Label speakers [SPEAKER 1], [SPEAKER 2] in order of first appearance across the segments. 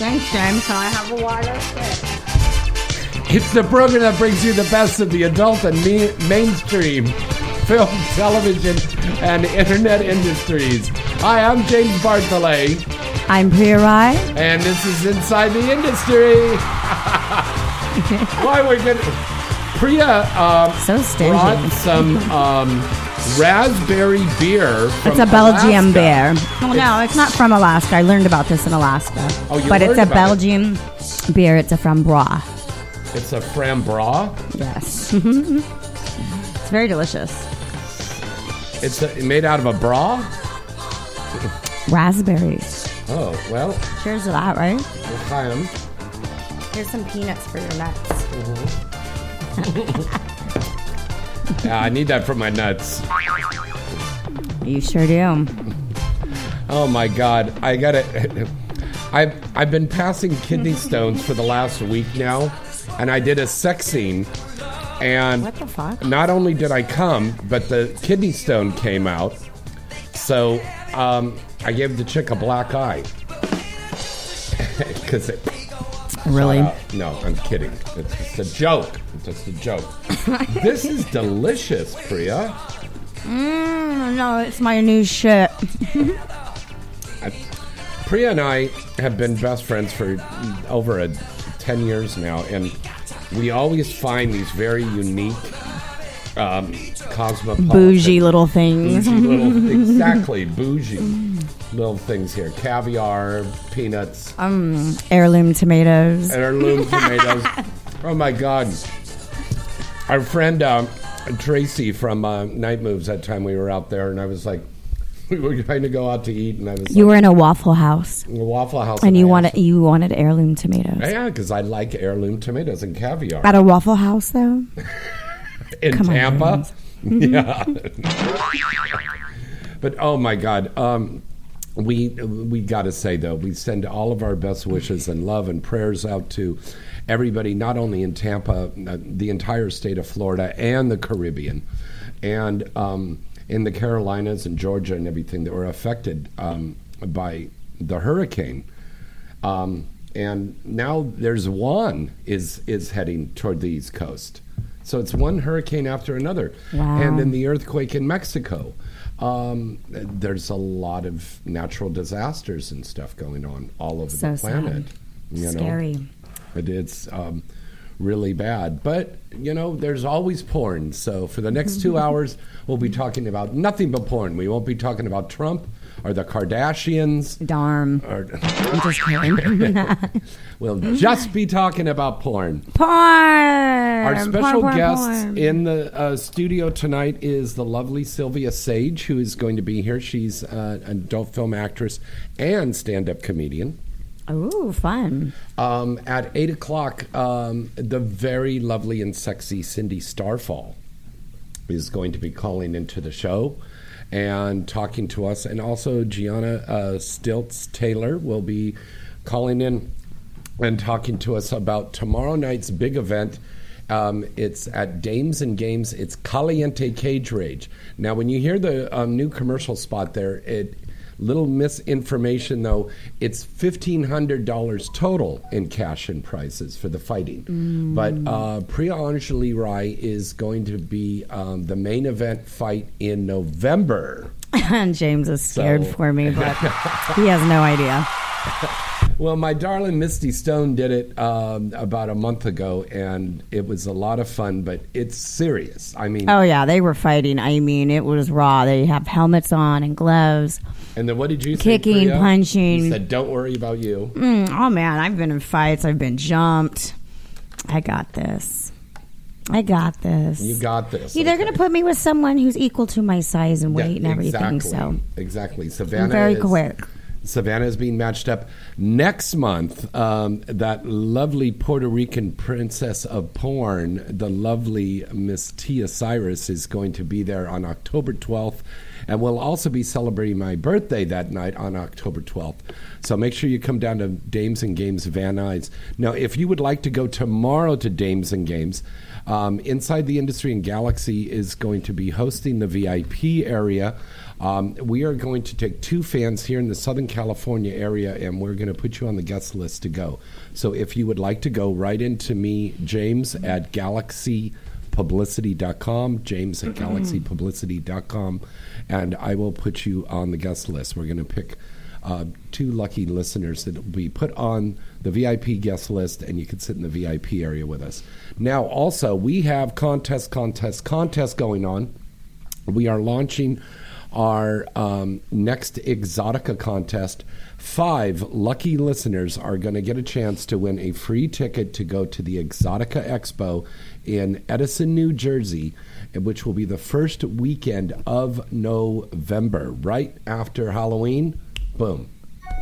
[SPEAKER 1] Thanks, James. Can I have a water? Yes.
[SPEAKER 2] It's the program that brings you the best of the adult and me- mainstream film, television, and internet industries. Hi, I'm James Bartolet,
[SPEAKER 1] I'm Priya
[SPEAKER 2] and this is Inside the Industry. Why we good? Priya um,
[SPEAKER 1] So stingy.
[SPEAKER 2] brought some um, raspberry beer. From
[SPEAKER 3] It's a Belgian
[SPEAKER 2] Alaska.
[SPEAKER 3] beer. Well, Oh, no, it's not from Alaska. I learned about this in Alaska.
[SPEAKER 2] Oh, you
[SPEAKER 3] but it's
[SPEAKER 2] learned
[SPEAKER 3] a
[SPEAKER 2] about it.
[SPEAKER 3] Belgian beer. It's a Frambrois.
[SPEAKER 2] It's a Frambra.
[SPEAKER 3] Yes. it's very delicious.
[SPEAKER 2] It's a, made out of a bra.
[SPEAKER 3] Raspberries.
[SPEAKER 2] Oh well,
[SPEAKER 3] Cheers to that, right?
[SPEAKER 2] hi, I'm-
[SPEAKER 3] Here's some peanuts for your nuts. Mm-hmm.
[SPEAKER 2] yeah, I need that for my nuts.
[SPEAKER 3] You sure do.
[SPEAKER 2] Oh my God! I gotta. I've I've been passing kidney stones for the last week now, and I did a sex scene, and
[SPEAKER 3] What the fuck?
[SPEAKER 2] Not only did I come, but the kidney stone came out, so um, I gave the chick a black eye because it.
[SPEAKER 3] Really?
[SPEAKER 2] Uh, no, I'm kidding. It's just a joke. It's just a joke. this is delicious, Priya.
[SPEAKER 3] Mm, no, it's my new shit.
[SPEAKER 2] Priya and I have been best friends for over a, 10 years now, and we always find these very unique, um, cosmopolitan,
[SPEAKER 3] Bougie little things.
[SPEAKER 2] bougie little, exactly, bougie little things here. Caviar, peanuts,
[SPEAKER 3] Um, Heirloom tomatoes.
[SPEAKER 2] heirloom tomatoes. Oh my God. Our friend um, Tracy from uh, Night Moves, that time we were out there, and I was like, we were trying to go out to eat, and I was
[SPEAKER 3] You
[SPEAKER 2] like,
[SPEAKER 3] were in a Waffle House,
[SPEAKER 2] in the Waffle House.
[SPEAKER 3] and you
[SPEAKER 2] I
[SPEAKER 3] wanted you wanted heirloom tomatoes.
[SPEAKER 2] Yeah, because I like heirloom tomatoes and caviar
[SPEAKER 3] At a Waffle House, though,
[SPEAKER 2] in
[SPEAKER 3] come on,
[SPEAKER 2] Tampa. yeah, but oh my God, um, we we got to say though, we send all of our best wishes and love and prayers out to everybody, not only in Tampa, uh, the entire state of Florida and the Caribbean, and um, in the Carolinas and Georgia and everything that were affected um, by the hurricane. Um, and now there's one is is heading toward the East Coast. So it's one hurricane after another.
[SPEAKER 3] Wow.
[SPEAKER 2] And then the earthquake in Mexico. Um, there's a lot of natural disasters and stuff going on all over
[SPEAKER 3] So
[SPEAKER 2] the planet.
[SPEAKER 3] sad.
[SPEAKER 2] you know?
[SPEAKER 3] scary.
[SPEAKER 2] It, it's um, really bad. But, you know, there's always porn. So for the next two hours, we'll be talking about nothing but porn. We won't be talking about Trump or the Kardashians
[SPEAKER 3] Darn.
[SPEAKER 2] or.
[SPEAKER 3] I'm just kidding.
[SPEAKER 2] We'll just be talking about porn.
[SPEAKER 3] Porn.
[SPEAKER 2] Our
[SPEAKER 3] Our
[SPEAKER 2] special guest in the uh, studio tonight is the lovely Sylvia Sage, who is going to be here. She's uh, an adult film actress and stand up comedian.
[SPEAKER 3] Ooh, fun.
[SPEAKER 2] Um, at 8 o'clock, um, the very lovely and sexy Cindy Starfall is going to be calling into the show and talking to us. And also, Gianna uh, Stilts Taylor will be calling in and talking to us about tomorrow night's big event. Um, it's at Dames and Games. It's Caliente Cage Rage. Now, when you hear the um, new commercial spot there, it Little misinformation though, it's fifteen hundred dollars total in cash and prizes for the fighting. But uh, Priya Anjali Rai is going to be um, the main event fight in November.
[SPEAKER 3] And James is scared
[SPEAKER 2] So-
[SPEAKER 3] for me, but he has no idea.
[SPEAKER 2] Well, my darling Misty Stone did it um, about a month ago, and it was a lot of fun. But it's serious. I mean,
[SPEAKER 3] Oh yeah, they were fighting. I mean, it was raw. They have helmets on and gloves.
[SPEAKER 2] and then what did you say,
[SPEAKER 3] Kicking,
[SPEAKER 2] Priya?
[SPEAKER 3] punching.
[SPEAKER 2] You said, "Don't worry about you."
[SPEAKER 3] Mm, oh man, I've been in fights. I've been jumped. I got this. I got this.
[SPEAKER 2] You got this.
[SPEAKER 3] See, they're
[SPEAKER 2] Okay.
[SPEAKER 3] going to put me with someone who's equal to my size and
[SPEAKER 2] Yeah,
[SPEAKER 3] weight and everything.
[SPEAKER 2] Exactly.
[SPEAKER 3] So
[SPEAKER 2] exactly, Savannah.
[SPEAKER 3] very
[SPEAKER 2] is,
[SPEAKER 3] quick.
[SPEAKER 2] Savannah is being matched up next month. Um, that lovely Puerto Rican princess of porn, the lovely Miss Tia Cyrus, is going to be there on October 12th. And we'll also be celebrating my birthday that night on October 12th. So make sure you come down to Dames and Games Van Nuys. Now, if you would like to go tomorrow to Dames and Games, um, Inside the Industry and Galaxy is going to be hosting the VIP area. Um, we are going to take two fans here in the Southern California area, and we're going to put you on the guest list to go. So if you would like to go, write in to me, James at galaxypublicity.com, James at galaxypublicity.com, and I will put you on the guest list. We're going to pick uh, two lucky listeners that will be put on the VIP guest list, and you can sit in the VIP area with us. Now, also, we have contest, contest, contest going on. We are launching our um, next Exotica contest. Five lucky listeners are going to get a chance to win a free ticket to go to the Exotica Expo in Edison, New Jersey, and which will be the first weekend of November, right after Halloween. Boom.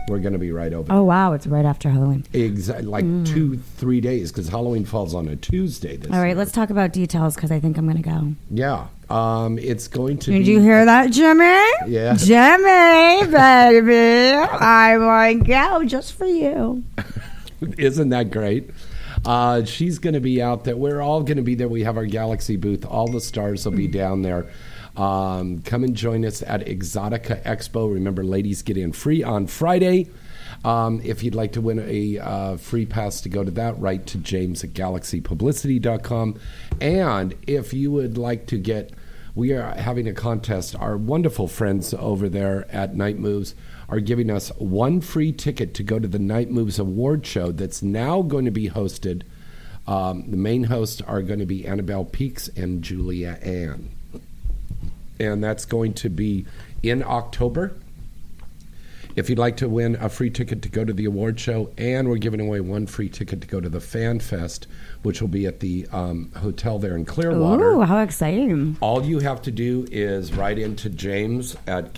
[SPEAKER 2] We're going to be right over.
[SPEAKER 3] Oh Mm. wow, it's right after Halloween.
[SPEAKER 2] Exactly, like two, three days, because Halloween falls on a Tuesday. This
[SPEAKER 3] All right,
[SPEAKER 2] year.
[SPEAKER 3] let's talk about details because I think I'm going to go.
[SPEAKER 2] Yeah, um, it's going to.
[SPEAKER 3] Did
[SPEAKER 2] be,
[SPEAKER 3] you hear that, Jimmy?
[SPEAKER 2] Yeah.
[SPEAKER 3] Jimmy, baby, I want to go just for you.
[SPEAKER 2] Isn't that great? Uh, she's going to be out there. We're all going to be there. We have our Galaxy booth. All the stars will be down there. Um, come and join us at Exotica Expo. Remember, ladies get in free on Friday. Um, if you'd like to win a uh, free pass to go to that, write to James at galaxypublicity.com. And if you would like to get we are having a contest. Our wonderful friends over there at Night Moves are giving us one free ticket to go to the Night Moves Award Show that's now going to be hosted. Um, the main hosts are going to be Annabelle Peaks and Julia Ann. And that's going to be in October. If you'd like to win a free ticket to go to the award show, and we're giving away one free ticket to go to the Fan Fest, which will be at the um, hotel there in Clearwater.
[SPEAKER 3] Ooh, how exciting!
[SPEAKER 2] All you have to do is write into James at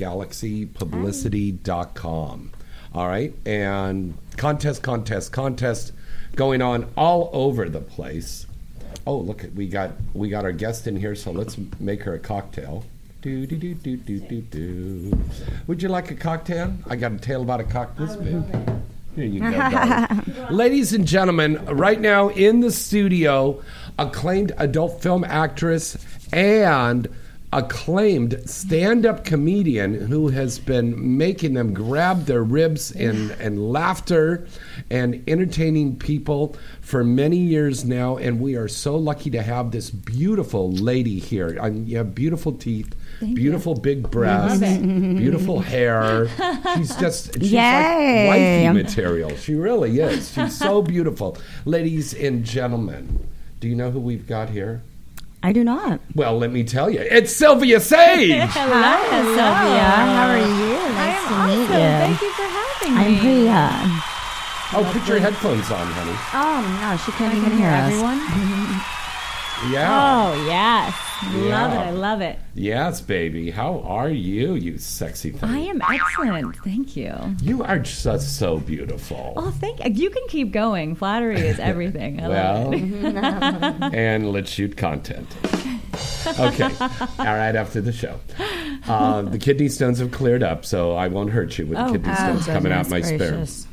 [SPEAKER 2] galaxypublicity.com. All right. And contest, contest, contest going on all over the place. Oh, look, we got we got our guest in here, so let's make her a cocktail.
[SPEAKER 4] Uh,
[SPEAKER 2] Do, do, do, do, do, do, do. Would you like a cocktail? I got a tale about a cock this big. Here you go. darling. Ladies and gentlemen, right now in the studio, acclaimed adult film actress and acclaimed stand-up comedian who has been making them grab their ribs in and laughter and entertaining people for many years now and we are so lucky to have this beautiful lady here I mean, you have beautiful teeth beautiful big breasts beautiful hair she's just she's
[SPEAKER 3] Yay.
[SPEAKER 2] like wifey material she really is she's so beautiful ladies and gentlemen do you know who we've got here
[SPEAKER 3] I do not.
[SPEAKER 2] well, let me tell you, it's Sylvia Sage.
[SPEAKER 3] Sylvia, how are you? Nice to meet you.
[SPEAKER 5] Thank you for having me.
[SPEAKER 3] I'm uh, Priya.
[SPEAKER 2] oh, put your headphones on, honey.
[SPEAKER 3] Oh no, she can't
[SPEAKER 5] Can
[SPEAKER 3] even
[SPEAKER 5] you
[SPEAKER 3] hear
[SPEAKER 5] hear
[SPEAKER 3] us.
[SPEAKER 5] everyone?
[SPEAKER 2] Yeah.
[SPEAKER 5] Oh yes, love
[SPEAKER 2] Yeah.
[SPEAKER 5] it. I love it.
[SPEAKER 2] Yes, baby. How are you, you sexy thing?
[SPEAKER 5] I am excellent. Thank you.
[SPEAKER 2] You are just so beautiful.
[SPEAKER 5] Oh, thank you. You can keep going. Flattery is everything. I
[SPEAKER 2] well,
[SPEAKER 5] love it.
[SPEAKER 2] and let's shoot content. Okay.
[SPEAKER 5] Oh,
[SPEAKER 2] All right, after the show. Uh, the kidney stones have cleared up, so I won't hurt you with the
[SPEAKER 5] Oh,
[SPEAKER 2] kidney stones coming out my
[SPEAKER 3] gracious.
[SPEAKER 2] sperm.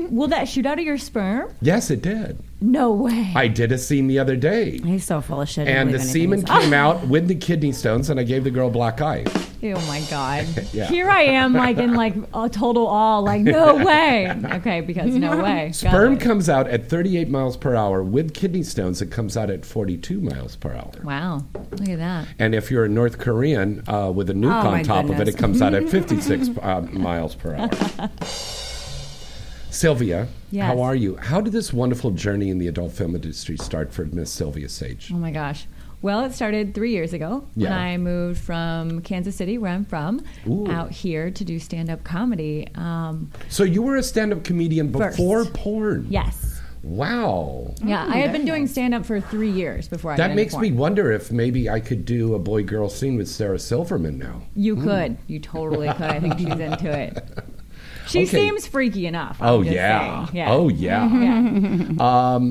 [SPEAKER 2] Yeah.
[SPEAKER 5] Will that shoot out of your sperm?
[SPEAKER 2] yes, it did.
[SPEAKER 5] No way.
[SPEAKER 2] I did a scene the other day.
[SPEAKER 3] He's so full of shit. I
[SPEAKER 2] And the
[SPEAKER 3] believe anything
[SPEAKER 2] semen
[SPEAKER 3] he's- Oh,
[SPEAKER 2] came out with the kidney stones, and I gave the girl a black eye.
[SPEAKER 5] Oh my god.
[SPEAKER 2] Yeah.
[SPEAKER 5] Here I am, like in like a total awe, like no way. Okay, because no way. Got
[SPEAKER 2] Sperm
[SPEAKER 5] it.
[SPEAKER 2] comes out at 38 miles per hour. With kidney stones, it comes out at 42 miles per hour.
[SPEAKER 5] Wow. Look at that.
[SPEAKER 2] And if you're a North Korean uh, with a nuke
[SPEAKER 3] Oh,
[SPEAKER 2] on
[SPEAKER 3] my
[SPEAKER 2] top of it,
[SPEAKER 3] goodness.
[SPEAKER 2] it comes out at 56 uh, miles per hour. Sylvia,
[SPEAKER 5] Yes.
[SPEAKER 2] how are you? How did this wonderful journey in the adult film industry start for Miss Sylvia Sage?
[SPEAKER 5] Oh my gosh. Well, it started three years ago when
[SPEAKER 2] Yeah.
[SPEAKER 5] I moved from Kansas City, where I'm from,
[SPEAKER 2] Ooh.
[SPEAKER 5] out here to do stand up comedy. Um,
[SPEAKER 2] So you were a stand-up comedian
[SPEAKER 5] First.
[SPEAKER 2] before porn.
[SPEAKER 5] yes.
[SPEAKER 2] Wow.
[SPEAKER 5] Yeah, I had been doing stand up for three years before I got
[SPEAKER 2] Oh, That
[SPEAKER 5] into
[SPEAKER 2] makes me
[SPEAKER 5] porn.
[SPEAKER 2] wonder if maybe I could do a boy-girl scene with Sarah Silverman now.
[SPEAKER 5] You could. You totally could. I think she's into it. She
[SPEAKER 2] Okay.
[SPEAKER 5] seems freaky enough. I'm
[SPEAKER 2] Oh
[SPEAKER 5] just
[SPEAKER 2] yeah.
[SPEAKER 5] saying. yeah.
[SPEAKER 2] Oh yeah. Um,
[SPEAKER 5] yeah.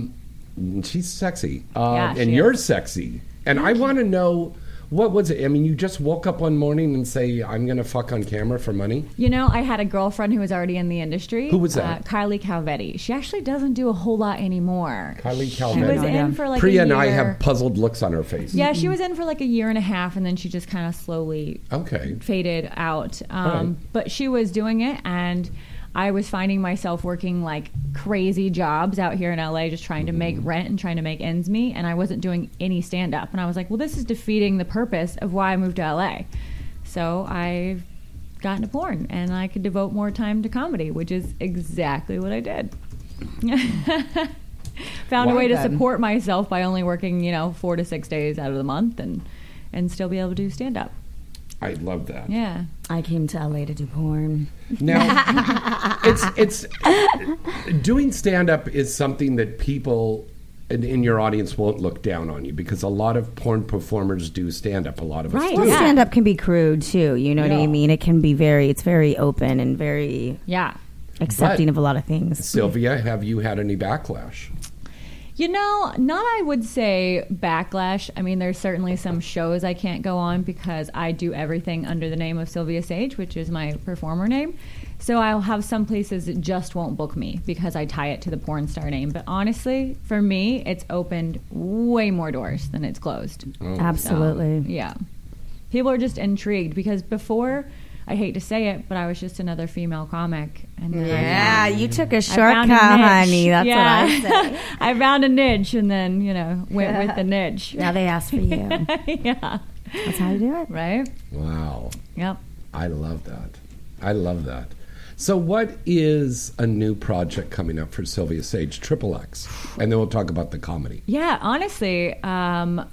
[SPEAKER 2] She's sexy. Uh,
[SPEAKER 5] Yeah,
[SPEAKER 2] and
[SPEAKER 5] she
[SPEAKER 2] you're
[SPEAKER 5] is.
[SPEAKER 2] sexy. And I want to know what was it? I mean, you just woke up one morning and say, "I'm going to fuck on camera for money."
[SPEAKER 5] You know, I had a girlfriend who was already in the industry.
[SPEAKER 2] Who was that?
[SPEAKER 5] Uh, Kylie Calvetti. She actually doesn't do a whole lot anymore.
[SPEAKER 2] Kylie
[SPEAKER 5] She was
[SPEAKER 2] Calvin.
[SPEAKER 5] in for like
[SPEAKER 2] Priya
[SPEAKER 5] a
[SPEAKER 2] and I
[SPEAKER 5] year.
[SPEAKER 2] have puzzled looks on our face.
[SPEAKER 5] Yeah, she was in for like a year and a half, and then she just kind of slowly
[SPEAKER 2] Okay.
[SPEAKER 5] faded out. Um,
[SPEAKER 2] Right.
[SPEAKER 5] But she was doing it, and I was finding myself working like crazy jobs out here in LA, just trying to make rent and trying to make ends meet. And I wasn't doing any stand up. And I was like, well, this is defeating the purpose of why I moved to LA. So I got into porn, and I could devote more time to comedy, which is exactly what I did. Found a
[SPEAKER 2] Wow.
[SPEAKER 5] way to support myself by only working, you know, four to six days out of the month, and and still be able to do stand up.
[SPEAKER 2] I love that.
[SPEAKER 5] Yeah.
[SPEAKER 3] I came to LA to do porn.
[SPEAKER 2] Now, it's it's doing stand up is something that people in, in your audience won't look down on you because a lot of porn performers do stand up. A lot of us
[SPEAKER 5] Right,
[SPEAKER 2] do.
[SPEAKER 3] Well,
[SPEAKER 5] yeah.
[SPEAKER 3] stand up can be crude too. You know what
[SPEAKER 2] Yeah.
[SPEAKER 3] I mean? It can be very, it's very open and very
[SPEAKER 5] Yeah.
[SPEAKER 3] accepting
[SPEAKER 2] But-
[SPEAKER 3] of a lot of things.
[SPEAKER 2] Sylvia, have you had any backlash?
[SPEAKER 5] You know, not I would say backlash. I mean, there's certainly some shows I can't go on because I do everything under the name of Sylvia Sage, which is my performer name. So I'll have some places that just won't book me because I tie it to the porn star name. But honestly, for me, it's opened way more doors than it's closed.
[SPEAKER 3] Oh. Absolutely.
[SPEAKER 5] Yeah. People are just intrigued because before, I hate to say it, but I was just another female comic. And then I
[SPEAKER 3] Yeah, you took a
[SPEAKER 5] I found
[SPEAKER 3] shortcut,
[SPEAKER 5] a niche.
[SPEAKER 3] honey. That's what I
[SPEAKER 5] Yeah.
[SPEAKER 3] said.
[SPEAKER 5] I found a niche and then, you know, went with the niche.
[SPEAKER 3] Now they ask for you.
[SPEAKER 5] yeah.
[SPEAKER 3] That's how you do it.
[SPEAKER 5] Right?
[SPEAKER 2] Wow.
[SPEAKER 5] Yep.
[SPEAKER 2] I love that. I love that. So, what is a new project coming up for Sylvia Sage? Triple X. And then we'll talk about the comedy.
[SPEAKER 5] Yeah, honestly, um,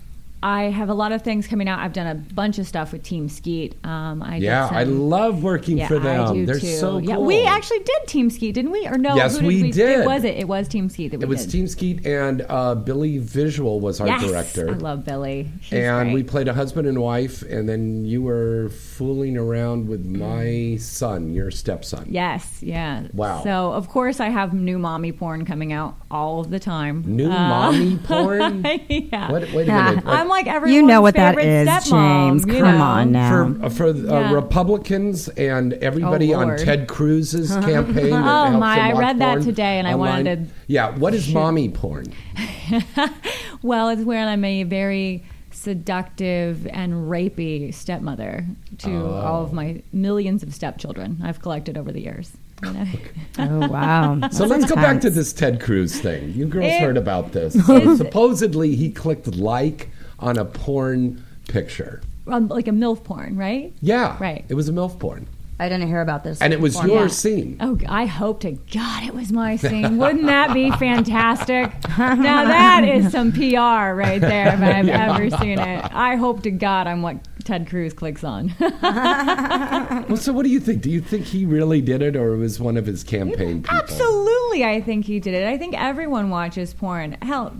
[SPEAKER 5] I have a lot of things coming out. I've done a bunch of stuff with Team Skeet. Um, I did
[SPEAKER 2] Yeah, I
[SPEAKER 5] some-
[SPEAKER 2] love working
[SPEAKER 5] Yeah,
[SPEAKER 2] for them.
[SPEAKER 5] I do
[SPEAKER 2] They're
[SPEAKER 5] too.
[SPEAKER 2] so cool.
[SPEAKER 5] Yeah, we actually did Team Skeet, didn't we? Or no?
[SPEAKER 2] Yes,
[SPEAKER 5] who did
[SPEAKER 2] we did.
[SPEAKER 5] It was it. It was Team Skeet that we
[SPEAKER 2] It was
[SPEAKER 5] did.
[SPEAKER 2] Team Skeet and uh, Billy Visual was our
[SPEAKER 5] yes!
[SPEAKER 2] director.
[SPEAKER 5] I love Billy. She's
[SPEAKER 2] and
[SPEAKER 5] great.
[SPEAKER 2] we played a husband and wife, and then you were fooling around with my son, your stepson.
[SPEAKER 5] Yes, yeah.
[SPEAKER 2] Wow.
[SPEAKER 5] So, of course, I have new mommy porn coming out all of the time. Uh,
[SPEAKER 2] New mommy porn?
[SPEAKER 5] yeah.
[SPEAKER 2] What, wait a minute.
[SPEAKER 5] I'm like everyone's
[SPEAKER 3] You know what that
[SPEAKER 5] favorite
[SPEAKER 3] is,
[SPEAKER 5] stepmom,
[SPEAKER 3] James.
[SPEAKER 5] you
[SPEAKER 3] Come
[SPEAKER 5] know.
[SPEAKER 3] on now.
[SPEAKER 2] for for uh,
[SPEAKER 5] Yeah.
[SPEAKER 2] Republicans and everybody
[SPEAKER 5] Oh,
[SPEAKER 2] on
[SPEAKER 5] Lord.
[SPEAKER 2] Ted Cruz's campaign. that
[SPEAKER 5] Oh,
[SPEAKER 2] helps
[SPEAKER 5] my,
[SPEAKER 2] them
[SPEAKER 5] I
[SPEAKER 2] watch
[SPEAKER 5] read that
[SPEAKER 2] porn
[SPEAKER 5] today and I
[SPEAKER 2] online.
[SPEAKER 5] wanted to-
[SPEAKER 2] Yeah, what is mommy porn?
[SPEAKER 5] Well, it's when I'm a very seductive and rapey stepmother to
[SPEAKER 2] Oh.
[SPEAKER 5] all of my millions of stepchildren I've collected over the years. you know?
[SPEAKER 3] Oh wow.
[SPEAKER 2] So let's go back to this Ted Cruz thing. You girls
[SPEAKER 5] It-
[SPEAKER 2] heard about this. So supposedly he clicked like on a porn picture.
[SPEAKER 5] Um, like a MILF porn, right?
[SPEAKER 2] Yeah,
[SPEAKER 5] Right.
[SPEAKER 2] It was a milf porn,
[SPEAKER 3] I didn't hear about this.
[SPEAKER 2] and it was your scene.
[SPEAKER 5] Oh, I hope to God it was my scene. Wouldn't that be fantastic? now that is some PR right there if I've ever seen it. I hope to God I'm what Ted Cruz clicks on. Uh-huh.
[SPEAKER 2] Well, so what do you think? Do you think he really did it, or it was one of his campaign people?
[SPEAKER 5] Absolutely, I think he did it. I think everyone watches porn. Hell,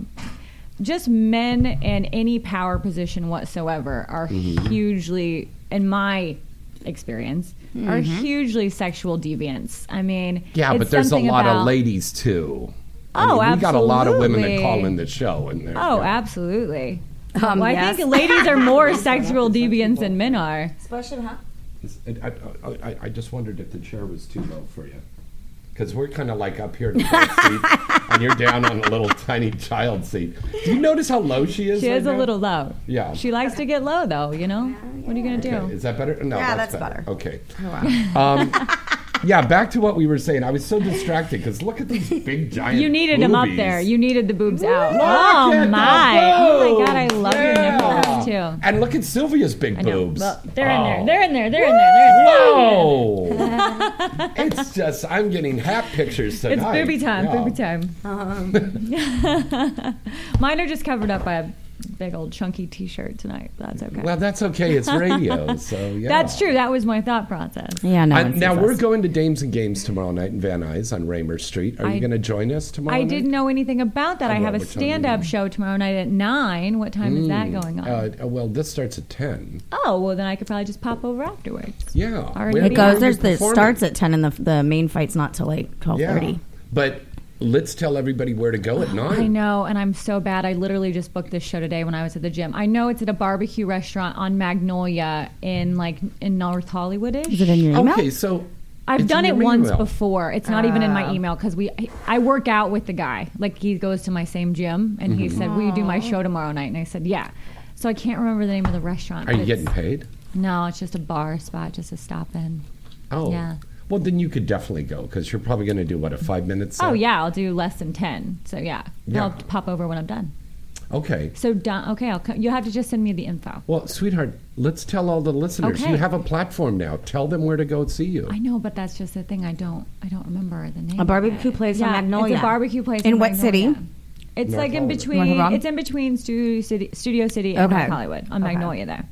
[SPEAKER 5] just men in any power position whatsoever are
[SPEAKER 2] Mm-hmm.
[SPEAKER 5] hugely, in my experience, are hugely sexual deviants. I mean,
[SPEAKER 2] Mm-hmm. Yeah,
[SPEAKER 5] it's
[SPEAKER 2] but there's a
[SPEAKER 5] something
[SPEAKER 2] lot of
[SPEAKER 5] about-
[SPEAKER 2] ladies too.
[SPEAKER 5] Oh,
[SPEAKER 2] we got a lot of women that
[SPEAKER 5] absolutely.
[SPEAKER 2] call in the show, and they're
[SPEAKER 5] Oh,
[SPEAKER 2] yeah.
[SPEAKER 5] absolutely.
[SPEAKER 3] Um,
[SPEAKER 5] well, I
[SPEAKER 3] yes.
[SPEAKER 5] think ladies are more sexual deviants than men are.
[SPEAKER 2] I, I- I, I just wondered if the chair was too low for you. Because we're kind of like up here to the seat, and you're down on a little tiny child seat. Do you notice how low she is?
[SPEAKER 5] She
[SPEAKER 2] right
[SPEAKER 5] is a
[SPEAKER 2] now?
[SPEAKER 5] little low.
[SPEAKER 2] Yeah.
[SPEAKER 5] She likes to get low, though, you know? What are you Oh, going to do?
[SPEAKER 2] Okay, Is that better? No,
[SPEAKER 3] Yeah,
[SPEAKER 2] that's,
[SPEAKER 3] that's better.
[SPEAKER 2] Okay. Um, yeah, back to what we were saying. I was so distracted because look at these big giant.
[SPEAKER 5] You needed them up
[SPEAKER 2] boobies.
[SPEAKER 5] there. You needed the boobs out.
[SPEAKER 2] Look at
[SPEAKER 5] Oh
[SPEAKER 2] the
[SPEAKER 5] my! Oh my God! I
[SPEAKER 2] boobs.
[SPEAKER 5] love
[SPEAKER 2] Yeah.
[SPEAKER 5] your nipples too.
[SPEAKER 2] And look at Sylvia's big
[SPEAKER 5] I know.
[SPEAKER 2] boobs.
[SPEAKER 5] Well, they're
[SPEAKER 2] Oh.
[SPEAKER 5] in there. They're in there. They're in there. They're in there.
[SPEAKER 2] Whoa! it's just I'm getting hat pictures tonight.
[SPEAKER 5] It's booby time,
[SPEAKER 2] Yeah.
[SPEAKER 5] booby time.
[SPEAKER 3] Um.
[SPEAKER 5] Mine are just covered up by a big old chunky T-shirt tonight. but That's okay.
[SPEAKER 2] Well, that's okay. It's radio, so yeah.
[SPEAKER 5] That's true. That was my thought process.
[SPEAKER 3] Yeah, no.
[SPEAKER 2] I,
[SPEAKER 3] one
[SPEAKER 2] now
[SPEAKER 3] sees
[SPEAKER 2] we're
[SPEAKER 3] us.
[SPEAKER 2] going to Dames and Games tomorrow night in Van Nuys on Raymer Street. Are
[SPEAKER 5] I-
[SPEAKER 2] you going to join us tomorrow?
[SPEAKER 5] I
[SPEAKER 2] night?
[SPEAKER 5] didn't know anything about that. I have a
[SPEAKER 2] what time you
[SPEAKER 5] stand-up
[SPEAKER 2] mean.
[SPEAKER 5] show tomorrow night at nine. What time is that going on?
[SPEAKER 2] Uh, uh, well, this starts at ten.
[SPEAKER 5] oh, well then I could probably just pop over afterwards.
[SPEAKER 2] Yeah,
[SPEAKER 5] Already
[SPEAKER 2] Where
[SPEAKER 3] It
[SPEAKER 5] It
[SPEAKER 2] are
[SPEAKER 3] goes.
[SPEAKER 2] you
[SPEAKER 3] There's the
[SPEAKER 2] performing?
[SPEAKER 3] starts at ten, and the the main fight's not till like twelve
[SPEAKER 2] Yeah,
[SPEAKER 3] thirty.
[SPEAKER 2] but let's tell everybody where to go at nine.
[SPEAKER 5] I know, and I'm so bad. I literally just booked this show today when I was at the gym. I know it's at a barbecue restaurant on Magnolia in like in North Hollywood ish.
[SPEAKER 3] Is it in your email?
[SPEAKER 2] Okay, so
[SPEAKER 5] I've
[SPEAKER 2] it's
[SPEAKER 5] done it
[SPEAKER 2] in your
[SPEAKER 5] once
[SPEAKER 2] email. Ah.
[SPEAKER 5] before. It's not even in my email because we I- I work out with the guy. Like he goes to my same gym, and
[SPEAKER 2] Mm-hmm.
[SPEAKER 5] he said, "Will you do my show tomorrow night?" And I said, "Yeah." So I can't remember the name of the restaurant.
[SPEAKER 2] Are
[SPEAKER 5] but
[SPEAKER 2] you
[SPEAKER 5] it's-
[SPEAKER 2] getting paid?
[SPEAKER 5] No, it's just a bar spot, just a stop in.
[SPEAKER 2] Oh,
[SPEAKER 5] Yeah.
[SPEAKER 2] Well, then you could definitely go because you're probably going to do what a five minute. Set?
[SPEAKER 5] Oh yeah, I'll do less than ten. So yeah,
[SPEAKER 2] Yeah.
[SPEAKER 5] I'll pop over when I'm done.
[SPEAKER 2] Okay.
[SPEAKER 5] So done. Okay, I'll co- you have to just send me the info.
[SPEAKER 2] Well, sweetheart, let's tell all the listeners.
[SPEAKER 5] Okay.
[SPEAKER 2] You have a platform now. Tell them where to go see you.
[SPEAKER 5] I know, but that's just the thing. I don't. I don't remember the name.
[SPEAKER 3] A
[SPEAKER 5] of
[SPEAKER 3] barbecue
[SPEAKER 5] it.
[SPEAKER 3] place on
[SPEAKER 5] yeah,
[SPEAKER 3] Magnolia.
[SPEAKER 5] It's a barbecue place
[SPEAKER 3] In
[SPEAKER 5] on
[SPEAKER 3] what
[SPEAKER 5] Magnolia.
[SPEAKER 3] city?
[SPEAKER 5] It's
[SPEAKER 2] North
[SPEAKER 5] like in
[SPEAKER 2] Hollywood.
[SPEAKER 5] between.
[SPEAKER 3] North
[SPEAKER 5] It's in between Studio City, Studio City and
[SPEAKER 3] Okay.
[SPEAKER 5] North Hollywood on
[SPEAKER 3] Okay.
[SPEAKER 5] Magnolia there.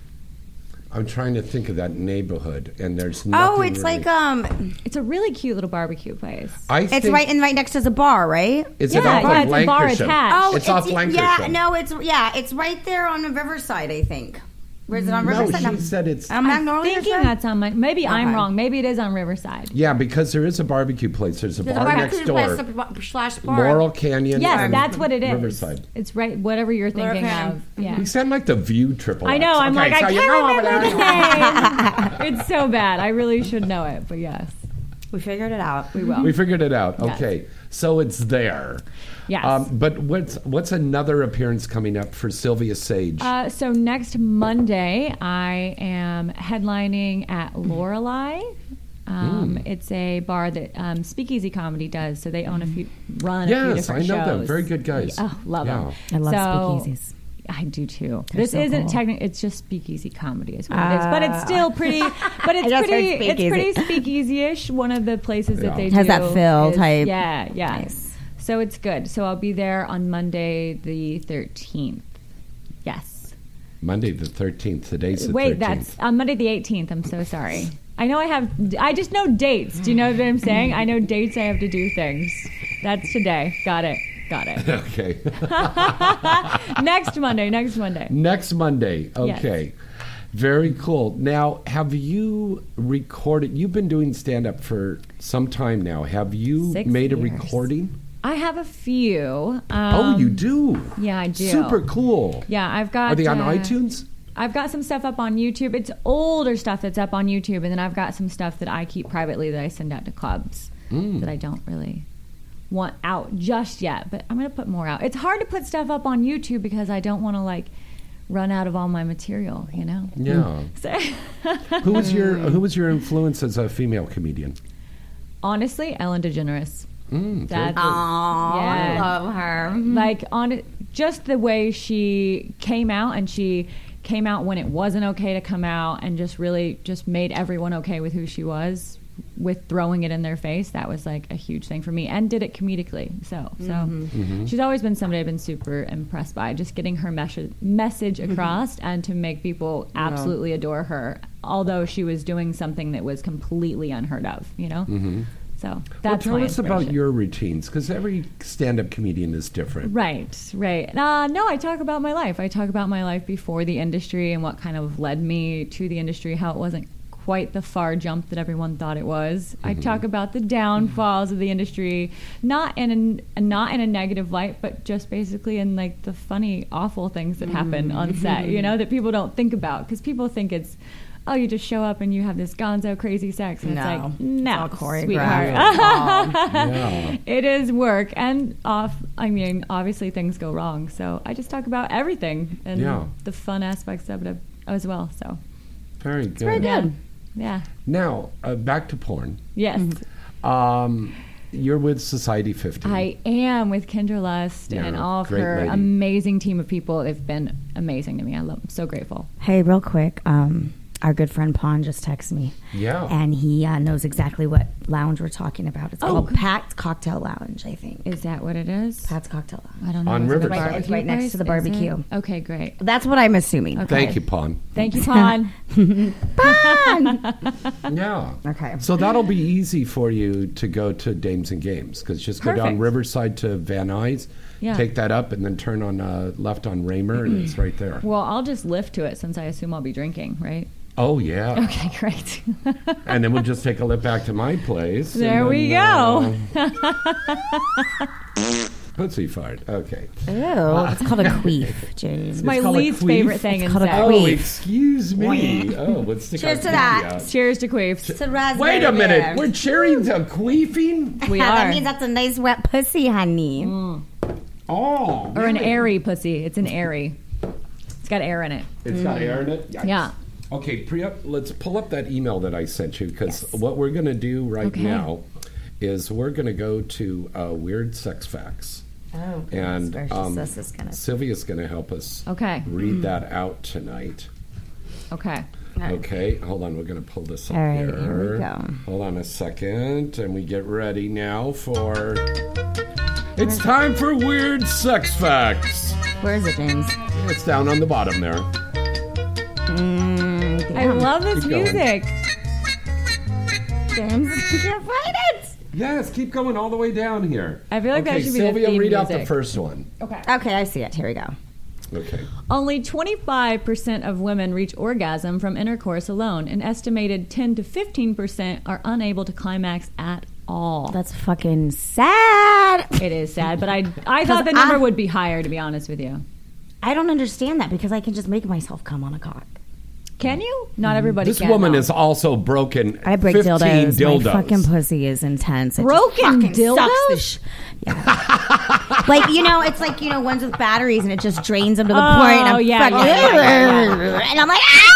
[SPEAKER 2] I'm trying to think of that neighborhood, and there's nothing
[SPEAKER 3] Oh, it's
[SPEAKER 2] really-
[SPEAKER 5] uh,
[SPEAKER 3] like um,
[SPEAKER 5] It's a really cute little barbecue place.
[SPEAKER 2] I
[SPEAKER 3] it's
[SPEAKER 2] think-
[SPEAKER 3] right and right next to the bar, right?
[SPEAKER 2] Is it
[SPEAKER 5] Yeah,
[SPEAKER 2] off
[SPEAKER 5] yeah,
[SPEAKER 2] of
[SPEAKER 5] it's a bar
[SPEAKER 2] Lancashire?
[SPEAKER 5] attached.
[SPEAKER 3] Oh,
[SPEAKER 2] it's, off Lancashire.
[SPEAKER 3] Yeah, no, it's yeah, it's right there on Riverside, I think. Where is it on
[SPEAKER 2] No,
[SPEAKER 3] Riverside?
[SPEAKER 2] she said it's.
[SPEAKER 3] I'm Magnolia.
[SPEAKER 5] Thinking
[SPEAKER 3] side?
[SPEAKER 5] that's on my. Um, Maybe I'm
[SPEAKER 3] Okay.
[SPEAKER 5] wrong. Maybe it is on Riverside.
[SPEAKER 2] yeah, because there is a barbecue place. There's a
[SPEAKER 3] There's a
[SPEAKER 2] bar
[SPEAKER 3] barbecue
[SPEAKER 2] next
[SPEAKER 3] place,
[SPEAKER 2] door,
[SPEAKER 3] a bar- slash bar.
[SPEAKER 2] Laurel Canyon.
[SPEAKER 5] Yes,
[SPEAKER 2] and
[SPEAKER 5] that's what it is.
[SPEAKER 2] Riverside.
[SPEAKER 5] It's right. Whatever you're
[SPEAKER 3] Laura
[SPEAKER 5] thinking
[SPEAKER 3] Palin.
[SPEAKER 5] of. Yeah.
[SPEAKER 2] You sound like the View Triple.
[SPEAKER 5] I know.
[SPEAKER 2] X.
[SPEAKER 5] I'm
[SPEAKER 2] Okay,
[SPEAKER 5] like,
[SPEAKER 2] so
[SPEAKER 5] I
[SPEAKER 2] you
[SPEAKER 5] can't
[SPEAKER 2] know over
[SPEAKER 5] remember
[SPEAKER 2] there.
[SPEAKER 5] the name. it's so bad. I really should know it, but yes,
[SPEAKER 3] We figured it out.
[SPEAKER 5] we will.
[SPEAKER 2] We figured it out.
[SPEAKER 5] Yes.
[SPEAKER 2] Okay, so it's there.
[SPEAKER 5] Yes.
[SPEAKER 2] Um, but what's what's another appearance coming up for Sylvia Sage?
[SPEAKER 5] Uh, so next Monday, I am headlining at Lorelei. Um,
[SPEAKER 2] Mm.
[SPEAKER 5] It's a bar that um, Speakeasy Comedy does, so they own a few, run a few
[SPEAKER 2] yes, I
[SPEAKER 5] different
[SPEAKER 2] know them.
[SPEAKER 5] shows.
[SPEAKER 2] Very good guys.
[SPEAKER 5] Oh, love
[SPEAKER 2] yeah.
[SPEAKER 5] them.
[SPEAKER 3] I love
[SPEAKER 5] so,
[SPEAKER 3] speakeasies.
[SPEAKER 5] I do too.
[SPEAKER 3] They're
[SPEAKER 5] this
[SPEAKER 3] so
[SPEAKER 5] isn't
[SPEAKER 3] cool. Ah.
[SPEAKER 5] technically; it's just speakeasy comedy, is what it is. But it's still pretty. But
[SPEAKER 3] I
[SPEAKER 5] it's
[SPEAKER 3] just
[SPEAKER 5] pretty.
[SPEAKER 3] heard
[SPEAKER 5] It's pretty
[SPEAKER 3] speakeasy.
[SPEAKER 5] speakeasy-ish. One of the places
[SPEAKER 2] Yeah.
[SPEAKER 5] that they
[SPEAKER 3] Has
[SPEAKER 5] do
[SPEAKER 3] that fill
[SPEAKER 5] is-
[SPEAKER 3] type.
[SPEAKER 5] Yeah, yeah.
[SPEAKER 3] Nice.
[SPEAKER 5] So it's good. So I'll be there on Monday the thirteenth. Yes.
[SPEAKER 2] Monday the thirteenth. Today's the
[SPEAKER 5] Wait,
[SPEAKER 2] 13th.
[SPEAKER 5] that's on Monday the 18th. I'm so sorry. I know I have, I just know dates. Do you know what I'm saying? I know dates I have to do things. That's today. Got it. Got it.
[SPEAKER 2] okay.
[SPEAKER 5] next Monday, next Monday.
[SPEAKER 2] Next Monday.
[SPEAKER 5] Yes.
[SPEAKER 2] Okay. Very cool. Now, have you recorded? You've been doing stand up for some time now. Have you
[SPEAKER 5] Six
[SPEAKER 2] made a
[SPEAKER 5] years.
[SPEAKER 2] recording?
[SPEAKER 5] I have a few. Um,
[SPEAKER 2] oh, you do?
[SPEAKER 5] yeah, I do.
[SPEAKER 2] Super cool.
[SPEAKER 5] Yeah, I've got.
[SPEAKER 2] Are they on
[SPEAKER 5] uh,
[SPEAKER 2] iTunes?
[SPEAKER 5] I've got some stuff up on YouTube. It's older stuff that's up on YouTube, and then I've got some stuff that I keep privately that I send out to clubs
[SPEAKER 2] Hmm.
[SPEAKER 5] that I don't really want out just yet. But I'm going to put more out. It's hard to put stuff up on YouTube because I don't want to like run out of all my material, you know.
[SPEAKER 2] Yeah.
[SPEAKER 5] So,
[SPEAKER 2] who was your Who was your influence as a female comedian?
[SPEAKER 5] honestly, Ellen DeGeneres.
[SPEAKER 2] Mm, very
[SPEAKER 5] That's
[SPEAKER 2] cool.
[SPEAKER 3] Aw, I
[SPEAKER 5] Yeah.
[SPEAKER 3] love her.
[SPEAKER 5] like on just the way she came out and she came out when it wasn't okay to come out and just really just made everyone okay with who she was with throwing it in their face that was like a huge thing for me and did it comedically so so
[SPEAKER 3] Mm-hmm.
[SPEAKER 5] she's always been somebody i've been super impressed by just getting her mes- message
[SPEAKER 3] Mm-hmm.
[SPEAKER 5] across and to make people absolutely adore her although she was doing something that was completely unheard of you know so that's
[SPEAKER 2] Mm-hmm. well,
[SPEAKER 5] my
[SPEAKER 2] tell us about
[SPEAKER 5] inspiration.
[SPEAKER 2] your routines because every stand up comedian is different.
[SPEAKER 5] Right, right. Uh, no, I talk about my life. I talk about my life before the industry and what kind of led me to the industry, how it wasn't quite the far jump that everyone thought it was. I talk about the downfalls of the industry, not in a, not in a negative light, but just basically in like the funny, awful things that happen on set, you know, that people don't think about because people think it's. Oh, you just show up and you have this gonzo crazy sex, and
[SPEAKER 3] No.
[SPEAKER 5] it's like, no,
[SPEAKER 3] It's all choreographed.
[SPEAKER 5] sweetheart.
[SPEAKER 2] Yeah.
[SPEAKER 5] It is work, and off. I mean, obviously things go wrong, so I just talk about everything and
[SPEAKER 2] Yeah.
[SPEAKER 5] the fun aspects of it as well. So, Mm-hmm.
[SPEAKER 2] Very good.
[SPEAKER 5] yeah, yeah,
[SPEAKER 2] Now, uh, back to porn.
[SPEAKER 5] yes,
[SPEAKER 3] Mm-hmm.
[SPEAKER 2] Um, you're with Society 50.
[SPEAKER 5] I am with Kendra Lust and
[SPEAKER 2] Yeah,
[SPEAKER 5] all of
[SPEAKER 2] great
[SPEAKER 5] her
[SPEAKER 2] lady.
[SPEAKER 5] amazing team of people. They've been amazing to me. I love. I'm so grateful.
[SPEAKER 3] Hey, real quick, um, our good friend Pon just texted me.
[SPEAKER 2] Yeah.
[SPEAKER 3] And he uh, knows exactly what lounge we're talking about. It's called Pat's Cocktail Lounge, I think.
[SPEAKER 5] Oh. Is that what it is?
[SPEAKER 3] Pat's Cocktail Lounge.
[SPEAKER 5] I don't know.
[SPEAKER 2] On
[SPEAKER 5] Is it the
[SPEAKER 2] Riverside.
[SPEAKER 3] Right- it's right
[SPEAKER 5] barbecue
[SPEAKER 3] next
[SPEAKER 5] place?
[SPEAKER 3] to the
[SPEAKER 5] Is it?
[SPEAKER 3] barbecue.
[SPEAKER 5] Okay, great.
[SPEAKER 3] That's what I'm assuming.
[SPEAKER 2] Thank you, Pon.
[SPEAKER 5] Thank you, Pon.
[SPEAKER 2] Yeah.
[SPEAKER 3] Okay.
[SPEAKER 2] So that'll be easy for you to go to Dames and Games because just go down
[SPEAKER 5] Perfect.
[SPEAKER 2] Riverside to Van Nuys,
[SPEAKER 5] Yeah.
[SPEAKER 2] take that up, and then turn on uh, left on Raymer, and it's right there.
[SPEAKER 5] well, I'll just lift to it since I assume I'll be drinking, right?
[SPEAKER 2] Oh yeah.
[SPEAKER 5] Okay, great.
[SPEAKER 2] And then we'll just take a lip back to my place. and
[SPEAKER 5] There we
[SPEAKER 2] then,
[SPEAKER 5] go.
[SPEAKER 2] uh, Pussy fart. Okay.
[SPEAKER 3] Ew. Oh, It's called a queef, James.
[SPEAKER 5] My
[SPEAKER 2] Uh, called a
[SPEAKER 5] least
[SPEAKER 2] queef?
[SPEAKER 5] favorite thing
[SPEAKER 3] It's
[SPEAKER 5] in
[SPEAKER 3] called a
[SPEAKER 5] sex.
[SPEAKER 2] Oh,
[SPEAKER 3] Queef.
[SPEAKER 2] excuse me. Oh, let's stick
[SPEAKER 3] Cheers to
[SPEAKER 2] our pinky
[SPEAKER 3] that.
[SPEAKER 2] out.
[SPEAKER 5] Cheers to queefs.
[SPEAKER 2] Wait a minute. We're cheering to queefing?
[SPEAKER 5] We
[SPEAKER 3] that
[SPEAKER 5] are. Mm.
[SPEAKER 3] means that's a nice wet pussy, honey.
[SPEAKER 2] Oh.
[SPEAKER 5] Or an airy pussy. It's an airy. It's got air in it. Mm.
[SPEAKER 2] It's got air in it? Yikes.
[SPEAKER 5] Yeah.
[SPEAKER 2] Okay, pre- up, let's pull up that email that I sent you because what we're going to do right
[SPEAKER 5] Okay.
[SPEAKER 2] now is we're going to go to uh, Weird Sex Facts.
[SPEAKER 3] Oh, goodness
[SPEAKER 2] And
[SPEAKER 3] gracious,
[SPEAKER 2] um,
[SPEAKER 3] this is gonna.
[SPEAKER 2] Sylvia's going to help us
[SPEAKER 5] Okay.
[SPEAKER 2] read that out tonight.
[SPEAKER 5] Okay.
[SPEAKER 2] Okay, hold on. We're going to pull this up
[SPEAKER 3] All right,
[SPEAKER 2] here.
[SPEAKER 3] here we go.
[SPEAKER 2] Hold on a second, and we get ready now for. It's time for weird sex facts.
[SPEAKER 3] Where is it, James?
[SPEAKER 2] It's down on the bottom there.
[SPEAKER 3] Mm,
[SPEAKER 5] I love this
[SPEAKER 2] Keep going.
[SPEAKER 5] music.
[SPEAKER 3] James, you can't find it.
[SPEAKER 2] Yes, keep going all the way down here.
[SPEAKER 5] I feel like that
[SPEAKER 2] okay,
[SPEAKER 5] should be the
[SPEAKER 2] Sylvia,
[SPEAKER 5] theme
[SPEAKER 2] read out the
[SPEAKER 5] music.
[SPEAKER 2] first one.
[SPEAKER 5] Okay.
[SPEAKER 3] Okay, I see it. Here we go.
[SPEAKER 2] Okay.
[SPEAKER 5] Only 25% of women reach orgasm from intercourse alone. An estimated 10 to 15% are unable to climax at all.
[SPEAKER 3] That's fucking sad.
[SPEAKER 5] It is sad, but I I thought the number
[SPEAKER 3] I-
[SPEAKER 5] would be higher to be honest with you.
[SPEAKER 3] I don't understand that because I can just make myself come on a cock.
[SPEAKER 5] Can you? Not everybody
[SPEAKER 2] This
[SPEAKER 5] can.
[SPEAKER 2] woman
[SPEAKER 5] though.
[SPEAKER 2] is also broken.
[SPEAKER 3] I break
[SPEAKER 2] 15
[SPEAKER 3] dildos.
[SPEAKER 2] dildos.
[SPEAKER 3] My fucking pussy is intense. It just fucking
[SPEAKER 5] Broken
[SPEAKER 3] Sucks the
[SPEAKER 5] dildos?
[SPEAKER 3] sh- yeah. like you know, it's like you know ones with batteries, and it just drains them to the point. And
[SPEAKER 5] Oh,
[SPEAKER 3] I'm
[SPEAKER 5] yeah,
[SPEAKER 3] fucking,
[SPEAKER 5] yeah, yeah,
[SPEAKER 3] and I'm like, ah,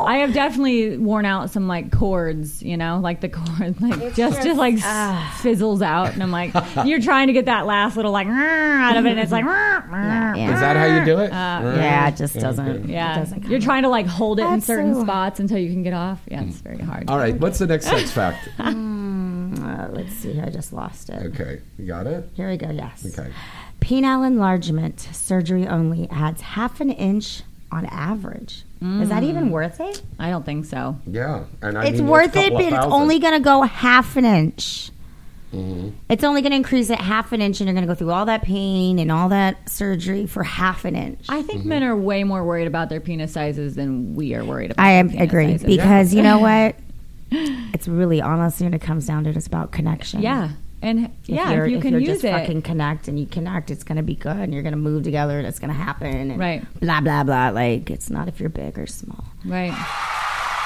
[SPEAKER 3] no.
[SPEAKER 5] I have definitely worn out some like cords, you know, like the cord like just just like
[SPEAKER 3] ah.
[SPEAKER 5] s fizzles out, and I'm like, you're trying to get that last little like "Rrr," out of it, and it's like, "Rrr, rrr."
[SPEAKER 3] yeah.
[SPEAKER 2] Is that how you do it?
[SPEAKER 3] yeah, it just doesn't. It
[SPEAKER 5] Uh, yeah,
[SPEAKER 3] doesn't come
[SPEAKER 5] you're trying to like hold it in
[SPEAKER 3] That's
[SPEAKER 5] certain
[SPEAKER 3] so-
[SPEAKER 5] spots until you can get off. Yeah,
[SPEAKER 3] Mm.
[SPEAKER 5] it's very hard.
[SPEAKER 2] All right. What's the next sex fact?
[SPEAKER 3] Uh, let's see. I just lost it.
[SPEAKER 2] Okay. You got it.
[SPEAKER 3] Here we go. Yes.
[SPEAKER 2] Okay.
[SPEAKER 3] Penile enlargement surgery only adds half an inch on average. Is that even worth it?
[SPEAKER 5] Mm. I don't think so.
[SPEAKER 2] Yeah. And I mean,
[SPEAKER 3] It's
[SPEAKER 2] there's a
[SPEAKER 3] worth it,
[SPEAKER 2] couple
[SPEAKER 3] but
[SPEAKER 2] of
[SPEAKER 3] it's
[SPEAKER 2] thousand. Mm-hmm.
[SPEAKER 3] only going to go half an inch. It's only going to increase it half an inch, and you're going to go through all that pain and all that surgery for half an inch.
[SPEAKER 5] I think men are way more worried about their penis sizes than we are worried about.
[SPEAKER 3] I
[SPEAKER 5] their
[SPEAKER 3] am,
[SPEAKER 5] penis
[SPEAKER 3] agree
[SPEAKER 5] sizes.
[SPEAKER 3] because you know what? It's really honestly when it comes down to it, it's about connection.
[SPEAKER 5] yeah, and
[SPEAKER 3] If
[SPEAKER 5] yeah,
[SPEAKER 3] you're,
[SPEAKER 5] if you can
[SPEAKER 3] are
[SPEAKER 5] use
[SPEAKER 3] just
[SPEAKER 5] it,
[SPEAKER 3] fucking connect and you connect, it's going to be good, and you're going to move together, and it's going to happen, and
[SPEAKER 5] Right.
[SPEAKER 3] Blah blah blah. Like it's not if you're big or small.
[SPEAKER 5] right?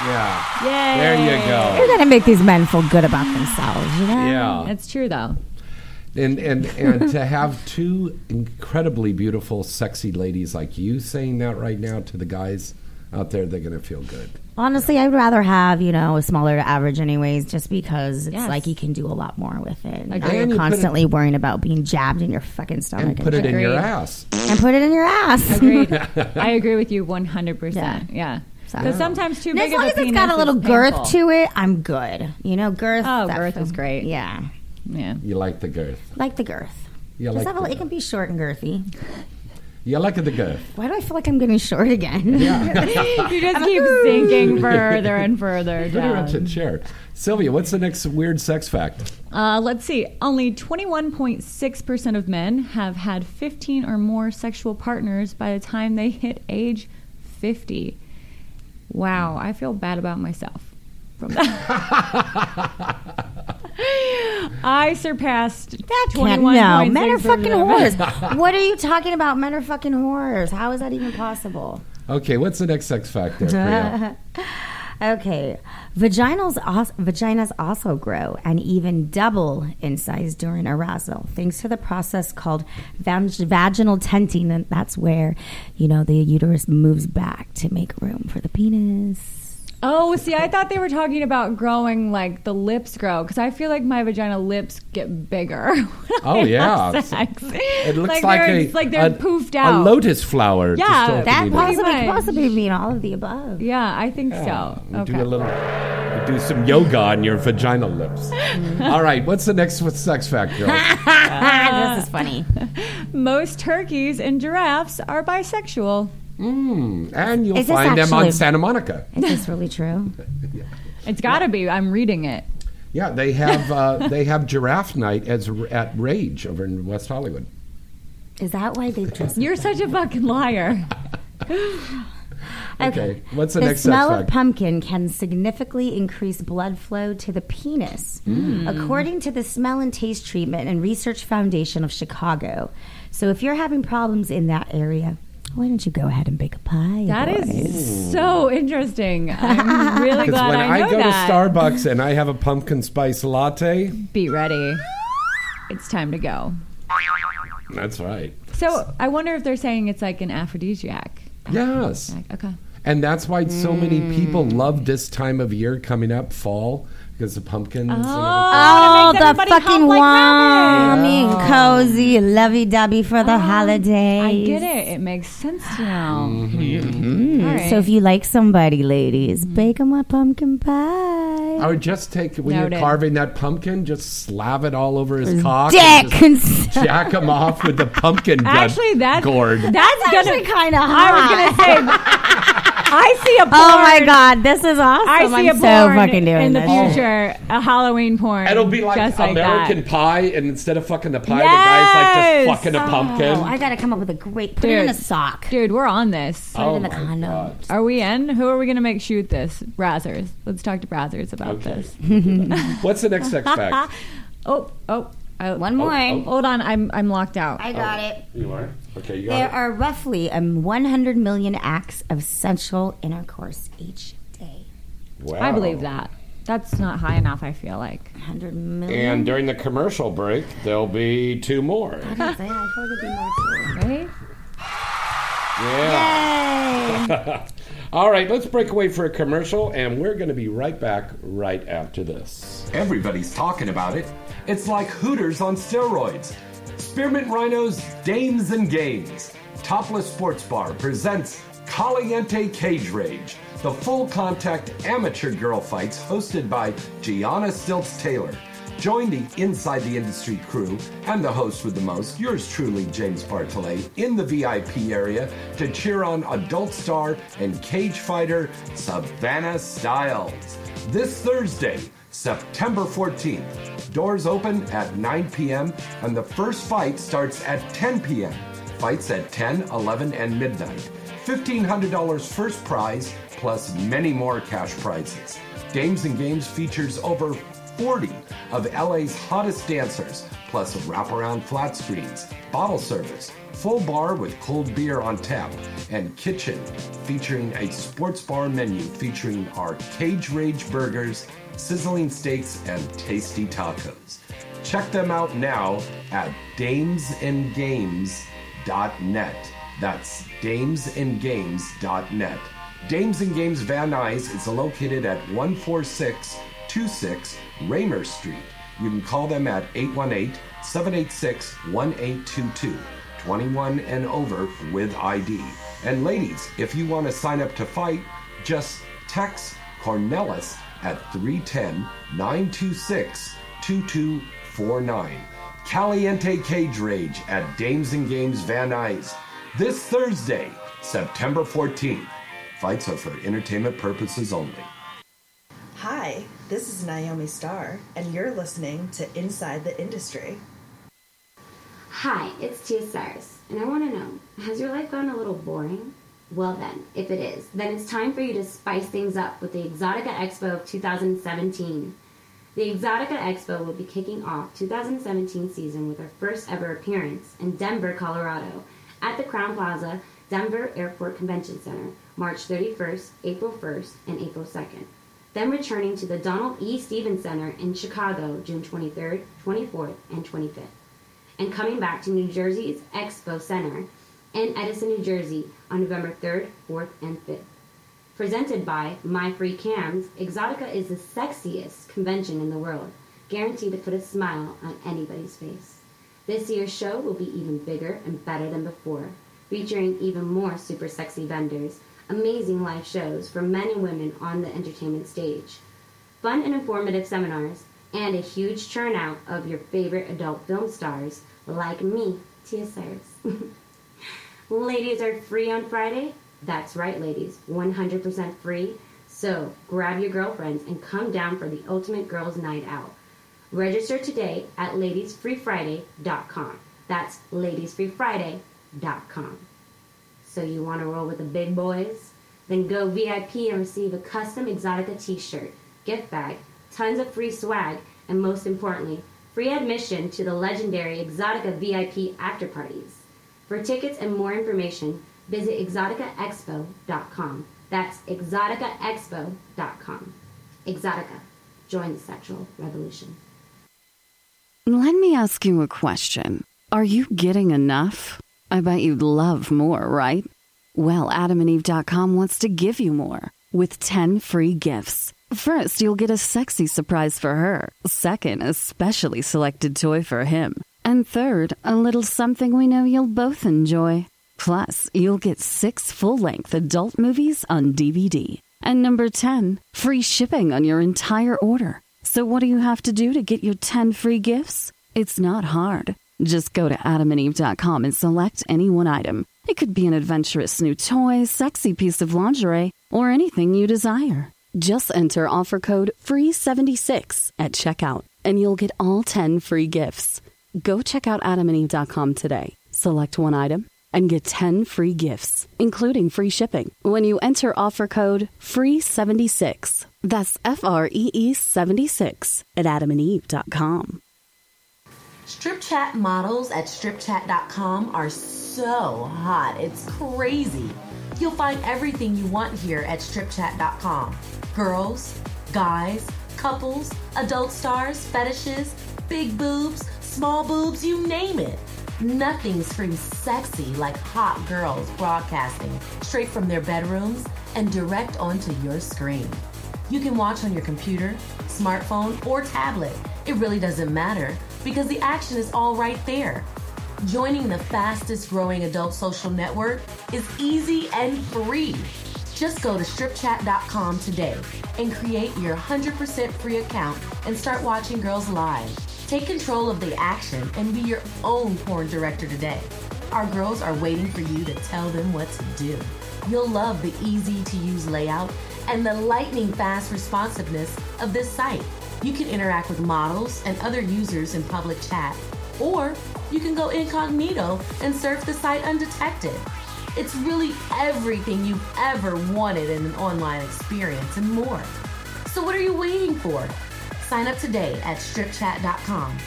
[SPEAKER 2] Yeah.
[SPEAKER 5] Yay!
[SPEAKER 2] There you go.
[SPEAKER 3] You're going to make these men feel good about themselves. You know?
[SPEAKER 2] Yeah.
[SPEAKER 5] That's true though.
[SPEAKER 2] And and and to have two incredibly beautiful, sexy ladies like you saying that right now to the guys out there, they're gonna feel good.
[SPEAKER 3] Honestly, I'd rather have you know a smaller to average, anyways, just because it's
[SPEAKER 5] Yes.
[SPEAKER 3] like you can do a lot more with it. And
[SPEAKER 5] Agreed.
[SPEAKER 3] You're
[SPEAKER 2] And you put it-
[SPEAKER 3] constantly worrying about being jabbed in your fucking
[SPEAKER 2] And
[SPEAKER 3] stomach
[SPEAKER 2] put it in your
[SPEAKER 5] Agreed.
[SPEAKER 2] ass.
[SPEAKER 3] and put it in your ass.
[SPEAKER 5] Agreed. I agree with you 100%. Yeah.
[SPEAKER 3] So-
[SPEAKER 5] Because sometimes too
[SPEAKER 3] And
[SPEAKER 5] big
[SPEAKER 3] as long
[SPEAKER 5] of a
[SPEAKER 3] as it's
[SPEAKER 5] penis
[SPEAKER 3] got a little
[SPEAKER 5] is
[SPEAKER 3] girth
[SPEAKER 5] painful.
[SPEAKER 3] to it, I'm good. You know, girth.
[SPEAKER 5] Oh,
[SPEAKER 3] that
[SPEAKER 5] girth is
[SPEAKER 3] feel-
[SPEAKER 5] great.
[SPEAKER 3] Yeah,
[SPEAKER 5] Yeah.
[SPEAKER 2] You like the girth.
[SPEAKER 3] like the girth.
[SPEAKER 2] You
[SPEAKER 3] Does
[SPEAKER 2] like
[SPEAKER 3] that
[SPEAKER 2] the
[SPEAKER 3] feel- it
[SPEAKER 2] girth.
[SPEAKER 3] can be short and girthy.
[SPEAKER 2] You like the girth.
[SPEAKER 3] Why do I feel like I'm getting short again?
[SPEAKER 5] You just keep sinking further and further
[SPEAKER 2] Put her up to
[SPEAKER 5] down.
[SPEAKER 2] the chair. Sylvia, what's the next weird sex fact?
[SPEAKER 5] Uh, let's see. Only 21.6% of men have had 15 or more sexual partners by the time they hit age 50. Wow. I feel bad about myself from that. I surpassed that
[SPEAKER 3] Can't-
[SPEAKER 5] 21.
[SPEAKER 3] no, men are fucking whores. what are you talking about? Men are fucking whores. How is that even possible?
[SPEAKER 2] Okay, what's the next sex fact there, Priya?
[SPEAKER 3] Okay, vaginals also, vaginas also grow and even double in size during arousal, thanks to the process called vag- vaginal tenting, and that's where you know the uterus moves back to make room for the penis.
[SPEAKER 5] Oh, see, I thought they were talking about growing like the lips grow because I feel like my vagina lips get bigger. when
[SPEAKER 2] Oh,
[SPEAKER 5] I have
[SPEAKER 2] yeah.
[SPEAKER 5] sex.
[SPEAKER 2] It looks like,
[SPEAKER 5] they're,
[SPEAKER 2] a,
[SPEAKER 5] it's like they're
[SPEAKER 2] a-
[SPEAKER 5] poofed
[SPEAKER 2] a
[SPEAKER 5] out.
[SPEAKER 2] lotus flower. just
[SPEAKER 5] Yeah,
[SPEAKER 2] sort of
[SPEAKER 3] That
[SPEAKER 2] bleeding.
[SPEAKER 3] possibly
[SPEAKER 5] Pretty
[SPEAKER 3] could
[SPEAKER 5] much.
[SPEAKER 3] possibly mean all of the above.
[SPEAKER 5] yeah, I think
[SPEAKER 2] Yeah,
[SPEAKER 5] so.
[SPEAKER 2] we
[SPEAKER 5] Okay.
[SPEAKER 2] Do a little, we do some yoga on your vagina lips. All right, what's the next with sex fact, girls?
[SPEAKER 3] Ah, this is funny.
[SPEAKER 5] Most turkeys and giraffes are bisexual.
[SPEAKER 2] Mm, and Hmm, you'll
[SPEAKER 3] Is this
[SPEAKER 2] find them on
[SPEAKER 3] actually-
[SPEAKER 2] Santa Monica.
[SPEAKER 3] Is this really true?
[SPEAKER 5] It's got to be. I'm reading it.
[SPEAKER 2] Yeah, they have uh, they have giraffe night as at Rage over in West Hollywood.
[SPEAKER 3] Is that why they dress?
[SPEAKER 5] You're such a fucking liar.
[SPEAKER 2] Okay, what's the,
[SPEAKER 3] The
[SPEAKER 2] next
[SPEAKER 3] smell
[SPEAKER 2] sex
[SPEAKER 3] of
[SPEAKER 2] fact?
[SPEAKER 3] pumpkin can significantly increase blood flow to the penis,
[SPEAKER 5] Hmm.
[SPEAKER 3] according to the Smell and Taste Treatment and Research Foundation of Chicago. So, if you're having problems in that area, why don't you go ahead and bake a pie?
[SPEAKER 5] That
[SPEAKER 3] boy?
[SPEAKER 5] is so interesting. I'm really glad
[SPEAKER 2] when
[SPEAKER 5] I know
[SPEAKER 2] go
[SPEAKER 5] that.
[SPEAKER 2] to Starbucks and I have a pumpkin spice latte,
[SPEAKER 5] Be ready. It's time to go.
[SPEAKER 2] that's right.
[SPEAKER 5] So I wonder if they're saying it's like an aphrodisiac.
[SPEAKER 2] Yes.
[SPEAKER 5] Like, okay. Mm.
[SPEAKER 2] And that's why so many people love this time of year coming up, fall, because the pumpkins. and everything.
[SPEAKER 3] Oh,
[SPEAKER 5] Oh,
[SPEAKER 3] the fucking warm and cozy, lovey dovey for the holidays.
[SPEAKER 5] I Oh, get it. It makes sense now.
[SPEAKER 3] Mm-hmm.
[SPEAKER 2] Mm-hmm.
[SPEAKER 5] All right.
[SPEAKER 3] So if you like somebody, ladies,
[SPEAKER 5] Hmm.
[SPEAKER 3] bake them a pumpkin pie.
[SPEAKER 2] I would just take when
[SPEAKER 5] Noted.
[SPEAKER 2] you're carving that pumpkin, just slab it all over his cock, and
[SPEAKER 3] Dick
[SPEAKER 2] just
[SPEAKER 3] and stuff.
[SPEAKER 2] jack him off with the pumpkin. gut
[SPEAKER 5] Actually, that's
[SPEAKER 2] gourd.
[SPEAKER 5] That's
[SPEAKER 3] actually
[SPEAKER 5] gonna.
[SPEAKER 3] kind of
[SPEAKER 5] I was
[SPEAKER 3] hot.
[SPEAKER 5] gonna say. I see a porn.
[SPEAKER 3] Oh my god, this is awesome!
[SPEAKER 5] I see
[SPEAKER 3] am
[SPEAKER 5] a porn
[SPEAKER 3] so fucking doing
[SPEAKER 5] in the
[SPEAKER 3] this.
[SPEAKER 5] future. A Halloween porn.
[SPEAKER 2] It'll be like
[SPEAKER 5] just like
[SPEAKER 2] American
[SPEAKER 5] that.
[SPEAKER 2] Pie, and instead of fucking the pie,
[SPEAKER 5] Yes!
[SPEAKER 2] the guy's like just fucking a pumpkin.
[SPEAKER 3] Oh, I gotta come up with a great. Put it in a
[SPEAKER 5] Dude.
[SPEAKER 3] sock. Put
[SPEAKER 5] Dude, we're on this.
[SPEAKER 3] it in
[SPEAKER 2] Oh my
[SPEAKER 3] the condom.
[SPEAKER 2] God.
[SPEAKER 5] Are we in? Who are we gonna make shoot this? Brazzers. Let's talk to Brazzers about
[SPEAKER 2] Okay.
[SPEAKER 5] this.
[SPEAKER 2] What's the next sex fact?
[SPEAKER 5] Oh, oh, oh.
[SPEAKER 3] Uh, One more.
[SPEAKER 5] Hold on, I'm I'm locked out.
[SPEAKER 3] I got it.
[SPEAKER 2] Oh, You are okay. You
[SPEAKER 3] There
[SPEAKER 2] got
[SPEAKER 3] are roughly um, 100 million acts of sensual intercourse each day.
[SPEAKER 2] it. Wow.
[SPEAKER 5] I believe that. That's not high enough. I feel like.
[SPEAKER 3] 100 million.
[SPEAKER 2] And during the commercial break, there'll be two more.
[SPEAKER 3] I don't think- Oh, I feel like it'd be more too.
[SPEAKER 5] Right?
[SPEAKER 2] Yeah. All right, let's break away for a commercial, and we're going to be right back right after this. Everybody's talking about it. It's like Hooters on steroids. Spearmint Rhinos, Dames and Games. Topless Sports Bar presents Caliente Cage Rage, the full contact amateur girl fights hosted by Gianna Stilts Taylor. Join the Inside the Industry crew and the host with the most, yours truly, James Bartolet, in the VIP area to cheer on adult star and cage fighter Savannah Styles. This Thursday, September 14th. Doors open at 9 p.m., and the first fight starts at 10 p.m. Fights at 10, 11, and midnight. $1,500 first prize, plus many more cash prizes. Games and Games features over 40 of LA's hottest dancers, plus wraparound flat screens, bottle service, full bar with cold beer on tap, and kitchen featuring a sports bar menu featuring our Cage Rage burgers, sizzling steaks, and tasty tacos. Check them out now at damesandgames.net. That's damesandgames.net. Dames and Games Van Nuys is located at 14626 Raymer Street. You can call them at 818 786 1822, 21 and over with ID. And ladies, if you want to sign up to fight, just text Cornelis at 310 926 2249. Caliente Cage Rage at Dames and Games Van Nuys this Thursday, September 14th. Fights are for entertainment purposes only.
[SPEAKER 6] Hi, this is Naomi Starr, and you're listening to Inside the Industry.
[SPEAKER 7] Hi, it's Tia Cyrus, and I want to know has your life gotten a little boring? Well, then, if it is, then it's time for you to spice things up with the Exotica Expo of 2017. The Exotica Expo will be kicking off 2017 season with our first ever appearance in Denver, Colorado, at the Crown Plaza Denver Airport Convention Center, March 31st, April 1st, and April 2nd. Then returning to the Donald E. Stevens Center in Chicago, June 23rd, 24th, and 25th and coming back to New Jersey's Expo Center in Edison, New Jersey on November 3rd, 4th, and 5th. Presented by My Free Cams, Exotica is the sexiest convention in the world, guaranteed to put a smile on anybody's face. This year's show will be even bigger and better than before, featuring even more super sexy vendors, amazing live shows for men and women on the entertainment stage, fun and informative seminars, and a huge turnout of your favorite adult film stars like me, Tia Cyrus. Ladies are free on Friday. That's right, ladies, 100% free. So grab your girlfriends and come down for the ultimate girls' night out. Register today at ladiesfreefriday.com. That's ladiesfreefriday.com. So you want to roll with the big boys? Then go VIP and receive a custom Exotica t-shirt, gift bag, tons of free swag, and most importantly, free admission to the legendary Exotica VIP after parties. For tickets and more information, visit exoticaexpo.com. That's exoticaexpo.com. Exotica. Join the sexual revolution.
[SPEAKER 8] Let me ask you a question. Are you getting enough? I bet you'd love more, right? Well, adamandeve.com wants to give you more with 10 free gifts. First, you'll get a sexy surprise for her. Second, a specially selected toy for him. And third, a little something we know you'll both enjoy. Plus, you'll get six full length adult movies on DVD. And number 10, free shipping on your entire order. So, what do you have to do to get your 10 free gifts? It's not hard. Just go to adamandeve.com and select any one item. It could be an adventurous new toy, sexy piece of lingerie, or anything you desire. Just enter offer code FREE76 at checkout, and you'll get all 10 free gifts. Go check out adamandeve.com today. Select one item and get 10 free gifts, including free shipping, when you enter offer code FREE76. That's F R E E 76 at adamandeve.com.
[SPEAKER 9] Strip chat models at stripchat.com are so hot. It's crazy. You'll find everything you want here at stripchat.com girls, guys, couples, adult stars, fetishes, big boobs, small boobs, you name it. Nothing screams sexy like hot girls broadcasting straight from their bedrooms and direct onto your screen. You can watch on your computer, smartphone, or tablet. It really doesn't matter because the action is all right there. Joining the fastest growing adult social network is easy and free. Just go to stripchat.com today and create your 100% free account and start watching girls live. Take control of the action and be your own porn director today. Our girls are waiting for you to tell them what to do. You'll love the easy to use layout and the lightning fast responsiveness of this site. You can interact with models and other users in public chat, or you can go incognito and surf the site undetected. It's really everything you've ever wanted in an online experience and more. So, what are you waiting for? Sign up today at stripchat.com.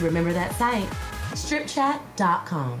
[SPEAKER 9] Remember that site, stripchat.com.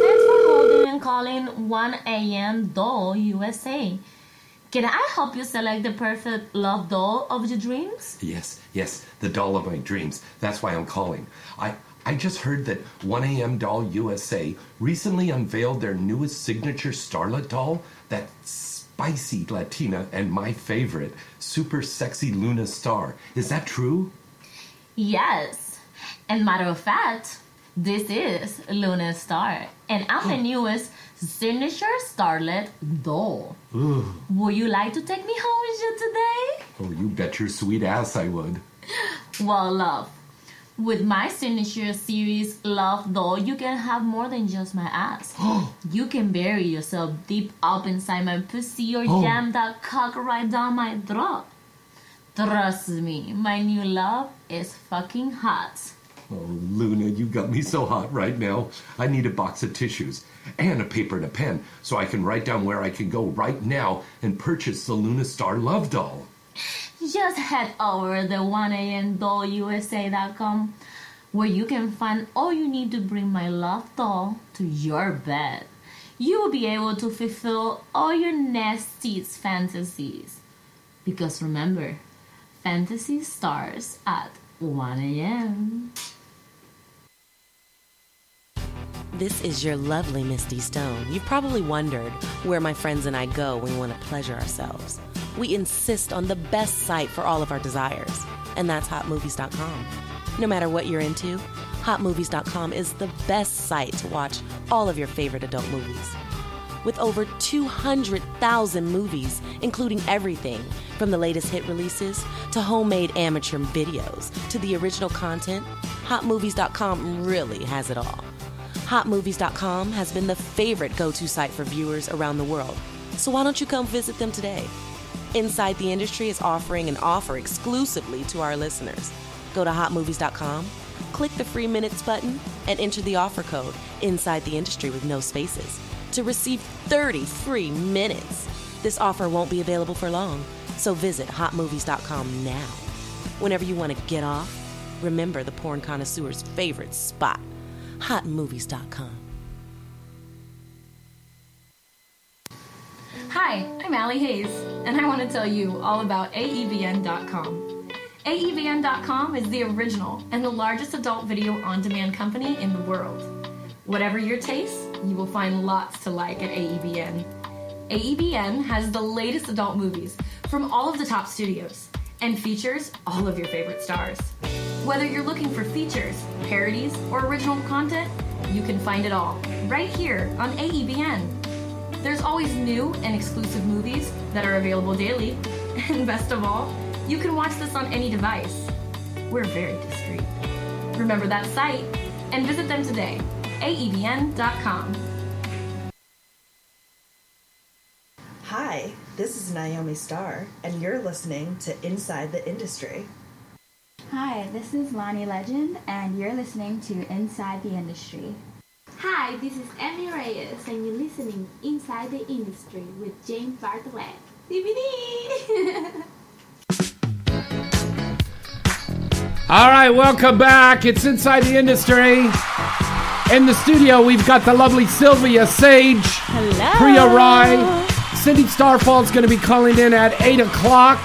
[SPEAKER 10] Thanks for holding and calling 1 a.m. Doll USA. Can I help you select the perfect love doll of your dreams?
[SPEAKER 2] Yes, yes, the doll of my dreams. That's why I'm calling. I I just heard that 1AM Doll USA recently unveiled their newest signature starlet doll, that spicy Latina and my favorite, super sexy Luna Star. Is that true?
[SPEAKER 10] Yes. And matter of fact,
[SPEAKER 11] This is Luna Star, and I'm the newest signature starlet doll.
[SPEAKER 12] Ooh.
[SPEAKER 11] Would you like to take me home with you today?
[SPEAKER 12] Oh, you bet your sweet ass I would.
[SPEAKER 11] Well, love, with my signature series Love Doll, you can have more than just my ass. you can bury yourself deep up inside my pussy or
[SPEAKER 12] Oh.
[SPEAKER 11] jam that cock right down my throat. Trust me, my new love is fucking hot.
[SPEAKER 12] Oh, Luna, you got me so hot right now. I need a box of tissues and a paper and a pen so I can write down where I can go right now and purchase the Luna Star Love Doll.
[SPEAKER 11] Just head over to 1amdollusa.com where you can find all you need to bring my love doll to your bed. You will be able to fulfill all your nastiest fantasies. Because remember, fantasy starts at 1am.
[SPEAKER 9] This is your lovely Misty Stone. You've probably wondered where my friends and I go when we want to pleasure ourselves. We insist on the best site for all of our desires, and that's hotmovies.com. No matter what you're into, hotmovies.com is the best site to watch all of your favorite adult movies. With over 200,000 movies, including everything from the latest hit releases to homemade amateur videos to the original content, hotmovies.com really has it all. Hotmovies.com has been the favorite go to site for viewers around the world. So why don't you come visit them today? Inside the Industry is offering an offer exclusively to our listeners. Go to hotmovies.com, click the free minutes button, and enter the offer code Inside the Industry with no spaces to receive 30 free minutes. This offer won't be available for long, so visit hotmovies.com now. Whenever you want to get off, remember the porn connoisseur's favorite spot hotmovies.com.
[SPEAKER 11] Hi, I'm Allie Hayes, and I want to tell you all about E AEVN.com. E AEVN.com is the original and the largest adult video on demand company in the world. Whatever your taste, you will find lots to like at E AEVN. AEVN E has the latest adult movies from all of the top studios and features all of your favorite stars. Whether you're looking for features, parodies, or original content, you can find it all right here on AEVN. There's always new and exclusive movies that are available daily. And best of all, you can watch this on any device. We're very discreet. Remember that site and visit them today. E AEBN.com.
[SPEAKER 6] Hi, this is Naomi Starr, and you're listening to Inside the Industry.
[SPEAKER 13] Hi, this is Lonnie Legend, and you're listening to Inside the Industry.
[SPEAKER 7] Hi, this is Emmy Reyes, and you're listening Inside the Industry with James Bartlett. DVD!
[SPEAKER 2] All right, welcome back. It's Inside the Industry. In the studio, we've got the lovely Sylvia Sage. Hello. Priya Rai. Cindy Starfall's going to be calling in at 8 o'clock.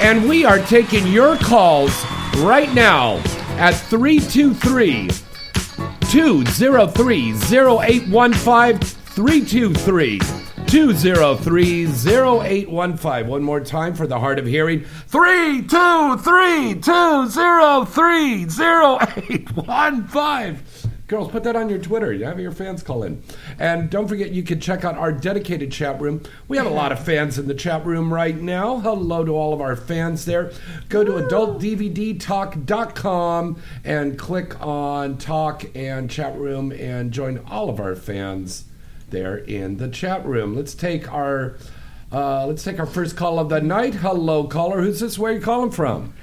[SPEAKER 2] And we are taking your calls right now at 323 203 0815. 323 203 0815. One more time for the hard of hearing. 323-203-0815. Girls, put that on your Twitter. You have your fans call in. And don't forget, you can check out our dedicated chat room. We have a lot of fans in the chat room right now. Hello to all of our fans there. Go to adultdvdtalk.com and click on talk and chat room and join all of our fans there in the chat room. Let's take our uh, let's take our first call of the night. Hello, caller. Who's this? Where are you calling from?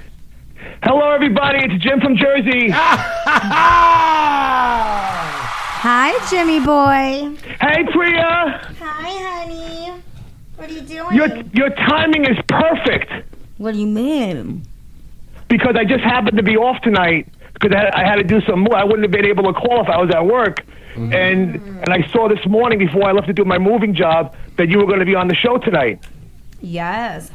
[SPEAKER 14] Hello, everybody. It's Jim from Jersey.
[SPEAKER 2] Ah!
[SPEAKER 3] Hi, Jimmy boy.
[SPEAKER 14] Hey, Priya.
[SPEAKER 3] Hi, honey. What are you doing?
[SPEAKER 14] Your your timing is perfect.
[SPEAKER 3] What do you mean?
[SPEAKER 14] Because I just happened to be off tonight because I had, I had to do some. mo- I wouldn't have been able to call if I was at work.
[SPEAKER 2] Mm-hmm.
[SPEAKER 14] And and I saw this morning before I left to do my moving job that you were going to be on the show tonight.
[SPEAKER 13] Yes.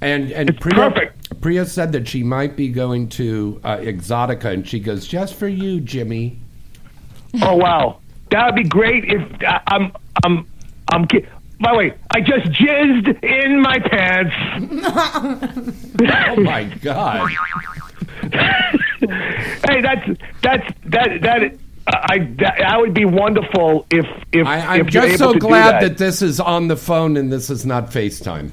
[SPEAKER 2] And and Priya, Priya said that she might be going to uh, Exotica, and she goes just for you, Jimmy.
[SPEAKER 14] Oh wow, that would be great if I, I'm I'm I'm. ki- By the way, I just jizzed in my pants.
[SPEAKER 2] oh my god.
[SPEAKER 14] hey, that's that's that that I that, that would be wonderful if if
[SPEAKER 2] I, I'm
[SPEAKER 14] if you're
[SPEAKER 2] just
[SPEAKER 14] able
[SPEAKER 2] so
[SPEAKER 14] to do
[SPEAKER 2] glad
[SPEAKER 14] that.
[SPEAKER 2] that this is on the phone and this is not FaceTime.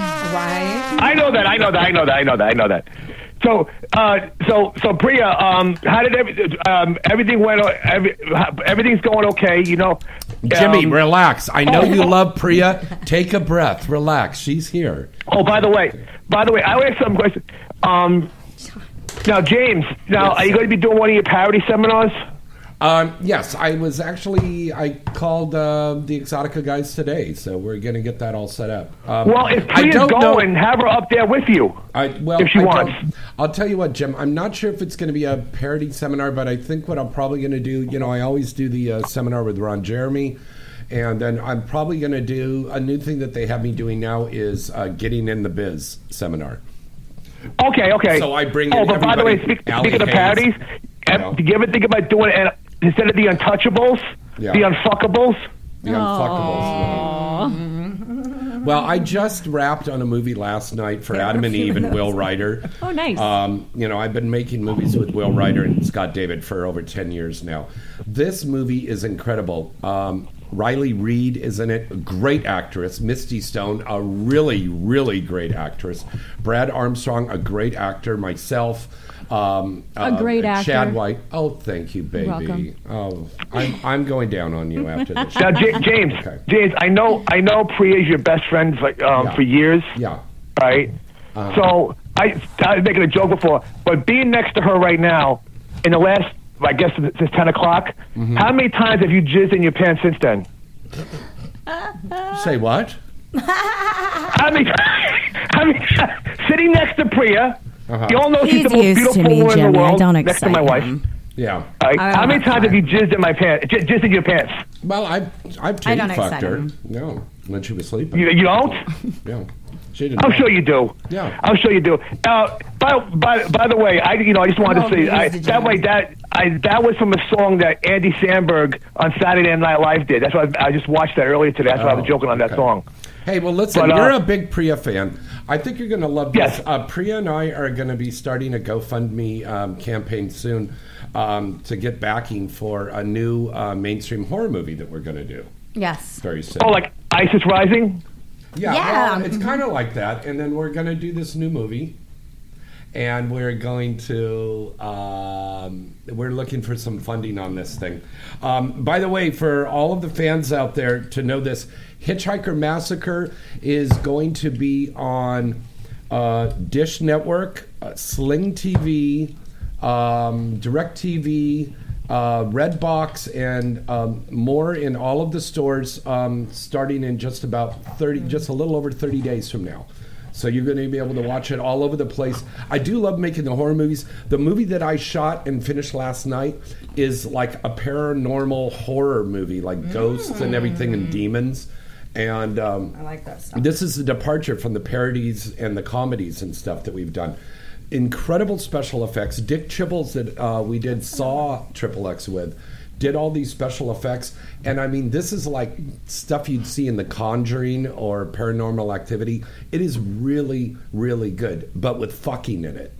[SPEAKER 14] I know that. I know that. I know that. I know that. I know that. So, uh, so, so, Priya, um, how did every, um, everything went? o- Every, everything's going okay, you know.
[SPEAKER 2] Jimmy,
[SPEAKER 14] Um,
[SPEAKER 2] relax. I know
[SPEAKER 14] oh.
[SPEAKER 2] you love Priya. Take a breath. Relax. She's here.
[SPEAKER 14] Oh, by the way, by the way, I have some questions. Um, now, James, now are you going to be doing one of your parody seminars?
[SPEAKER 2] Um, yes, I was actually I called uh, the Exotica guys today, so we're gonna get that all set up. Um,
[SPEAKER 14] well, if
[SPEAKER 2] I
[SPEAKER 14] Priya's
[SPEAKER 2] don't know-
[SPEAKER 14] going, have her up there with you.
[SPEAKER 2] I, well,
[SPEAKER 14] if she
[SPEAKER 2] I
[SPEAKER 14] wants.
[SPEAKER 2] don't- I'll tell you what, Jim. I'm not sure if it's going to be a parody seminar, but I think what I'm probably going to do, you know, I always do the uh, seminar with Ron Jeremy, and then I'm probably going to do a new thing that they have me doing now is uh, getting in the biz seminar.
[SPEAKER 14] Okay, okay.
[SPEAKER 2] So I bring
[SPEAKER 14] Oh,
[SPEAKER 2] in
[SPEAKER 14] but by the way,
[SPEAKER 2] everybody.
[SPEAKER 14] speak,
[SPEAKER 2] Allie
[SPEAKER 14] speaking of
[SPEAKER 2] Hayes.
[SPEAKER 14] parodies, ev- do you ever think about doing it instead of the Untouchables,
[SPEAKER 2] Yeah.
[SPEAKER 14] the Unfuckables?
[SPEAKER 2] The unfuckables. Well, I just wrapped on a movie last night for Adam and Eve and Will Ryder.
[SPEAKER 5] Oh, nice.
[SPEAKER 2] Um, you know, I've been making movies with Will Ryder and Scott David for over 10 years now. This movie is incredible. Um, Riley Reed is in it, a great actress. Misty Stone, a really, really great actress. Brad Armstrong, a great actor. Myself, um,
[SPEAKER 5] A
[SPEAKER 2] uh,
[SPEAKER 5] great actor.
[SPEAKER 2] Chad White. Oh, thank you, baby.
[SPEAKER 5] welcome.
[SPEAKER 2] Oh, I'm, I'm going down on you after this.
[SPEAKER 14] Now, J- James, James, I know, I know, Priya is your best friend for, um, for years.
[SPEAKER 2] Yeah. Uh-huh.
[SPEAKER 14] Right. so I, I was making a joke before, but being next to her right now, in the last, I guess, since ten o'clock,
[SPEAKER 2] Mm-hmm.
[SPEAKER 14] how many times have you jizzed in your pants since then?
[SPEAKER 2] Say what?
[SPEAKER 14] I mean, I mean, sitting next to Priya,
[SPEAKER 2] Uh-huh.
[SPEAKER 14] you all know she's the
[SPEAKER 3] He's
[SPEAKER 14] most
[SPEAKER 3] used to
[SPEAKER 14] beautiful
[SPEAKER 3] me,
[SPEAKER 14] woman in
[SPEAKER 3] Jimmy.
[SPEAKER 14] the
[SPEAKER 3] I
[SPEAKER 14] world.
[SPEAKER 3] don't
[SPEAKER 14] next to
[SPEAKER 3] excite
[SPEAKER 14] my wife.
[SPEAKER 3] him.
[SPEAKER 2] Yeah.
[SPEAKER 14] All right,
[SPEAKER 2] I don't
[SPEAKER 14] how many
[SPEAKER 2] have
[SPEAKER 14] times have you jizzed in my pants? J- jizzed in your pants?
[SPEAKER 2] Well, I've I've
[SPEAKER 14] I
[SPEAKER 2] titty
[SPEAKER 14] don't
[SPEAKER 2] fucked
[SPEAKER 14] excite
[SPEAKER 2] her.
[SPEAKER 14] him.
[SPEAKER 2] No, when she was sleeping.
[SPEAKER 14] You- you don't? Oh,
[SPEAKER 2] Yeah, she didn't.
[SPEAKER 14] I'm
[SPEAKER 2] know.
[SPEAKER 14] sure you do.
[SPEAKER 2] Yeah.
[SPEAKER 14] I'm sure you do. Uh, by, by, by the way, I you know I just wanted
[SPEAKER 2] Oh,
[SPEAKER 14] to say
[SPEAKER 2] please,
[SPEAKER 14] I,
[SPEAKER 2] did
[SPEAKER 14] that
[SPEAKER 2] you?
[SPEAKER 14] way that I that was from a song that Andy Sandberg on Saturday Night Live did. That's why I, I just watched that earlier today. That's why I was
[SPEAKER 2] Oh,
[SPEAKER 14] joking on that
[SPEAKER 2] okay.
[SPEAKER 14] song.
[SPEAKER 2] Hey, well, listen,
[SPEAKER 14] But, uh,
[SPEAKER 2] you're a big Priya fan. I think you're going to love this. Uh, Priya and I are going to be starting a GoFundMe um, campaign soon um, to get backing for a new uh, mainstream horror movie that we're going to do
[SPEAKER 1] Yes.
[SPEAKER 2] very soon.
[SPEAKER 14] Oh, like ISIS Rising.
[SPEAKER 2] Yeah,
[SPEAKER 1] Yeah.
[SPEAKER 2] well, it's kind of like that. And then we're going to do this new movie. And we're going to, um, we're looking for some funding on this thing. Um, by the way, for all of the fans out there to know this, Hitchhiker Massacre is going to be on uh, Dish Network, uh, Sling TV, um, DirecTV, uh, Redbox, and um, more in all of the stores um, starting in just about 30, just a little over 30 days from now. So you're going to be able to watch it all over the place. I do love making the horror movies. The movie that I shot and finished last night is like a paranormal horror movie, like ghosts and everything and demons. And um,
[SPEAKER 4] Mm. I like that stuff.
[SPEAKER 2] this is a departure from the parodies and the comedies and stuff that we've done. Incredible special effects. Dick Chibbles that uh, we did Saw Triple X with did all these special effects, and I mean, this is like stuff you'd see in The Conjuring or Paranormal Activity. It is really, really good, but with fucking in it.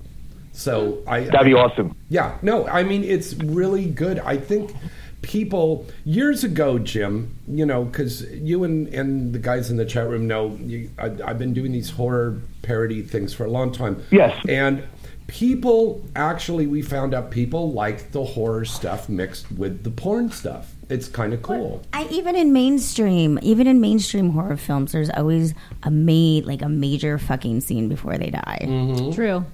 [SPEAKER 2] So I
[SPEAKER 14] That'd be awesome.
[SPEAKER 2] yeah, no, I mean it's really good. I think people years ago, Jim, you know, because you and and the guys in the chat room know you, I, I've been doing these horror parody things for a long time. Yes, and people actually we found out people like the horror stuff mixed with the porn stuff. It's kind of cool.
[SPEAKER 3] I, even in mainstream, even in mainstream horror films, there's always a made like a major fucking scene before they die.
[SPEAKER 7] Mm-hmm.
[SPEAKER 2] Mhm.
[SPEAKER 5] True.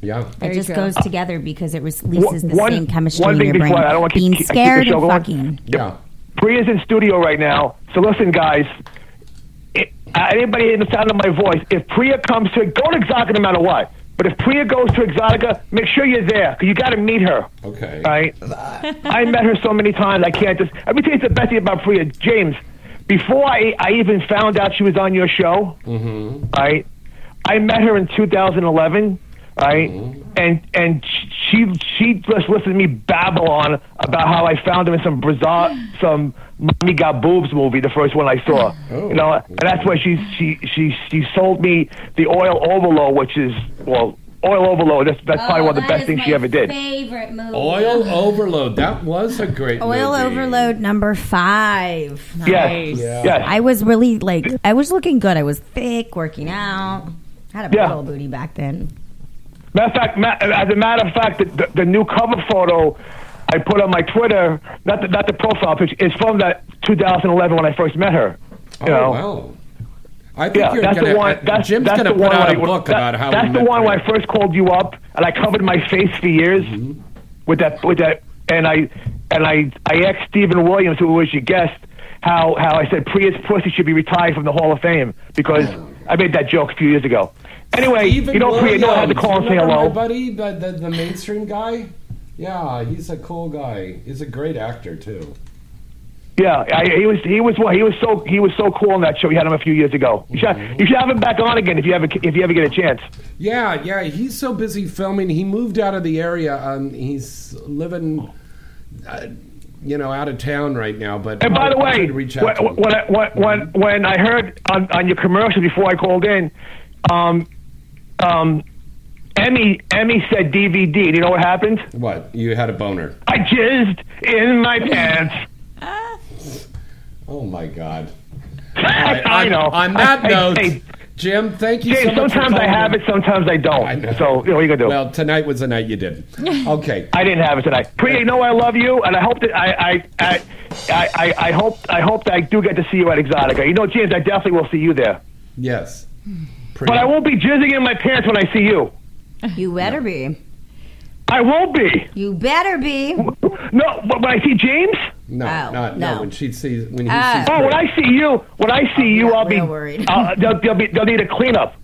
[SPEAKER 2] Yeah,
[SPEAKER 3] It just goes together because it releases the
[SPEAKER 14] One-
[SPEAKER 3] same chemistry
[SPEAKER 14] one
[SPEAKER 3] in
[SPEAKER 14] thing
[SPEAKER 3] your
[SPEAKER 14] before
[SPEAKER 3] brain.
[SPEAKER 14] I don't want to keep,
[SPEAKER 3] Being
[SPEAKER 14] keep- keep the
[SPEAKER 3] scared
[SPEAKER 14] show
[SPEAKER 3] and
[SPEAKER 14] going.
[SPEAKER 3] fucking.
[SPEAKER 2] Yeah.
[SPEAKER 14] Priya's in studio right now. So listen, guys. It, uh, anybody in the sound of my voice, if Priya comes to go to Exotica no matter what. But if Priya goes to Exotica, make sure you're there 'cause you got to meet her.
[SPEAKER 2] Okay.
[SPEAKER 14] Right. I met her so many times. I can't just. Let me tell you the best thing about Priya, James. Before I, I even found out she was on your show,
[SPEAKER 2] Mm-hmm.
[SPEAKER 14] right? I met her in 2011, right? And and she she just listened to me babble on about how I found her in some bizarre some mommy got boobs movie, the first one I saw. You know, and that's where she she she she sold me the oil overload, which is well Oil Overload. That's that's probably one of the
[SPEAKER 3] Oh, that
[SPEAKER 14] best
[SPEAKER 3] is
[SPEAKER 14] things she
[SPEAKER 3] my
[SPEAKER 14] ever did.
[SPEAKER 3] Favorite movie.
[SPEAKER 2] Oil Overload. That was a great
[SPEAKER 3] Oil
[SPEAKER 2] movie.
[SPEAKER 3] Overload number five.
[SPEAKER 2] Yes, Nice. yes.
[SPEAKER 3] I was really like I was looking good. I was thick, working out. Had a big
[SPEAKER 14] Yeah.
[SPEAKER 3] old booty back then.
[SPEAKER 14] Matter of fact, ma- as a matter of fact, the, the, the new cover photo I put on my Twitter, not the, not the profile picture, is from that 2011 when I first met her. You
[SPEAKER 2] Oh,
[SPEAKER 14] know?
[SPEAKER 2] wow. I think
[SPEAKER 14] yeah,
[SPEAKER 2] you're
[SPEAKER 14] that's
[SPEAKER 2] gonna, uh,
[SPEAKER 14] the one. That's,
[SPEAKER 2] Jim's
[SPEAKER 14] that's
[SPEAKER 2] gonna
[SPEAKER 14] the
[SPEAKER 2] put
[SPEAKER 14] one
[SPEAKER 2] out a
[SPEAKER 14] when I-
[SPEAKER 2] book
[SPEAKER 14] that-
[SPEAKER 2] about how.
[SPEAKER 14] That's
[SPEAKER 2] we
[SPEAKER 14] the
[SPEAKER 2] met
[SPEAKER 14] one when I first called you up, and I covered my face for years
[SPEAKER 2] Mm-hmm.
[SPEAKER 14] with that with that, and I and I I asked Stephen Williams, who was your guest, how how I said Prius Pussy should be retired from the Hall of Fame because I made that joke a few years ago. Anyway,
[SPEAKER 2] Oh. Stephen
[SPEAKER 14] you know, Priya, no one had to
[SPEAKER 2] Williams.
[SPEAKER 14] call and say
[SPEAKER 2] Remember
[SPEAKER 14] hello.
[SPEAKER 2] My buddy, the, the, the mainstream guy. Yeah, he's a cool guy. He's a great actor too.
[SPEAKER 14] Yeah, I, he was he was one- he was so he was so cool on that show. We had him a few years ago. You should, you should have him back on again if you ever if you ever get a chance.
[SPEAKER 2] Yeah, yeah. He's so busy filming. He moved out of the area. Um, he's living, uh, you know, out of town right now. But
[SPEAKER 14] And by the
[SPEAKER 2] I
[SPEAKER 14] way,
[SPEAKER 2] should reach out to
[SPEAKER 14] when,
[SPEAKER 2] him.
[SPEAKER 14] when, I- when, when, when I heard on, on your commercial before I called in, um, um, Emmy Emmy said DVD. Do you know what happened?
[SPEAKER 2] What? You had a boner.
[SPEAKER 14] I jizzed in my pants.
[SPEAKER 2] Oh my God.
[SPEAKER 14] I
[SPEAKER 2] on-
[SPEAKER 14] know.
[SPEAKER 2] On that
[SPEAKER 14] I- I-
[SPEAKER 2] note,
[SPEAKER 14] hey.
[SPEAKER 2] Jim, thank you
[SPEAKER 14] James,
[SPEAKER 2] so much.
[SPEAKER 14] sometimes I have it, sometimes I don't. So you know, what you gonna do?
[SPEAKER 2] Well, tonight was the night you did. Okay.
[SPEAKER 14] I didn't have it tonight. Priya, you know I love you, and I hope that I I, I, I, I I hope I hope that I do get to see you at Exotica. You know, James, I definitely will see you there.
[SPEAKER 2] Yes.
[SPEAKER 14] But I won't be jizzing in my pants when I see you.
[SPEAKER 3] You better be.
[SPEAKER 14] I won't be.
[SPEAKER 3] You better be.
[SPEAKER 14] No, but when I see James.
[SPEAKER 2] No, not, Uh, no.
[SPEAKER 3] Oh, no.
[SPEAKER 2] When she sees, when he
[SPEAKER 3] Oh.
[SPEAKER 2] sees.
[SPEAKER 14] Oh, when
[SPEAKER 2] Brit.
[SPEAKER 14] I see you, when I see you, I'll be.
[SPEAKER 3] real worried.
[SPEAKER 14] Uh, they'll, they'll be. They'll need a cleanup.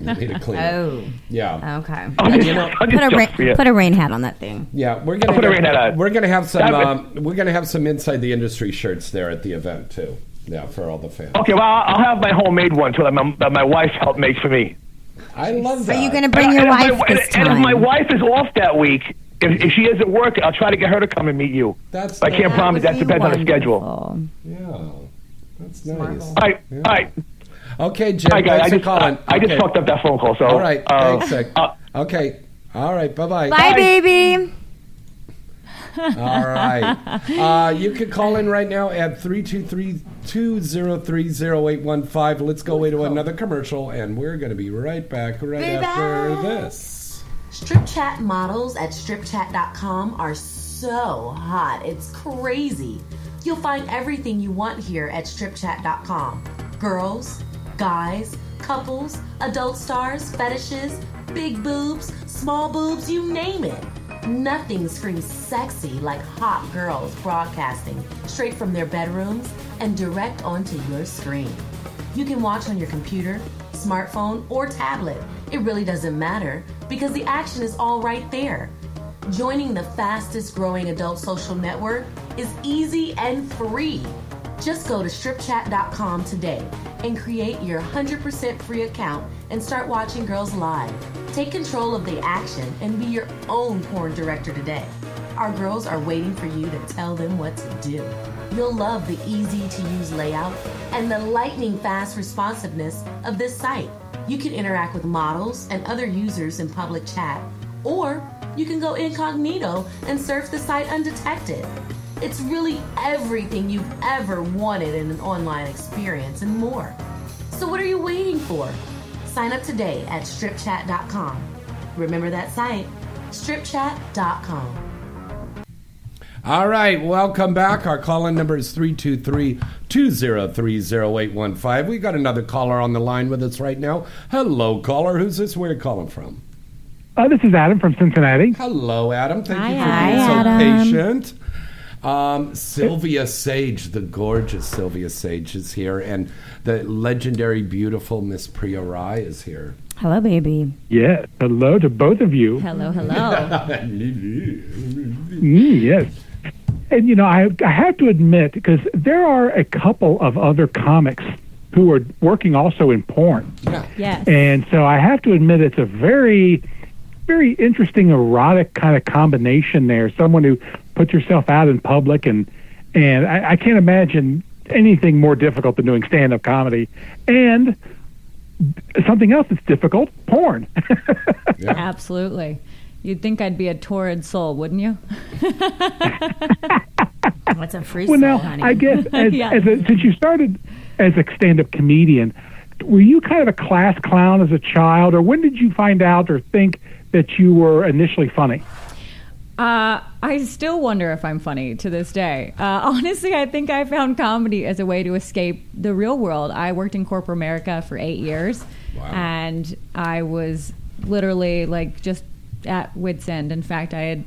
[SPEAKER 2] Need to clean.
[SPEAKER 3] Oh.
[SPEAKER 2] Yeah.
[SPEAKER 3] Okay.
[SPEAKER 14] I'm just-
[SPEAKER 2] You know-
[SPEAKER 14] I'm
[SPEAKER 3] Put
[SPEAKER 14] just
[SPEAKER 3] a,
[SPEAKER 14] joking
[SPEAKER 3] rain,
[SPEAKER 14] for you.
[SPEAKER 3] put a rain hat on that thing.
[SPEAKER 2] Yeah, we're gonna
[SPEAKER 14] I'll put a
[SPEAKER 2] have,
[SPEAKER 14] rain hat on.
[SPEAKER 2] we're gonna have some
[SPEAKER 14] That was-
[SPEAKER 2] um, we're gonna have some inside the industry shirts there at the event too. Yeah, for all the fans.
[SPEAKER 14] Okay, well, I'll I'll have my homemade one too that my, that my wife helped make for me.
[SPEAKER 2] I love that.
[SPEAKER 3] Are you going to bring your
[SPEAKER 14] Uh, and if my-
[SPEAKER 3] wife this
[SPEAKER 14] and if
[SPEAKER 3] time?
[SPEAKER 14] my wife is off that week, if, if she isn't working, I'll try to get her to come and meet you.
[SPEAKER 2] That's
[SPEAKER 14] I can't
[SPEAKER 2] nice.
[SPEAKER 14] promise.
[SPEAKER 2] That
[SPEAKER 14] That
[SPEAKER 2] would
[SPEAKER 14] depends on the schedule. All
[SPEAKER 2] Yeah, that's nice.
[SPEAKER 14] right, all right,
[SPEAKER 2] Okay, Jim.
[SPEAKER 14] all right, guys.
[SPEAKER 2] thanks
[SPEAKER 14] I
[SPEAKER 2] for
[SPEAKER 14] just,
[SPEAKER 2] calling.
[SPEAKER 14] I, I just
[SPEAKER 2] Okay.
[SPEAKER 14] fucked up that phone call. So
[SPEAKER 2] All right.
[SPEAKER 14] uh,
[SPEAKER 2] thanks. Zach.
[SPEAKER 14] uh,
[SPEAKER 2] okay. All right. Bye-bye.
[SPEAKER 3] Bye, baby.
[SPEAKER 2] All right. Uh, you can call in right now at 323-203-0815. Let's go away to another commercial, and we're going to be right back right
[SPEAKER 9] Be
[SPEAKER 2] after
[SPEAKER 9] back.
[SPEAKER 2] this.
[SPEAKER 9] Strip chat models at stripchat.com are so hot. It's crazy. You'll find everything you want here at stripchat.com girls, guys, couples, adult stars, fetishes, big boobs, small boobs, you name it. Nothing screams sexy like hot girls broadcasting straight from their bedrooms and direct onto your screen. You can watch on your computer, smartphone, or tablet. It really doesn't matter because the action is all right there. Joining the fastest growing adult social network is easy and free. Just go to stripchat.com today and create your 100% free account and start watching girls live. Take control of the action and be your own porn director today. Our girls are waiting for you to tell them what to do. You'll love the easy to use layout and the lightning fast responsiveness of this site. You can interact with models and other users in public chat, or you can go incognito and surf the site undetected. It's really everything you've ever wanted in an online experience and more. So, what are you waiting for? Sign up today at stripchat.com. Remember that site, stripchat.com.
[SPEAKER 2] All right. Welcome back. Our call-in number is 323-203-0815. We got another caller on the line with us right now. Hello, caller. Who's this? Where you calling from?
[SPEAKER 4] Uh, this is Adam from Cincinnati.
[SPEAKER 2] Hello, Adam. Thank you for
[SPEAKER 4] Hi,
[SPEAKER 2] being
[SPEAKER 4] Adam.
[SPEAKER 2] so patient. Um, Sylvia Sage, the gorgeous Sylvia Sage, is here, and the legendary, beautiful Miss Priya Rai is here.
[SPEAKER 3] Hello, baby.
[SPEAKER 4] Yes. Hello to both of you.
[SPEAKER 15] Hello, hello.
[SPEAKER 4] Mm, yes. And, you know, I, I have to admit, because there are a couple of other comics who are working also in porn.
[SPEAKER 15] yes.
[SPEAKER 4] And so I have to admit, it's a very, very interesting erotic kind of combination there. Someone who puts yourself out in public, and and I, I can't imagine anything more difficult than doing stand-up comedy. And something else that's difficult porn.
[SPEAKER 5] Absolutely. You'd think I'd be a torrid soul, wouldn't you?
[SPEAKER 3] What's a free
[SPEAKER 4] well, now I guess as, as a, since you started as a stand-up comedian, were you kind of a class clown as a child, or when did you find out or think that you were initially funny?
[SPEAKER 5] Uh, I still wonder if I'm funny to this day. Uh, honestly, I think I found comedy as a way to escape the real world. I worked in corporate America for eight years, and I was literally like just at wits' end. In fact, I had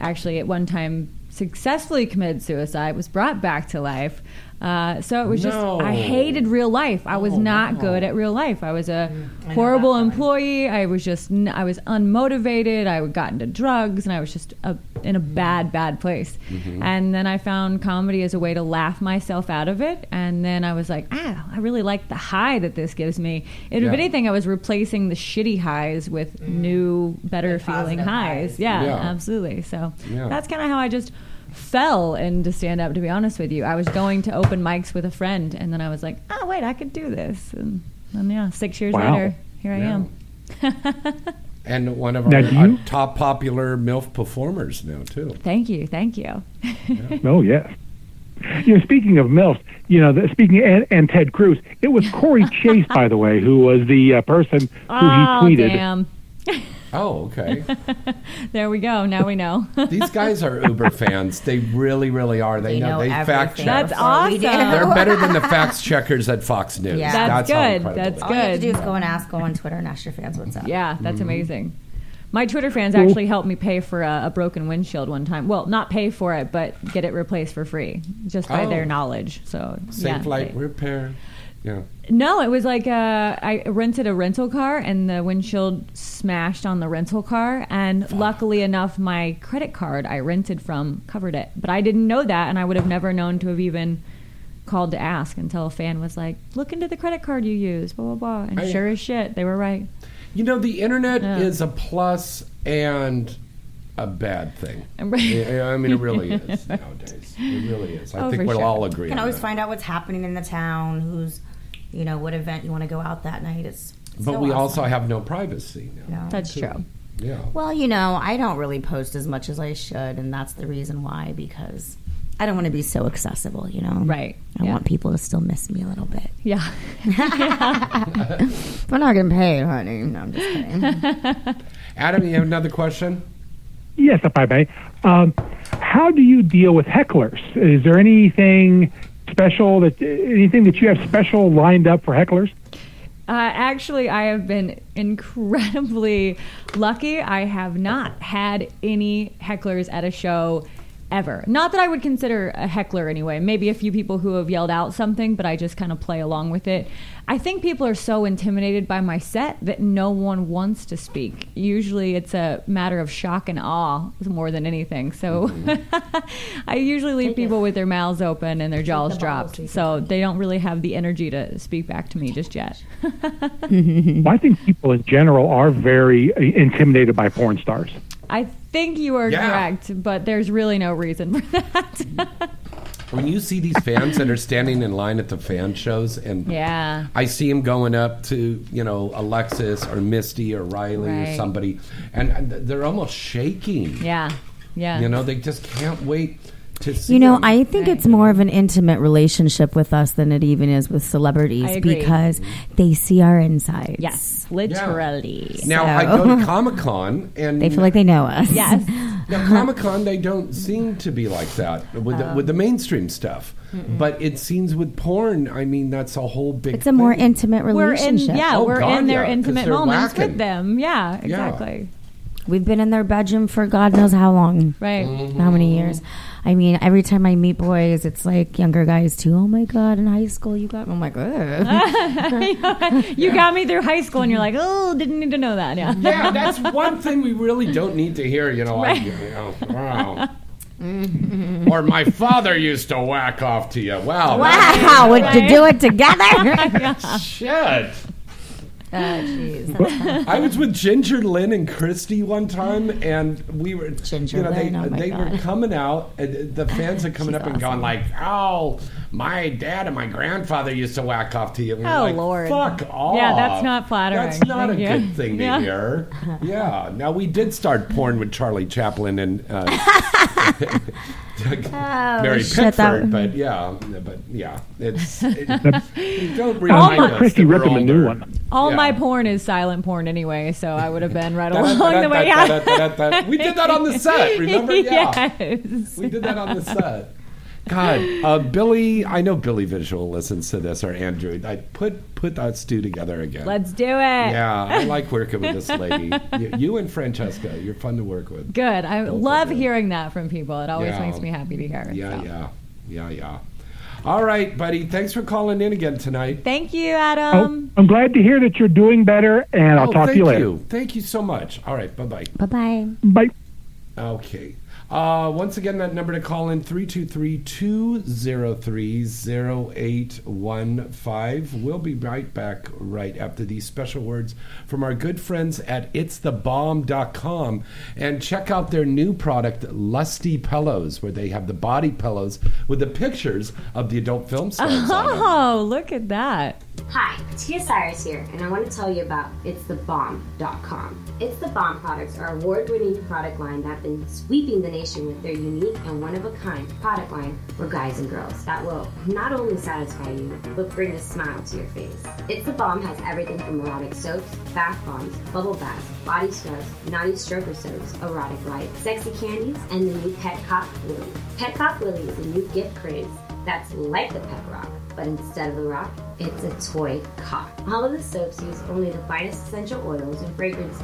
[SPEAKER 5] actually at one time successfully committed suicide, was brought back to life. Uh, so it was just
[SPEAKER 15] No. Oh,
[SPEAKER 5] I hated real life. I was not good at real life. I was a
[SPEAKER 15] Mm, I know
[SPEAKER 5] horrible employee. I was just n- I was unmotivated. I got into drugs, and I was just a, in a bad, bad place. And then I found comedy as a way to laugh myself out of it. And then I was like, ah, I really like the high that this gives me. And
[SPEAKER 15] Yeah.
[SPEAKER 5] If anything, I was replacing the shitty highs with new, better feeling
[SPEAKER 15] positive
[SPEAKER 5] highs.
[SPEAKER 15] highs.
[SPEAKER 5] Yeah,
[SPEAKER 15] Yeah.
[SPEAKER 5] absolutely. So
[SPEAKER 15] Yeah.
[SPEAKER 5] that's kind of how I just fell into stand up, to be honest with you. I was going to open mics with a friend, and then I was like, oh, wait, I could do this. And, and yeah, six years
[SPEAKER 2] Wow.
[SPEAKER 5] later, here I am.
[SPEAKER 2] And one of
[SPEAKER 4] Now,
[SPEAKER 2] our,
[SPEAKER 4] do
[SPEAKER 2] our top popular MILF performers now, too.
[SPEAKER 5] Thank you. Thank you.
[SPEAKER 4] Oh yes. You know, speaking of MILFs, you know, the, speaking and, and Ted Cruz, it was Corey Chase, by the way, who was the uh, person who
[SPEAKER 5] oh,
[SPEAKER 4] he tweeted.
[SPEAKER 5] damn.
[SPEAKER 2] Oh, okay.
[SPEAKER 5] There we go. Now we know.
[SPEAKER 2] These guys are Uber fans. They really, really are. They,
[SPEAKER 5] They
[SPEAKER 2] know,
[SPEAKER 5] know
[SPEAKER 2] they fact
[SPEAKER 5] everything
[SPEAKER 2] check.
[SPEAKER 5] That's before we do. awesome.
[SPEAKER 2] They're better than the fact checkers at Fox News.
[SPEAKER 3] Yeah.
[SPEAKER 5] That's
[SPEAKER 2] how
[SPEAKER 5] good.
[SPEAKER 2] incredible
[SPEAKER 5] That's
[SPEAKER 2] they are.
[SPEAKER 3] All you have to
[SPEAKER 5] good.
[SPEAKER 3] do is go and ask, go on Twitter and ask your fans what's up.
[SPEAKER 5] Yeah, that's
[SPEAKER 2] Mm-hmm.
[SPEAKER 3] Mhm.
[SPEAKER 5] amazing. My Twitter fans
[SPEAKER 3] Well-
[SPEAKER 5] actually helped me pay for a, a broken windshield one time. Well, not pay for it, but get it replaced for free just by
[SPEAKER 2] Oh.
[SPEAKER 5] their knowledge. So
[SPEAKER 2] Safe
[SPEAKER 5] yeah,
[SPEAKER 2] light
[SPEAKER 5] they-
[SPEAKER 2] repair. Yeah.
[SPEAKER 5] No, it was like uh, I rented a rental car and the windshield smashed on the rental car. And luckily enough, my credit card I rented from covered it. But I didn't know that, and I would have never known to have even called to ask until a fan was like, "Look into the credit card you use." Blah blah blah. And
[SPEAKER 2] I-
[SPEAKER 5] sure as shit, they were right.
[SPEAKER 2] You know, the internet
[SPEAKER 5] Yeah.
[SPEAKER 2] is a plus and a bad thing.
[SPEAKER 5] I'm right.
[SPEAKER 2] Yeah, I mean, it really is nowadays. It really is. I
[SPEAKER 3] Oh,
[SPEAKER 2] think
[SPEAKER 3] for
[SPEAKER 2] we'll
[SPEAKER 3] sure.
[SPEAKER 2] all agree.
[SPEAKER 3] You can
[SPEAKER 2] on
[SPEAKER 3] always
[SPEAKER 2] that.
[SPEAKER 3] find out what's happening in the town, who's, you know, what event you want to go out that night. It's, it's
[SPEAKER 2] but
[SPEAKER 3] so
[SPEAKER 2] we
[SPEAKER 3] awesome.
[SPEAKER 2] also have no privacy now.
[SPEAKER 3] No. That's true.
[SPEAKER 2] Yeah.
[SPEAKER 3] Well, you know, I don't really post as much as I should, and that's the reason why because I don't want to be so accessible, you know.
[SPEAKER 5] Right.
[SPEAKER 3] I
[SPEAKER 5] Yeah.
[SPEAKER 3] want people to still miss me a little bit.
[SPEAKER 5] Yeah.
[SPEAKER 3] We're not getting paid, honey. No, I'm just kidding.
[SPEAKER 2] Adam, you have another question?
[SPEAKER 4] Yes, if I may. Um, how do you deal with hecklers? Is there anything special that anything that you have special lined up for hecklers?
[SPEAKER 5] Uh, actually, I have been incredibly lucky. I have not had any hecklers at a show ever. Not that I would consider a heckler anyway. Maybe a few people who have yelled out something, but I just kind of play along with it. I think people are so intimidated by my set that no one wants to speak. Usually it's a matter of shock and awe more than anything. So I usually leave people with their mouths open and their jaws dropped. So they don't really have the energy to speak back to me just yet.
[SPEAKER 4] well, I think people in general are very uh, intimidated by porn stars.
[SPEAKER 5] I think you are
[SPEAKER 2] Yeah.
[SPEAKER 5] correct, but there's really no reason for that.
[SPEAKER 2] When you see these fans that are standing in line at the fan shows, and
[SPEAKER 5] Yeah.
[SPEAKER 2] I see them going up to you know Alexis or Misty or Riley or
[SPEAKER 5] Right.
[SPEAKER 2] somebody, and they're almost shaking.
[SPEAKER 5] Yeah. Yeah.
[SPEAKER 2] You know, they just can't wait to see.
[SPEAKER 3] You know,
[SPEAKER 2] them.
[SPEAKER 3] I think it's more of an intimate relationship with us than it even is with
[SPEAKER 5] I
[SPEAKER 3] celebrities
[SPEAKER 5] agree.
[SPEAKER 3] because they see our insides.
[SPEAKER 5] yes, literally.
[SPEAKER 2] Now I go to Comic Con, and
[SPEAKER 3] They feel like they know us.
[SPEAKER 5] Yes.
[SPEAKER 2] Now Comic Con, they don't seem to be like that with the,
[SPEAKER 5] Oh.
[SPEAKER 3] Um,
[SPEAKER 2] with the mainstream stuff,
[SPEAKER 3] Mm-mm.
[SPEAKER 2] but it seems with porn. I mean, that's a whole big.
[SPEAKER 3] It's a more
[SPEAKER 2] thing.
[SPEAKER 3] intimate
[SPEAKER 5] We're in,
[SPEAKER 3] relationship.
[SPEAKER 5] yeah,
[SPEAKER 2] Oh,
[SPEAKER 5] we're
[SPEAKER 2] God,
[SPEAKER 5] in their
[SPEAKER 2] yeah, 'cause
[SPEAKER 5] intimate
[SPEAKER 2] they're
[SPEAKER 5] moments
[SPEAKER 2] whacking.
[SPEAKER 5] with them. Yeah,
[SPEAKER 2] Yeah.
[SPEAKER 5] exactly.
[SPEAKER 3] We've been in their bedroom for God knows how long.
[SPEAKER 5] Right.
[SPEAKER 3] How many years? I mean, every time I meet boys, it's like younger guys too. Oh my God, in high school, you got. I'm like, ugh.
[SPEAKER 5] you got me through high school, and you're like, oh, didn't need to know that. Yeah.
[SPEAKER 2] yeah, that's one thing we really don't need to hear. You know,
[SPEAKER 5] Right.
[SPEAKER 2] I, you know wow. or my father used to whack off to you. Wow.
[SPEAKER 3] wow, would you do it together?
[SPEAKER 2] Shit.
[SPEAKER 3] Oh, jeez.
[SPEAKER 2] I was with Ginger Lynn and Christy one time, and we were Ginger you know,
[SPEAKER 3] Lynn,
[SPEAKER 2] They,
[SPEAKER 3] oh my
[SPEAKER 2] they were
[SPEAKER 3] God.
[SPEAKER 2] coming out, and the fans are coming up and going like, "Oh, my dad and my grandfather used to whack off to you. And
[SPEAKER 5] Oh,
[SPEAKER 2] like,
[SPEAKER 5] Lord.
[SPEAKER 2] Fuck off.
[SPEAKER 5] Yeah, that's not flattering.
[SPEAKER 2] That's not a
[SPEAKER 5] Thank you.
[SPEAKER 2] good thing to
[SPEAKER 5] Yeah.
[SPEAKER 2] hear. Yeah. Now, we did start porn with Charlie Chaplin and uh,
[SPEAKER 3] Oh,
[SPEAKER 2] Mary
[SPEAKER 3] shit,
[SPEAKER 2] Pickford,
[SPEAKER 3] that-
[SPEAKER 2] but yeah, but yeah, it's it, don't
[SPEAKER 4] Agatha
[SPEAKER 2] remind us
[SPEAKER 4] Christie
[SPEAKER 2] that we're
[SPEAKER 4] ripped him a
[SPEAKER 2] older.
[SPEAKER 4] new one.
[SPEAKER 5] All
[SPEAKER 2] Yeah.
[SPEAKER 5] my porn is silent porn anyway, so I would have been right along the way.
[SPEAKER 2] Da-da-da-da-da-da-da. We did that on the set, remember? Yeah.
[SPEAKER 5] Yes.
[SPEAKER 2] We did that on the set. God, uh, Billy, I know Billy Visual listens to this or Andrew. I put put that stew together again.
[SPEAKER 5] Let's do it.
[SPEAKER 2] yeah, I like working with this lady. you, you and Francesca, you're fun to work with.
[SPEAKER 5] Good. I
[SPEAKER 2] Both of
[SPEAKER 5] love hearing that from people. It always
[SPEAKER 2] Yeah.
[SPEAKER 5] makes me happy to hear.
[SPEAKER 2] Yeah, yeah, yeah, yeah. All right, buddy. Thanks for calling in again tonight.
[SPEAKER 5] Thank you, Adam.
[SPEAKER 4] Oh, I'm glad to hear that you're doing better, and I'll
[SPEAKER 2] Um, Oh,
[SPEAKER 4] talk to you
[SPEAKER 2] thank
[SPEAKER 4] later.
[SPEAKER 2] Thank you so much. All right, bye bye.
[SPEAKER 3] Bye bye.
[SPEAKER 4] Bye.
[SPEAKER 2] Okay. Uh, once again, that number to call in 323 203 0815. We'll be right back right after these special words from our good friends at itsthebomb.com. And check out their new product, Lusty Pillows, where they have the body pillows with the pictures of the adult film stars. on them.
[SPEAKER 5] Oh, look at that.
[SPEAKER 7] Hi, Tia Cyrus here, and I want to tell you about itsthebomb.com. It's the Bomb products are award-winning product line that have been sweeping the nation with their unique and one-of-a-kind product line for guys and girls that will not only satisfy you, but bring a smile to your face. It's the Bomb has everything from erotic soaps, bath bombs, bubble baths, body scrubs, naughty stroker soaps, erotic lights, sexy candies, and the new Pet Cock Lily. Pet Cock Lily is a new gift craze that's like the pet rock, but instead of a rock, it's a toy cock. All of the soaps use only the finest essential oils and fragrances,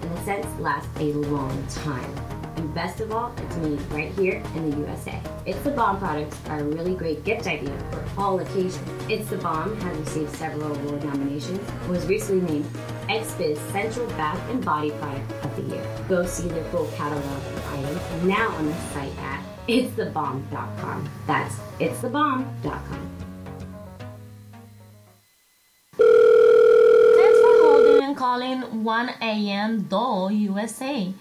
[SPEAKER 7] and the scents last a long time. And best of all, it's made right here in the USA. It's the Bomb products are a really great gift idea for all occasions. It's the Bomb has received several award nominations, was recently named XBiz Central Bath and Body Product of the Year. Go see their full catalog of items now on the site at itsthebomb.com. That's itsthebomb.com.
[SPEAKER 10] Thanks for holding and calling 1 a.m. Doll USA.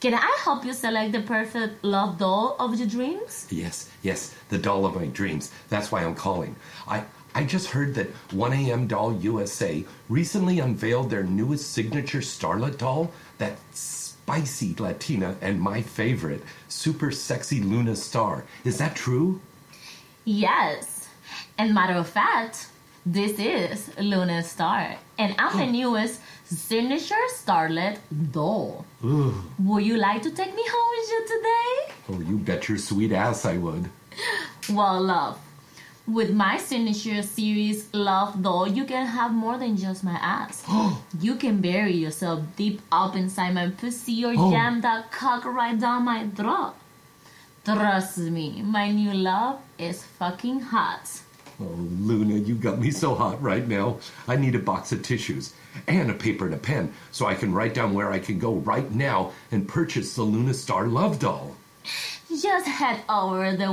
[SPEAKER 10] Can I help you select the perfect love doll of your dreams?
[SPEAKER 12] Yes, yes, the doll of my dreams. That's why I'm calling. I I just heard that 1AM Doll USA recently unveiled their newest signature starlet doll, that spicy Latina and my favorite, super sexy Luna Star. Is that true?
[SPEAKER 10] Yes. And matter of fact, this is Luna Star, and I'm the newest signature starlet doll.
[SPEAKER 12] Ooh,
[SPEAKER 10] Would you like to take me home with you today?
[SPEAKER 12] oh, you bet your sweet ass I would.
[SPEAKER 10] Well, love, with my signature series Love Doll, you can have more than just my ass. you can bury yourself deep up inside my pussy or
[SPEAKER 12] Oh.
[SPEAKER 10] jam that cock right down my throat. Trust me, my new love is fucking hot.
[SPEAKER 12] Oh, Luna, you got me so hot right now. I need a box of tissues and a paper and a pen so I can write down where I can go right now and purchase the Luna Star Love Doll.
[SPEAKER 10] Just head over to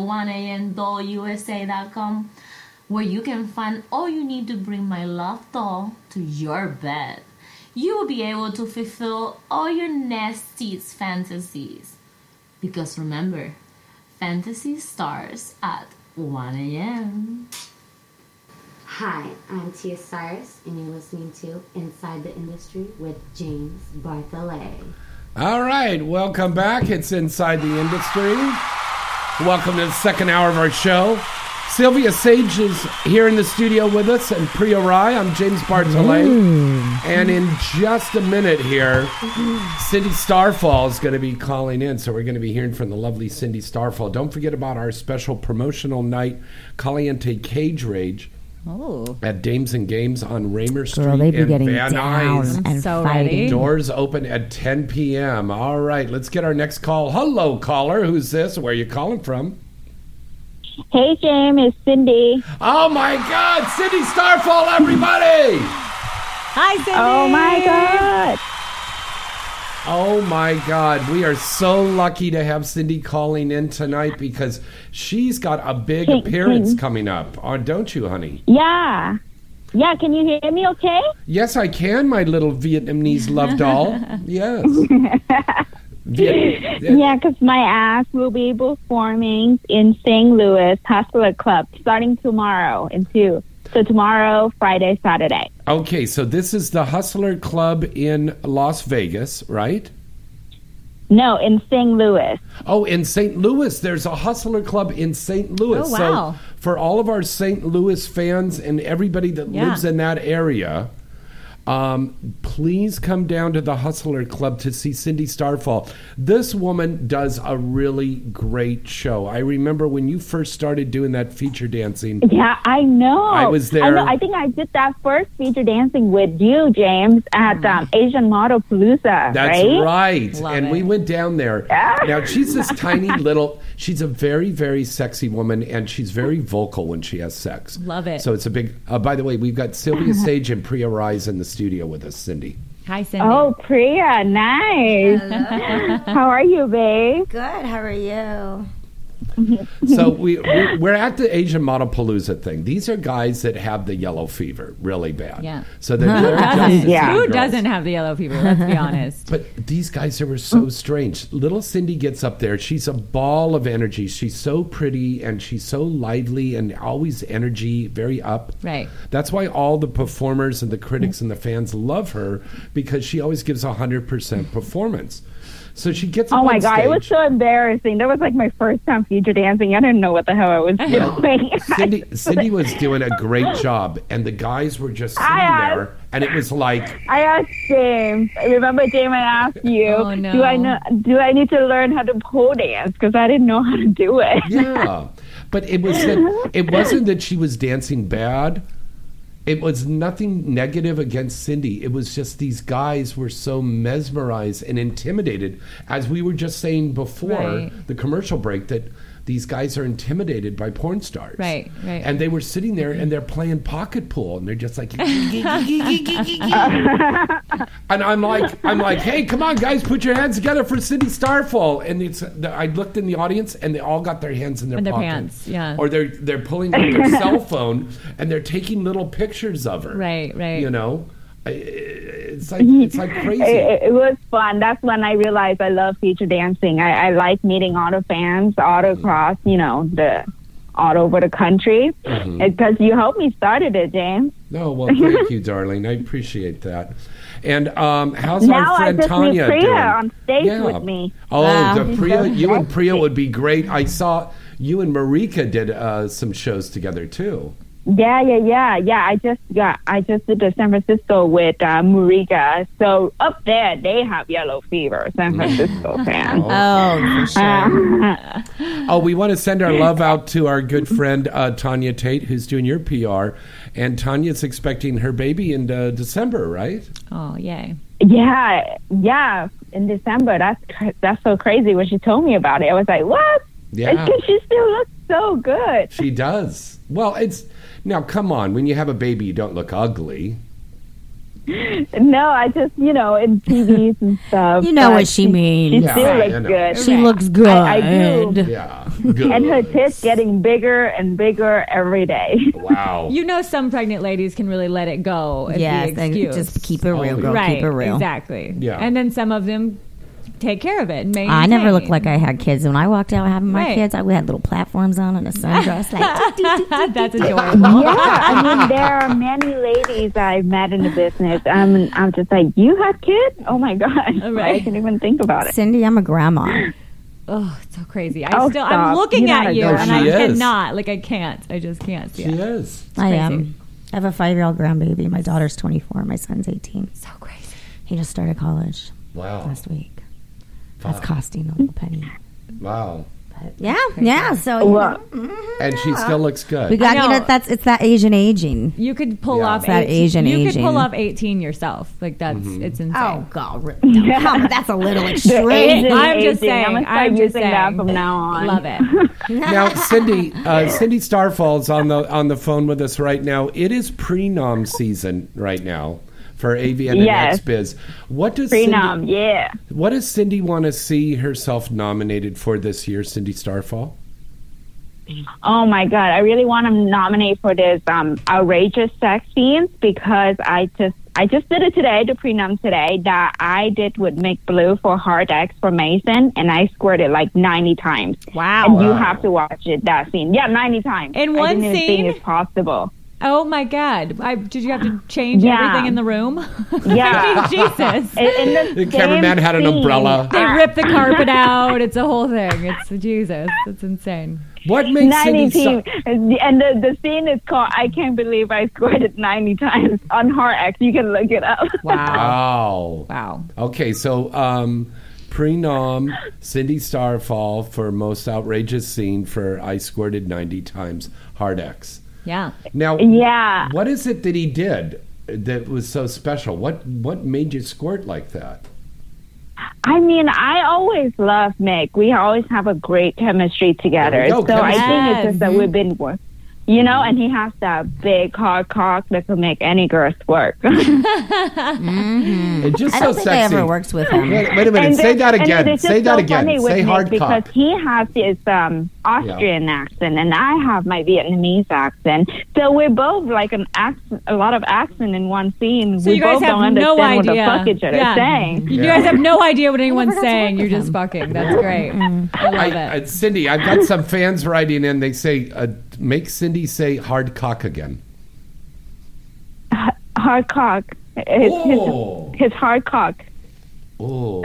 [SPEAKER 10] 1amdollusa.com where you can find all you need to bring my love doll to your bed. You will be able to fulfill all your nastiest fantasies. Because remember, fantasy starts at 1 a.m.
[SPEAKER 7] Hi, I'm Tia Cyrus, and you're listening to Inside the Industry with James Barthelet.
[SPEAKER 2] All right, welcome back. It's Inside the Industry. Welcome to the second hour of our show. Sylvia Sage is here in the studio with us, and Priya Rai. I'm James Bartolet.
[SPEAKER 4] Mm.
[SPEAKER 2] And in just a minute here, Cindy Starfall is going to be calling in. So we're going to be hearing from the lovely Cindy Starfall. Don't forget about our special promotional night, Caliente Cage Rage.
[SPEAKER 5] Oh.
[SPEAKER 2] At Dames and Games on Raymer Street
[SPEAKER 3] they be
[SPEAKER 2] in
[SPEAKER 3] getting
[SPEAKER 2] Van
[SPEAKER 3] down
[SPEAKER 2] Nuys.
[SPEAKER 3] and So ready. fighting.
[SPEAKER 2] Doors open at 10 p.m. All right, let's get our next call. Hello, caller. Who's this? Where are you calling from?
[SPEAKER 15] Hey, James, it's Cindy.
[SPEAKER 2] Oh my God, Cindy Starfall, everybody!
[SPEAKER 5] Hi, Cindy.
[SPEAKER 15] Oh my God.
[SPEAKER 2] Oh my God, we are so lucky to have Cindy calling in tonight because she's got a big
[SPEAKER 15] Thank
[SPEAKER 2] appearance
[SPEAKER 15] you.
[SPEAKER 2] coming up, Oh, don't you, honey?
[SPEAKER 15] Yeah. Yeah, can you hear me okay?
[SPEAKER 2] Yes, I can, my little Vietnamese love doll. Yes. Yeah.
[SPEAKER 15] Yeah, because my ass will be performing in St. Louis Hustler Club starting tomorrow in two. So tomorrow, Friday, Saturday.
[SPEAKER 2] Okay, so this is the Hustler Club in Las Vegas, right?
[SPEAKER 15] No, in St. Louis.
[SPEAKER 2] Oh, in St. Louis, there's a Hustler Club in St. Louis.
[SPEAKER 15] Oh, wow.
[SPEAKER 2] So for all of our St. Louis fans and everybody that
[SPEAKER 15] Yeah.
[SPEAKER 2] lives in that area, um, please come down to the Hustler Club to see Cindy Starfall. This woman does a really great show. I remember when you first started doing that feature dancing.
[SPEAKER 15] Yeah, I know.
[SPEAKER 2] I was there.
[SPEAKER 15] know. I think I did that first feature dancing with you, James, at
[SPEAKER 5] Mm.
[SPEAKER 15] um, Asian Model Palooza.
[SPEAKER 2] That's
[SPEAKER 15] right.
[SPEAKER 2] right. and we went down there. Now she's this tiny little she's a very very sexy woman and she's very vocal when she has sex.
[SPEAKER 5] Love it.
[SPEAKER 2] So it's a big uh, by the way, we've got Sylvia Sage and Priya Rise in the studio with us, Cindy.
[SPEAKER 5] Hi, Cindy.
[SPEAKER 15] Oh, Priya, nice. How are you, babe?
[SPEAKER 3] Good. How are you?
[SPEAKER 2] So we we- we're at the Asian Model Palooza thing. These are guys that have the yellow fever really bad.
[SPEAKER 5] Yeah.
[SPEAKER 2] So they're, they're just as
[SPEAKER 5] Who
[SPEAKER 2] big girls.
[SPEAKER 5] doesn't have the yellow fever? Let's be honest.
[SPEAKER 2] But these guys they were so strange. Little Cindy gets up there. She's a ball of energy. She's so pretty and she's so lively and always energy, very up.
[SPEAKER 5] Right.
[SPEAKER 2] That's why all the performers and the critics and the fans love her because she always gives a hundred percent performance. So she gets. Up
[SPEAKER 15] Oh my
[SPEAKER 2] on
[SPEAKER 15] god,
[SPEAKER 2] stage.
[SPEAKER 15] it was so embarrassing. That was like my first time feature dancing. I didn't know what the hell I was doing.
[SPEAKER 2] Cindy, Cindy was doing a great job, and the guys were just sitting
[SPEAKER 15] I, uh,
[SPEAKER 2] there, and it was like,
[SPEAKER 15] I asked James. I remember James. I asked you,
[SPEAKER 5] Oh, no.
[SPEAKER 15] do I know? Do I need to learn how to pole dance? Because I didn't know how to do it.
[SPEAKER 2] yeah. But it was that, it wasn't that she was dancing bad. It was nothing negative against Cindy. It was just these guys were so mesmerized and intimidated, as we were just saying before
[SPEAKER 5] Right.
[SPEAKER 2] the commercial break, that these guys are intimidated by porn stars.
[SPEAKER 5] Right, right.
[SPEAKER 2] And they were sitting there and they're playing pocket pool, and they're just like, And I'm like, I'm like, hey, come on, guys, put your hands together for Cindy Starfall. And it's, I looked in the audience, and they all got their hands in their,
[SPEAKER 5] In their
[SPEAKER 2] pockets.
[SPEAKER 5] pants, yeah.
[SPEAKER 2] Or they're they're pulling out their cell phone and they're taking little pictures of her.
[SPEAKER 5] Right, right.
[SPEAKER 2] You know, I- it's like it's like crazy.
[SPEAKER 15] Mm-hmm. It, it- it was fun. That's when I realized I love feature dancing. I, I like meeting auto fans, auto
[SPEAKER 2] Mm-hmm.
[SPEAKER 15] across, you know, the all over the country.
[SPEAKER 2] Mhm.
[SPEAKER 15] Because you helped me started it, James.
[SPEAKER 2] No, well, thank you, darling. I appreciate that. And um, how's
[SPEAKER 15] now
[SPEAKER 2] our
[SPEAKER 15] I
[SPEAKER 2] friend
[SPEAKER 15] just
[SPEAKER 2] Tanya
[SPEAKER 15] need Priya
[SPEAKER 2] doing?
[SPEAKER 15] on stage
[SPEAKER 2] Yeah.
[SPEAKER 15] with me.
[SPEAKER 2] Oh, the Priya, you and Priya would be great. I saw you and Marika did uh, some shows together too.
[SPEAKER 15] Yeah, yeah, yeah, yeah. I just got I just did the San Francisco with uh, Murica. So up there, they have yellow fever. San Francisco fans.
[SPEAKER 2] Mm-hmm. Oh,
[SPEAKER 15] for sure.
[SPEAKER 2] Oh, we want to send our love out to our good friend uh, Tanya Tate, who's doing your PR, and Tanya's expecting her baby in uh, December, right?
[SPEAKER 5] Oh, yay.
[SPEAKER 15] yeah, yeah. In December, that's cra- that's so crazy. When she told me about it, I was like, "What?"
[SPEAKER 2] Yeah.
[SPEAKER 15] Because she still looks so good.
[SPEAKER 2] She does. Well, it's now. Come on, when you have a baby, you don't look ugly.
[SPEAKER 15] No, I just you know in TVs and stuff.
[SPEAKER 3] You know
[SPEAKER 15] but
[SPEAKER 3] what she means.
[SPEAKER 15] She
[SPEAKER 3] Yeah,
[SPEAKER 15] still
[SPEAKER 3] I
[SPEAKER 15] looks
[SPEAKER 3] know.
[SPEAKER 15] good.
[SPEAKER 3] She looks good.
[SPEAKER 15] I, I do.
[SPEAKER 2] Yeah.
[SPEAKER 15] And her tits getting bigger and bigger every day.
[SPEAKER 2] Wow.
[SPEAKER 5] You know, some pregnant ladies can really let it go. If
[SPEAKER 3] Yes,
[SPEAKER 5] the
[SPEAKER 3] they
[SPEAKER 5] excuse.
[SPEAKER 3] just keep it real, Oh, yeah. girl, keep
[SPEAKER 5] Right,
[SPEAKER 3] it real.
[SPEAKER 5] Exactly.
[SPEAKER 3] Yeah.
[SPEAKER 5] And then some of them take care of it. And
[SPEAKER 3] I never
[SPEAKER 5] look
[SPEAKER 3] looked like I had kids. When I walked out having my
[SPEAKER 5] Right.
[SPEAKER 3] kids, I we had little platforms on and a sundress. like,
[SPEAKER 5] That's adorable.
[SPEAKER 15] yeah, I mean, there are many ladies I've met in the business. I'm, I'm just like, you have kids? Oh my gosh! I
[SPEAKER 5] Right.
[SPEAKER 15] can even think about it.
[SPEAKER 3] Cindy, I'm a grandma.
[SPEAKER 5] Oh, it's so crazy. I
[SPEAKER 15] Oh,
[SPEAKER 5] still,
[SPEAKER 15] stop.
[SPEAKER 5] I'm looking
[SPEAKER 15] You're not
[SPEAKER 5] at
[SPEAKER 15] a
[SPEAKER 5] you,
[SPEAKER 3] girl.
[SPEAKER 5] and
[SPEAKER 3] She
[SPEAKER 5] I
[SPEAKER 3] is.
[SPEAKER 5] cannot. Like, I can't. I just can't.
[SPEAKER 2] She is.
[SPEAKER 3] I am. I have a five year old grandbaby. My daughter's 24. My son's 18. So
[SPEAKER 5] crazy.
[SPEAKER 3] He just started college
[SPEAKER 2] Wow.
[SPEAKER 3] last week. That's
[SPEAKER 2] Fuck.
[SPEAKER 3] costing a little penny.
[SPEAKER 2] Wow.
[SPEAKER 3] Yeah, yeah. So you know,
[SPEAKER 2] And she still looks good.
[SPEAKER 3] we got you
[SPEAKER 5] know.
[SPEAKER 3] know that's it's that Asian aging.
[SPEAKER 5] You could pull
[SPEAKER 3] Yeah.
[SPEAKER 5] off
[SPEAKER 3] It's that
[SPEAKER 5] 18
[SPEAKER 3] Asian
[SPEAKER 5] You
[SPEAKER 3] aging.
[SPEAKER 5] could pull off 18 yourself. Like, that's
[SPEAKER 3] Mm-hmm.
[SPEAKER 5] it's insane. Oh,
[SPEAKER 3] God. Really? Come on, that's a little
[SPEAKER 5] The
[SPEAKER 3] extreme.
[SPEAKER 5] Asian I'm just aging. saying,
[SPEAKER 15] I'm gonna start
[SPEAKER 5] I'm just
[SPEAKER 15] using that
[SPEAKER 5] saying.
[SPEAKER 15] from now on.
[SPEAKER 5] Love it.
[SPEAKER 2] now, Cindy, uh, Cindy Starfall's on the on the phone with us right now. It is pre-nom season right now for AVN and
[SPEAKER 15] Yes.
[SPEAKER 2] XBiz. What does
[SPEAKER 15] Prenom,
[SPEAKER 2] Cindy,
[SPEAKER 15] yeah.
[SPEAKER 2] What does Cindy want to see herself nominated for this year, Cindy Starfall?
[SPEAKER 15] Oh my god, I really want to nominate for this um, outrageous sex scenes because I just I just did it today, the prenup today, that I did with Make Blue for Hard X for Mason, and I squirted it like 90 times.
[SPEAKER 5] Wow.
[SPEAKER 15] And you
[SPEAKER 5] Wow.
[SPEAKER 15] have to watch it, that scene. Yeah, 90 times.
[SPEAKER 5] In
[SPEAKER 15] I
[SPEAKER 5] one
[SPEAKER 15] didn't even
[SPEAKER 5] scene?
[SPEAKER 15] think it's possible.
[SPEAKER 5] Oh my God! I, did you have to change
[SPEAKER 15] Yeah.
[SPEAKER 5] everything in the room? I
[SPEAKER 15] Yeah.
[SPEAKER 5] mean, Jesus!
[SPEAKER 15] In- in
[SPEAKER 2] The cameraman had an umbrella.
[SPEAKER 5] They ripped the carpet out. It's a whole thing. It's Jesus. It's insane.
[SPEAKER 2] What
[SPEAKER 15] 90 team. and the, the scene is called I Can't Believe I Squirted It 90 Times on Hard X. You can look it up.
[SPEAKER 2] Wow.
[SPEAKER 5] Wow.
[SPEAKER 2] Okay, so um prenom Cindy Starfall for most outrageous scene for I squirted 90 times hard X.
[SPEAKER 5] Yeah.
[SPEAKER 2] Now
[SPEAKER 15] Yeah.
[SPEAKER 2] What is it that he did that was so special? What what made you squirt like that?
[SPEAKER 15] I mean, I always love Meg. We always have a great chemistry together.
[SPEAKER 2] There we
[SPEAKER 15] So
[SPEAKER 2] go,
[SPEAKER 15] I
[SPEAKER 2] chemistry.
[SPEAKER 15] think it's just that
[SPEAKER 2] Yes.
[SPEAKER 15] we've been work. You know, and he has that big hard cock that could make any girl squirt.
[SPEAKER 2] It's just
[SPEAKER 15] Mm-hmm. I
[SPEAKER 2] so
[SPEAKER 15] don't
[SPEAKER 2] sexy.
[SPEAKER 15] think I ever worked with
[SPEAKER 3] him.
[SPEAKER 2] Wait, wait a minute.
[SPEAKER 15] And
[SPEAKER 2] Say
[SPEAKER 15] there's-
[SPEAKER 2] that
[SPEAKER 15] and
[SPEAKER 2] again.
[SPEAKER 15] it's
[SPEAKER 2] Say
[SPEAKER 15] just
[SPEAKER 2] that
[SPEAKER 15] so
[SPEAKER 2] again.
[SPEAKER 15] funny with
[SPEAKER 2] Say
[SPEAKER 15] Nick
[SPEAKER 2] hard
[SPEAKER 15] because
[SPEAKER 2] cock.
[SPEAKER 15] he has his um, Austrian accent and I have my Vietnamese accent. So we're both like an accent, a lot of accent in one scene.
[SPEAKER 5] So
[SPEAKER 15] we
[SPEAKER 5] you guys
[SPEAKER 15] both don't
[SPEAKER 5] have no
[SPEAKER 15] understand what
[SPEAKER 5] idea.
[SPEAKER 15] the fuck each other
[SPEAKER 5] yeah.
[SPEAKER 15] is saying.
[SPEAKER 5] You guys have no idea what anyone's saying. You're just fucking. That's great.
[SPEAKER 15] Mm-hmm.
[SPEAKER 5] I love it.
[SPEAKER 2] Uh, Cindy, I've got some fans writing in. They say, uh, make Cindy say hard cock again.
[SPEAKER 15] Hard cock. His,
[SPEAKER 2] his,
[SPEAKER 15] his hard cock.
[SPEAKER 2] Oh.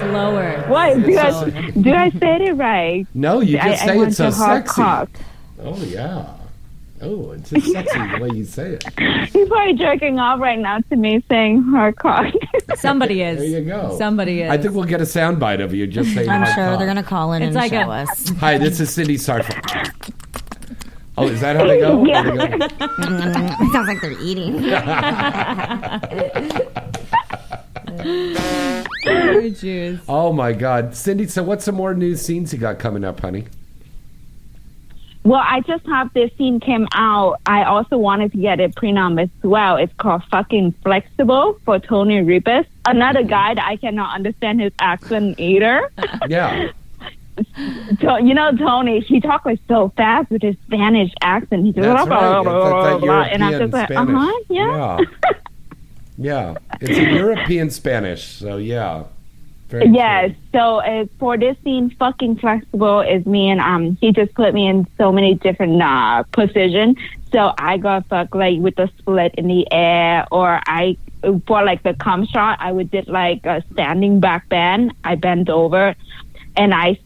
[SPEAKER 5] Slower.
[SPEAKER 15] What? Do I,
[SPEAKER 2] Slower.
[SPEAKER 15] do I say it right?
[SPEAKER 2] No, you
[SPEAKER 15] I-
[SPEAKER 2] just
[SPEAKER 15] I
[SPEAKER 2] say
[SPEAKER 15] want
[SPEAKER 2] it so
[SPEAKER 15] the hard
[SPEAKER 2] sexy.
[SPEAKER 15] cock.
[SPEAKER 2] Oh, yeah. Oh, it's just sexy the way you say it.
[SPEAKER 15] He's probably jerking off right now to me saying hard cock.
[SPEAKER 5] Somebody is.
[SPEAKER 2] There you go.
[SPEAKER 5] Somebody is.
[SPEAKER 2] I think we'll get a soundbite of you just saying
[SPEAKER 3] I'm
[SPEAKER 2] hard
[SPEAKER 3] sure
[SPEAKER 2] cock.
[SPEAKER 3] they're gonna call in and
[SPEAKER 5] It's like
[SPEAKER 3] show
[SPEAKER 5] a-
[SPEAKER 3] us.
[SPEAKER 2] Hi, this is Cindy Sarfo. Oh, is that how they go?
[SPEAKER 3] Yeah.
[SPEAKER 2] They go-
[SPEAKER 3] it sounds like they're eating.
[SPEAKER 5] Very Jews.
[SPEAKER 2] Oh, my God. Cindy, so what's some more new scenes you got coming up, honey?
[SPEAKER 15] Well, I just have this scene came out. I also wanted to get a prenup as well. It's called Fucking Flexible for Tony Ribas. Another guy that I cannot understand his accent either.
[SPEAKER 2] Yeah.
[SPEAKER 15] So, you know, Tony, he talks like so fast with his Spanish accent. He just
[SPEAKER 2] That's
[SPEAKER 15] blah,
[SPEAKER 2] right.
[SPEAKER 15] blah,
[SPEAKER 2] That's
[SPEAKER 15] blah,
[SPEAKER 2] that
[SPEAKER 15] blah, and I'm
[SPEAKER 2] European
[SPEAKER 15] just like, uh
[SPEAKER 2] Spanish.
[SPEAKER 15] huh,
[SPEAKER 2] Yeah. Yeah. It's a European Spanish, so yeah. Very
[SPEAKER 15] yes. So uh, for this scene, fucking flexible is me, and um, he just put me in so many different uh, position. So I got fucked like with a split in the air, or I for like the cum shot, I would did like a standing back bend. I bent over, and I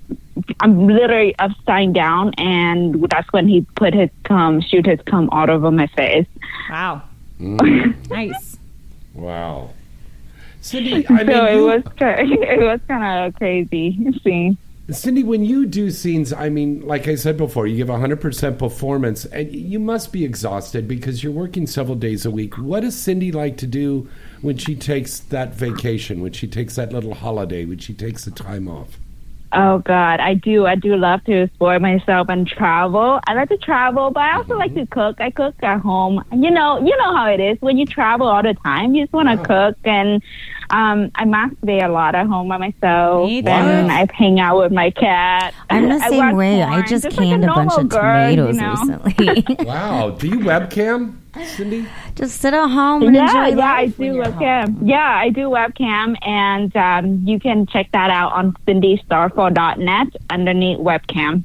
[SPEAKER 15] I'm literally upside down, and that's when he put his cum, shoot his cum all over my face.
[SPEAKER 5] Wow. Nice.
[SPEAKER 2] Mm. Wow.
[SPEAKER 15] Cindy,
[SPEAKER 2] I mean,
[SPEAKER 15] so it
[SPEAKER 2] you-
[SPEAKER 15] was it was kind of crazy scene.
[SPEAKER 2] Cindy, when you do scenes, I mean, like I said before, you give 100% performance and you must be exhausted because you're working several days a week. What does Cindy like to do when she takes that vacation, when she takes that little holiday, when she takes the time off?
[SPEAKER 15] Oh God, I do. I do love to spoil myself and travel. I like to travel, but I also
[SPEAKER 3] Mm-hmm.
[SPEAKER 15] like to cook. I cook at home. You know, you know how it is when you travel all the time. You just want to cook, and um, I masturbate a lot at home by myself.
[SPEAKER 3] Me
[SPEAKER 15] And
[SPEAKER 3] too.
[SPEAKER 15] I hang out with my cat.
[SPEAKER 3] I'm the
[SPEAKER 15] I
[SPEAKER 3] same
[SPEAKER 15] watch
[SPEAKER 3] way. I
[SPEAKER 15] porn,
[SPEAKER 3] just
[SPEAKER 15] like
[SPEAKER 3] canned a bunch
[SPEAKER 15] normal
[SPEAKER 3] of
[SPEAKER 15] girl, you
[SPEAKER 3] tomatoes
[SPEAKER 15] know?
[SPEAKER 3] recently.
[SPEAKER 2] Wow. Do you webcam, Cindy?
[SPEAKER 3] just sit at home and
[SPEAKER 15] yeah,
[SPEAKER 3] enjoy
[SPEAKER 15] yeah, I
[SPEAKER 3] life
[SPEAKER 15] do
[SPEAKER 3] when you're home.
[SPEAKER 15] webcam. Yeah, I do webcam, and um, you can check that out on cindystarfall.net underneath webcam.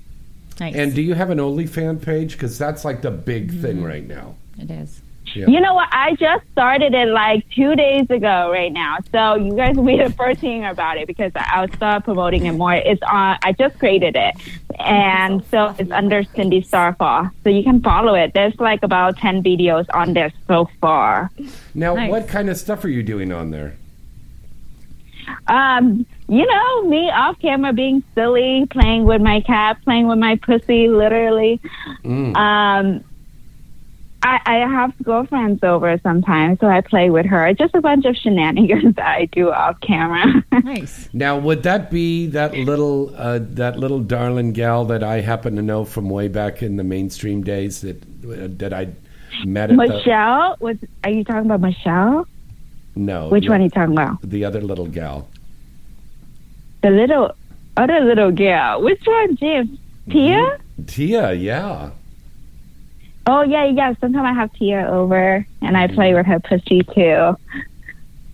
[SPEAKER 2] And do you have an OnlyFan page? Because that's like the big
[SPEAKER 15] Mm-hmm.
[SPEAKER 2] thing right now.
[SPEAKER 5] It is.
[SPEAKER 2] Yeah.
[SPEAKER 15] You know what? I just started it like two days ago, right now. So you guys will be the first thing about it because I- I'll start promoting it more. It's on. I just created it, and so it's under Cindy Starfall. So you can follow it. There's like about ten videos on there so far.
[SPEAKER 2] Now,
[SPEAKER 15] Nice.
[SPEAKER 2] what kind of stuff are you doing on there?
[SPEAKER 15] Um, you know, me off camera being silly, playing with my cat, playing with my pussy, literally.
[SPEAKER 2] Mm.
[SPEAKER 15] Um, I, I have girlfriends over sometimes, so I play with her. Just a bunch of shenanigans that I do off camera.
[SPEAKER 5] Nice.
[SPEAKER 2] Now, would that be that little uh, that little darling gal that I happen to know from way back in the mainstream days that uh, that I met at
[SPEAKER 15] Michelle was. Are you talking about Michelle?
[SPEAKER 2] the no
[SPEAKER 15] Which
[SPEAKER 2] no,
[SPEAKER 15] one are you talking about?
[SPEAKER 2] the other little gal
[SPEAKER 15] The little other little girl. Which one, Jim? Tia?
[SPEAKER 2] Tia yeah
[SPEAKER 15] Oh yeah, yeah. Sometimes I have Tia over and I play with her pussy too.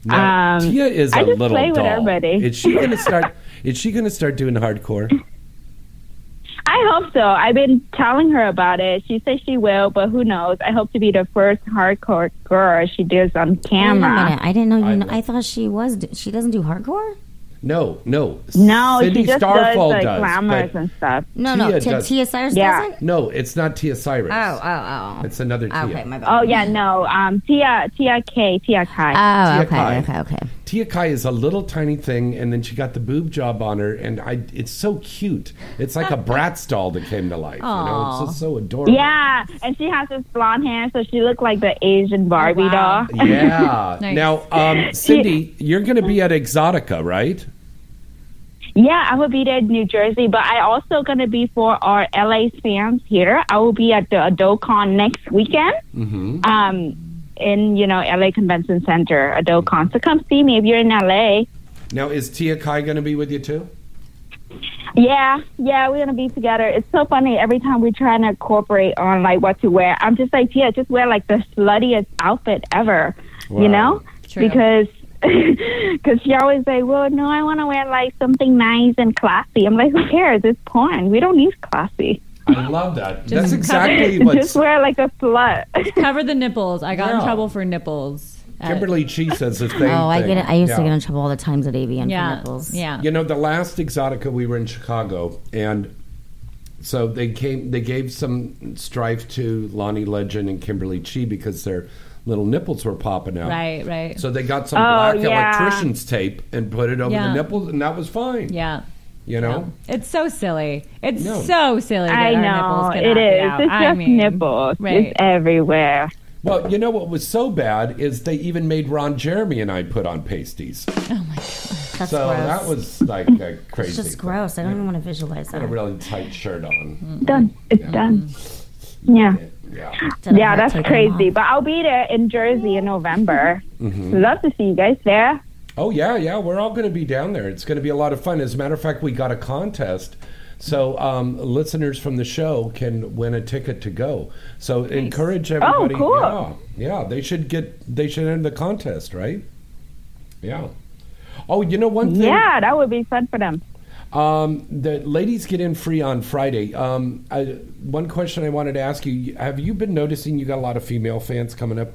[SPEAKER 2] No,
[SPEAKER 15] Um,
[SPEAKER 2] Tia is a
[SPEAKER 15] I just
[SPEAKER 2] little
[SPEAKER 15] play with
[SPEAKER 2] doll.
[SPEAKER 15] everybody.
[SPEAKER 2] Is she gonna start? is she gonna start doing hardcore?
[SPEAKER 15] I hope so. I've been telling her about it. She says she will, but who knows? I hope to be the first hardcore girl she does on camera.
[SPEAKER 3] Wait a minute. I didn't know you. I, I thought she was. She doesn't do hardcore.
[SPEAKER 2] No, no.
[SPEAKER 15] No, she
[SPEAKER 2] Cindy
[SPEAKER 15] just does,
[SPEAKER 2] Starfall
[SPEAKER 15] like,
[SPEAKER 2] does,
[SPEAKER 15] glamours
[SPEAKER 2] but
[SPEAKER 15] and stuff.
[SPEAKER 3] No, no.
[SPEAKER 2] Tia
[SPEAKER 3] T-
[SPEAKER 2] does-
[SPEAKER 3] Tia Cyrus doesn't.
[SPEAKER 2] No, it's not Tia Cyrus.
[SPEAKER 3] Oh, oh, oh.
[SPEAKER 2] It's another Tia.
[SPEAKER 3] Okay, my
[SPEAKER 15] Oh yeah, no. Um, Tia, Tia K, Tia Kai.
[SPEAKER 3] Oh,
[SPEAKER 2] Tia okay, okay. Tia Kai is a little tiny thing, and then she got the boob job on her, and I. It's so cute. It's like a Bratz doll that came to life. You know,
[SPEAKER 15] Aw.
[SPEAKER 2] it's just so adorable.
[SPEAKER 15] Yeah, and she has this blonde hair, so she looked like the Asian Barbie
[SPEAKER 3] Oh,
[SPEAKER 15] doll.
[SPEAKER 2] Yeah. Now, um, Cindy, you're going to be at Exotica, right?
[SPEAKER 15] Yeah, I will be there in New Jersey, but I also gonna be for our LA fans here. I will be at the AdoCon next weekend.
[SPEAKER 2] Mm-hmm.
[SPEAKER 15] Um, in you know LA Convention Center, AdoCon. So come see me if you're in LA.
[SPEAKER 2] Now, is Tia Kai going to be with you too?
[SPEAKER 15] Yeah, yeah, we're gonna be together. It's so funny every time we're trying to incorporate on like what to wear. I'm just like, yeah, just wear like the sluttiest outfit ever,
[SPEAKER 2] Wow.
[SPEAKER 15] you know?
[SPEAKER 2] True.
[SPEAKER 15] Because because she always say, well, no, I want to wear like something nice and classy. I'm like, who cares? It's porn. We don't need classy.
[SPEAKER 2] I love that. That's
[SPEAKER 5] Just-
[SPEAKER 2] exactly
[SPEAKER 15] just
[SPEAKER 2] what
[SPEAKER 15] wear like a slut.
[SPEAKER 5] Cover the nipples. I got in
[SPEAKER 2] Yeah.
[SPEAKER 5] trouble for nipples. at-
[SPEAKER 2] Kimberly Chi says. The same
[SPEAKER 3] oh, I
[SPEAKER 2] thing.
[SPEAKER 3] get it. I used to
[SPEAKER 2] Yeah.
[SPEAKER 3] get in trouble all the times at AVN for
[SPEAKER 5] Yeah,
[SPEAKER 3] nipples.
[SPEAKER 5] yeah.
[SPEAKER 2] You know, the last Exotica we were in Chicago, and so they came. They gave some strife to Lonnie Legend and Kimberly Chi because their little nipples were popping out.
[SPEAKER 5] Right, right.
[SPEAKER 2] So they got some
[SPEAKER 5] Oh,
[SPEAKER 2] black
[SPEAKER 5] yeah.
[SPEAKER 2] electrician's tape and put it over
[SPEAKER 5] Yeah.
[SPEAKER 2] the nipples, and that was fine.
[SPEAKER 5] Yeah.
[SPEAKER 2] You know,
[SPEAKER 5] It's so silly. It's
[SPEAKER 2] No.
[SPEAKER 5] so silly. That
[SPEAKER 15] I
[SPEAKER 5] our
[SPEAKER 15] know.
[SPEAKER 5] nipples
[SPEAKER 15] Oh, It
[SPEAKER 5] cannot be
[SPEAKER 15] is.
[SPEAKER 5] out.
[SPEAKER 15] It's
[SPEAKER 5] I
[SPEAKER 15] just
[SPEAKER 5] mean,
[SPEAKER 15] nipples.
[SPEAKER 5] Right.
[SPEAKER 15] It's everywhere.
[SPEAKER 2] Well, you know what was so bad is they even made Ron Jeremy and I put on pasties. Oh my god,
[SPEAKER 3] That's
[SPEAKER 2] so
[SPEAKER 3] gross.
[SPEAKER 2] that was like a crazy.
[SPEAKER 3] It's just gross. I don't even want to visualize
[SPEAKER 2] Put a
[SPEAKER 3] that.
[SPEAKER 2] really tight shirt
[SPEAKER 5] Mm-hmm.
[SPEAKER 2] on.
[SPEAKER 15] Done. It's done. Yeah.
[SPEAKER 2] Yeah.
[SPEAKER 15] Yeah, that's crazy. But I'll be there in Jersey in November.
[SPEAKER 2] Mhm.
[SPEAKER 15] Love to see you guys there.
[SPEAKER 2] Oh yeah, yeah. We're all going to be down there. It's going to be a lot of fun. As a matter of fact, we got a contest, so um, listeners from the show can win a ticket to go. So encourage everybody.
[SPEAKER 15] Oh, cool.
[SPEAKER 2] Yeah, yeah. They should get. They should end the contest, right? Yeah. Oh, you know one thing.
[SPEAKER 15] Yeah, that would be fun for them.
[SPEAKER 2] Um, the ladies get in free on Friday. Um, I, one question I wanted to ask you: Have you been noticing you got a lot of female fans coming up?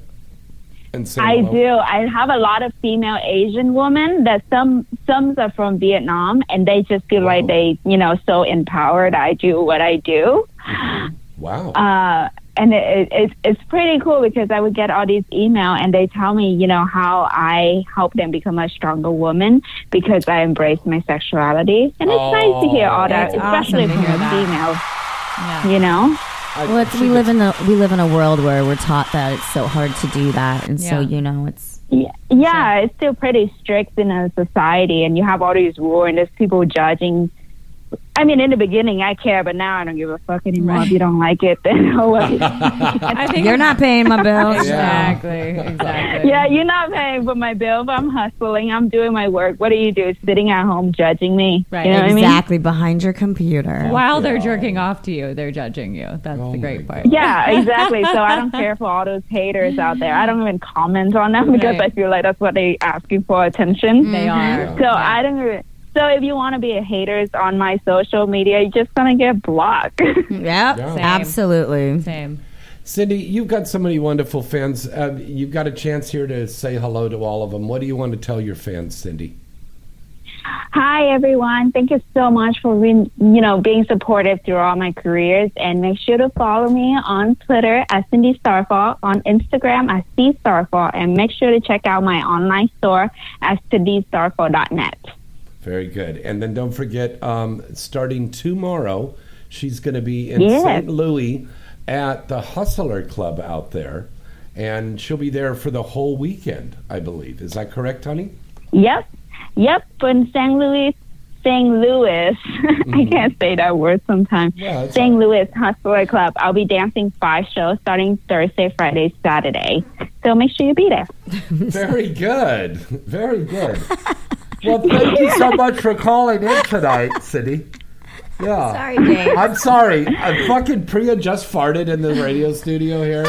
[SPEAKER 2] And saying
[SPEAKER 15] I
[SPEAKER 2] hello?
[SPEAKER 15] do. I have a lot of female Asian women that some some are from Vietnam and they just feel like they, you know, so empowered I do what I do.
[SPEAKER 3] Oh.
[SPEAKER 2] Wow.
[SPEAKER 15] Uh, and it, it, it's it's pretty cool because I would get all these email and they tell me, you know, how I help them become a stronger woman because I embrace my sexuality. And it's nice to hear
[SPEAKER 2] Oh.
[SPEAKER 15] all that,
[SPEAKER 3] That's
[SPEAKER 15] especially
[SPEAKER 3] awesome to
[SPEAKER 15] from
[SPEAKER 3] hear
[SPEAKER 15] a
[SPEAKER 3] that.
[SPEAKER 15] female. You know?
[SPEAKER 3] Well, it's, we live in a we live in a world where we're taught that it's so hard to do that, and so
[SPEAKER 15] Yeah.
[SPEAKER 3] you know it's
[SPEAKER 15] Yeah, yeah, it's still pretty strict in a society, and you have all these rules, and there's people judging. I mean, in the beginning, I care, but now I don't give a fuck anymore. If you don't like it, then oh well.
[SPEAKER 5] I think
[SPEAKER 3] you're not paying my bills.
[SPEAKER 5] Exactly. Exactly.
[SPEAKER 15] yeah, you're not paying for my bill, but I'm hustling. I'm doing my work. What do you do? Sitting at home judging me? Right. You know what I mean?
[SPEAKER 3] exactly behind your computer.
[SPEAKER 5] While they're jerking off to you, they're judging you. That's
[SPEAKER 2] Oh
[SPEAKER 5] the great part.
[SPEAKER 15] Yeah, exactly. So I don't care for all those haters out there. I don't even comment on them because I feel like that's what they asking for attention.
[SPEAKER 5] They are.
[SPEAKER 15] So I don't. re- So if you want to be a haters on my social media, you're just gonna get blocked.
[SPEAKER 3] Yep.
[SPEAKER 2] Yeah.
[SPEAKER 3] Absolutely.
[SPEAKER 5] Same.
[SPEAKER 2] Cindy, you've got so many wonderful fans. Uh, you've got a chance here to say hello to all of them. What do you want to tell your fans, Cindy?
[SPEAKER 15] Hi everyone. Thank you so much for being, you know being supportive through all my careers and make sure to follow me on Twitter at Cindy Starfall, on Instagram at C Starfall, and make sure to check out my online store at cindystarfall.net.
[SPEAKER 2] Very good. And then don't forget, um, starting tomorrow, she's going to be in
[SPEAKER 15] Yes.
[SPEAKER 2] St. Louis at the Hustler Club out there. And she'll be there for the whole weekend, I believe. Is that correct, honey?
[SPEAKER 15] Yep. Yep. In St. Louis, St. Louis. I can't say that word sometimes.
[SPEAKER 2] Mm-hmm. Yeah, that's
[SPEAKER 15] St. Louis Hustler Club. I'll be dancing five shows starting Thursday, Friday, Saturday. So make sure you be there.
[SPEAKER 2] Very good. Very good. Well, thank you so much for calling in tonight, Cindy. Yeah.
[SPEAKER 3] Sorry, James.
[SPEAKER 2] I'm sorry. I fucking Priya just farted in the radio studio here.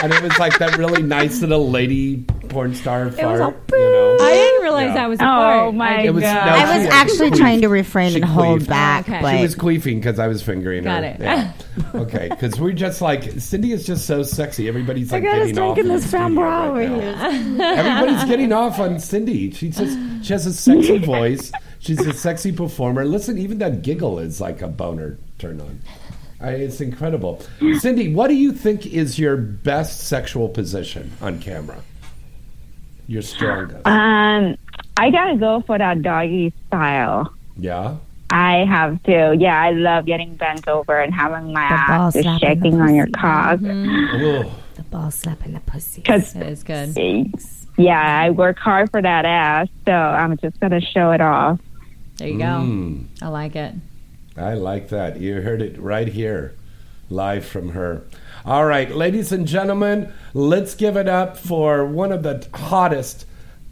[SPEAKER 2] And it was like that really nice little lady porn star fart.
[SPEAKER 3] oh
[SPEAKER 5] was a
[SPEAKER 2] you know?
[SPEAKER 5] I didn't realize that
[SPEAKER 15] Oh
[SPEAKER 5] was a fart. I didn't-
[SPEAKER 3] I was actually trying to refrain and hold back,
[SPEAKER 2] She
[SPEAKER 3] but
[SPEAKER 2] was queefing because I was fingering
[SPEAKER 3] Got
[SPEAKER 2] her.
[SPEAKER 3] it.
[SPEAKER 2] Yeah. okay, because we're just like Cindy is just so sexy. Everybody's like
[SPEAKER 3] got us
[SPEAKER 2] getting off.
[SPEAKER 3] drinking this
[SPEAKER 2] studio
[SPEAKER 3] brown bra
[SPEAKER 2] right
[SPEAKER 3] over
[SPEAKER 2] now.
[SPEAKER 3] here.
[SPEAKER 2] Everybody's getting off on Cindy. She just she has a sexy voice. She's a sexy performer. Listen, even that giggle is like a boner turn on. I, it's incredible. Cindy, what do you think is your best sexual position on camera? Your strongest.
[SPEAKER 15] Um, I gotta go for that doggy style.
[SPEAKER 2] Yeah.
[SPEAKER 15] I have to. Yeah, I love getting bent over and having my ass just shaking on your cock.
[SPEAKER 2] Mm-hmm.
[SPEAKER 3] the ball slapping the pussy.
[SPEAKER 15] 'Cause-
[SPEAKER 3] It is good.
[SPEAKER 15] Yeah, I work hard for that ass, so I'm just gonna show it off.
[SPEAKER 5] There you go.
[SPEAKER 2] Mm.
[SPEAKER 5] I like it.
[SPEAKER 2] I like that. You heard it right here, live from her. All right, ladies and gentlemen, let's give it up for one of the hottest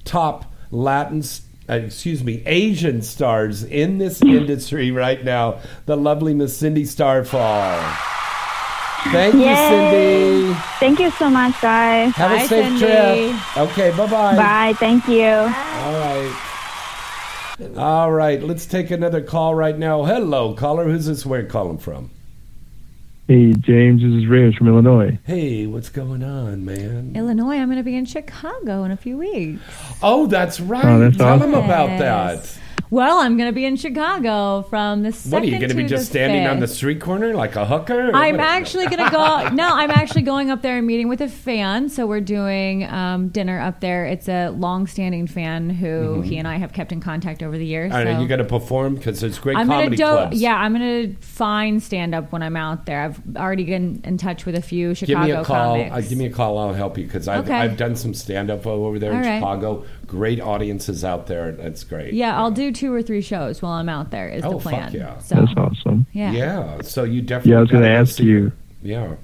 [SPEAKER 2] top Latin, uh, excuse me, Asian stars in this industry right now, the lovely Miss Cindy Starfall. Thank you,
[SPEAKER 15] Yay.
[SPEAKER 2] Cindy.
[SPEAKER 15] Thank you so much, guys.
[SPEAKER 2] Have a safe trip. Okay, bye bye.
[SPEAKER 15] Bye. Thank you.
[SPEAKER 2] All right. All right, let's take another call right now. Hello, caller. Who's this? Where you calling from?
[SPEAKER 16] Hey, James, this is Reyes from Illinois.
[SPEAKER 2] Hey, what's going on, man?
[SPEAKER 5] Illinois, I'm going to be in Chicago in a few weeks.
[SPEAKER 2] Oh, that's right.
[SPEAKER 16] Oh, that's
[SPEAKER 2] Tell
[SPEAKER 16] awesome.
[SPEAKER 2] them about
[SPEAKER 5] Yes.
[SPEAKER 2] that.
[SPEAKER 5] Well, I'm going to be in Chicago from the second
[SPEAKER 2] What are you
[SPEAKER 5] going to
[SPEAKER 2] be just standing on the street corner like a hooker? or
[SPEAKER 5] I'm
[SPEAKER 2] what?
[SPEAKER 5] actually going to go. No, I'm actually going up there and meeting with a fan. So we're doing um, dinner up there. It's a long-standing fan who
[SPEAKER 2] Mhm.
[SPEAKER 5] he and I have kept in contact over the years.
[SPEAKER 2] All right,
[SPEAKER 5] so-
[SPEAKER 2] you got to perform because there's great
[SPEAKER 5] I'm gonna
[SPEAKER 2] comedy
[SPEAKER 5] do-
[SPEAKER 2] clubs.
[SPEAKER 5] Yeah, I'm gonna find stand up when I'm out there. I've already been in touch with a few
[SPEAKER 2] Give
[SPEAKER 5] Chicago
[SPEAKER 2] me a call.
[SPEAKER 5] comics.
[SPEAKER 2] Uh, give me a call. I'll help you because I've,
[SPEAKER 5] Okay.
[SPEAKER 2] I've done some stand up over there in
[SPEAKER 5] All right.
[SPEAKER 2] Chicago. Great audiences out there. That's great.
[SPEAKER 5] yeah, I'll do two or three shows while I'm out there. Is
[SPEAKER 2] Oh,
[SPEAKER 5] the plan?
[SPEAKER 2] fuck yeah.
[SPEAKER 5] So
[SPEAKER 16] awesome.
[SPEAKER 5] yeah.
[SPEAKER 2] Yeah. So you definitely.
[SPEAKER 16] Yeah, I was going to
[SPEAKER 2] gotta go
[SPEAKER 16] ask
[SPEAKER 2] see-
[SPEAKER 16] you.
[SPEAKER 2] Yeah.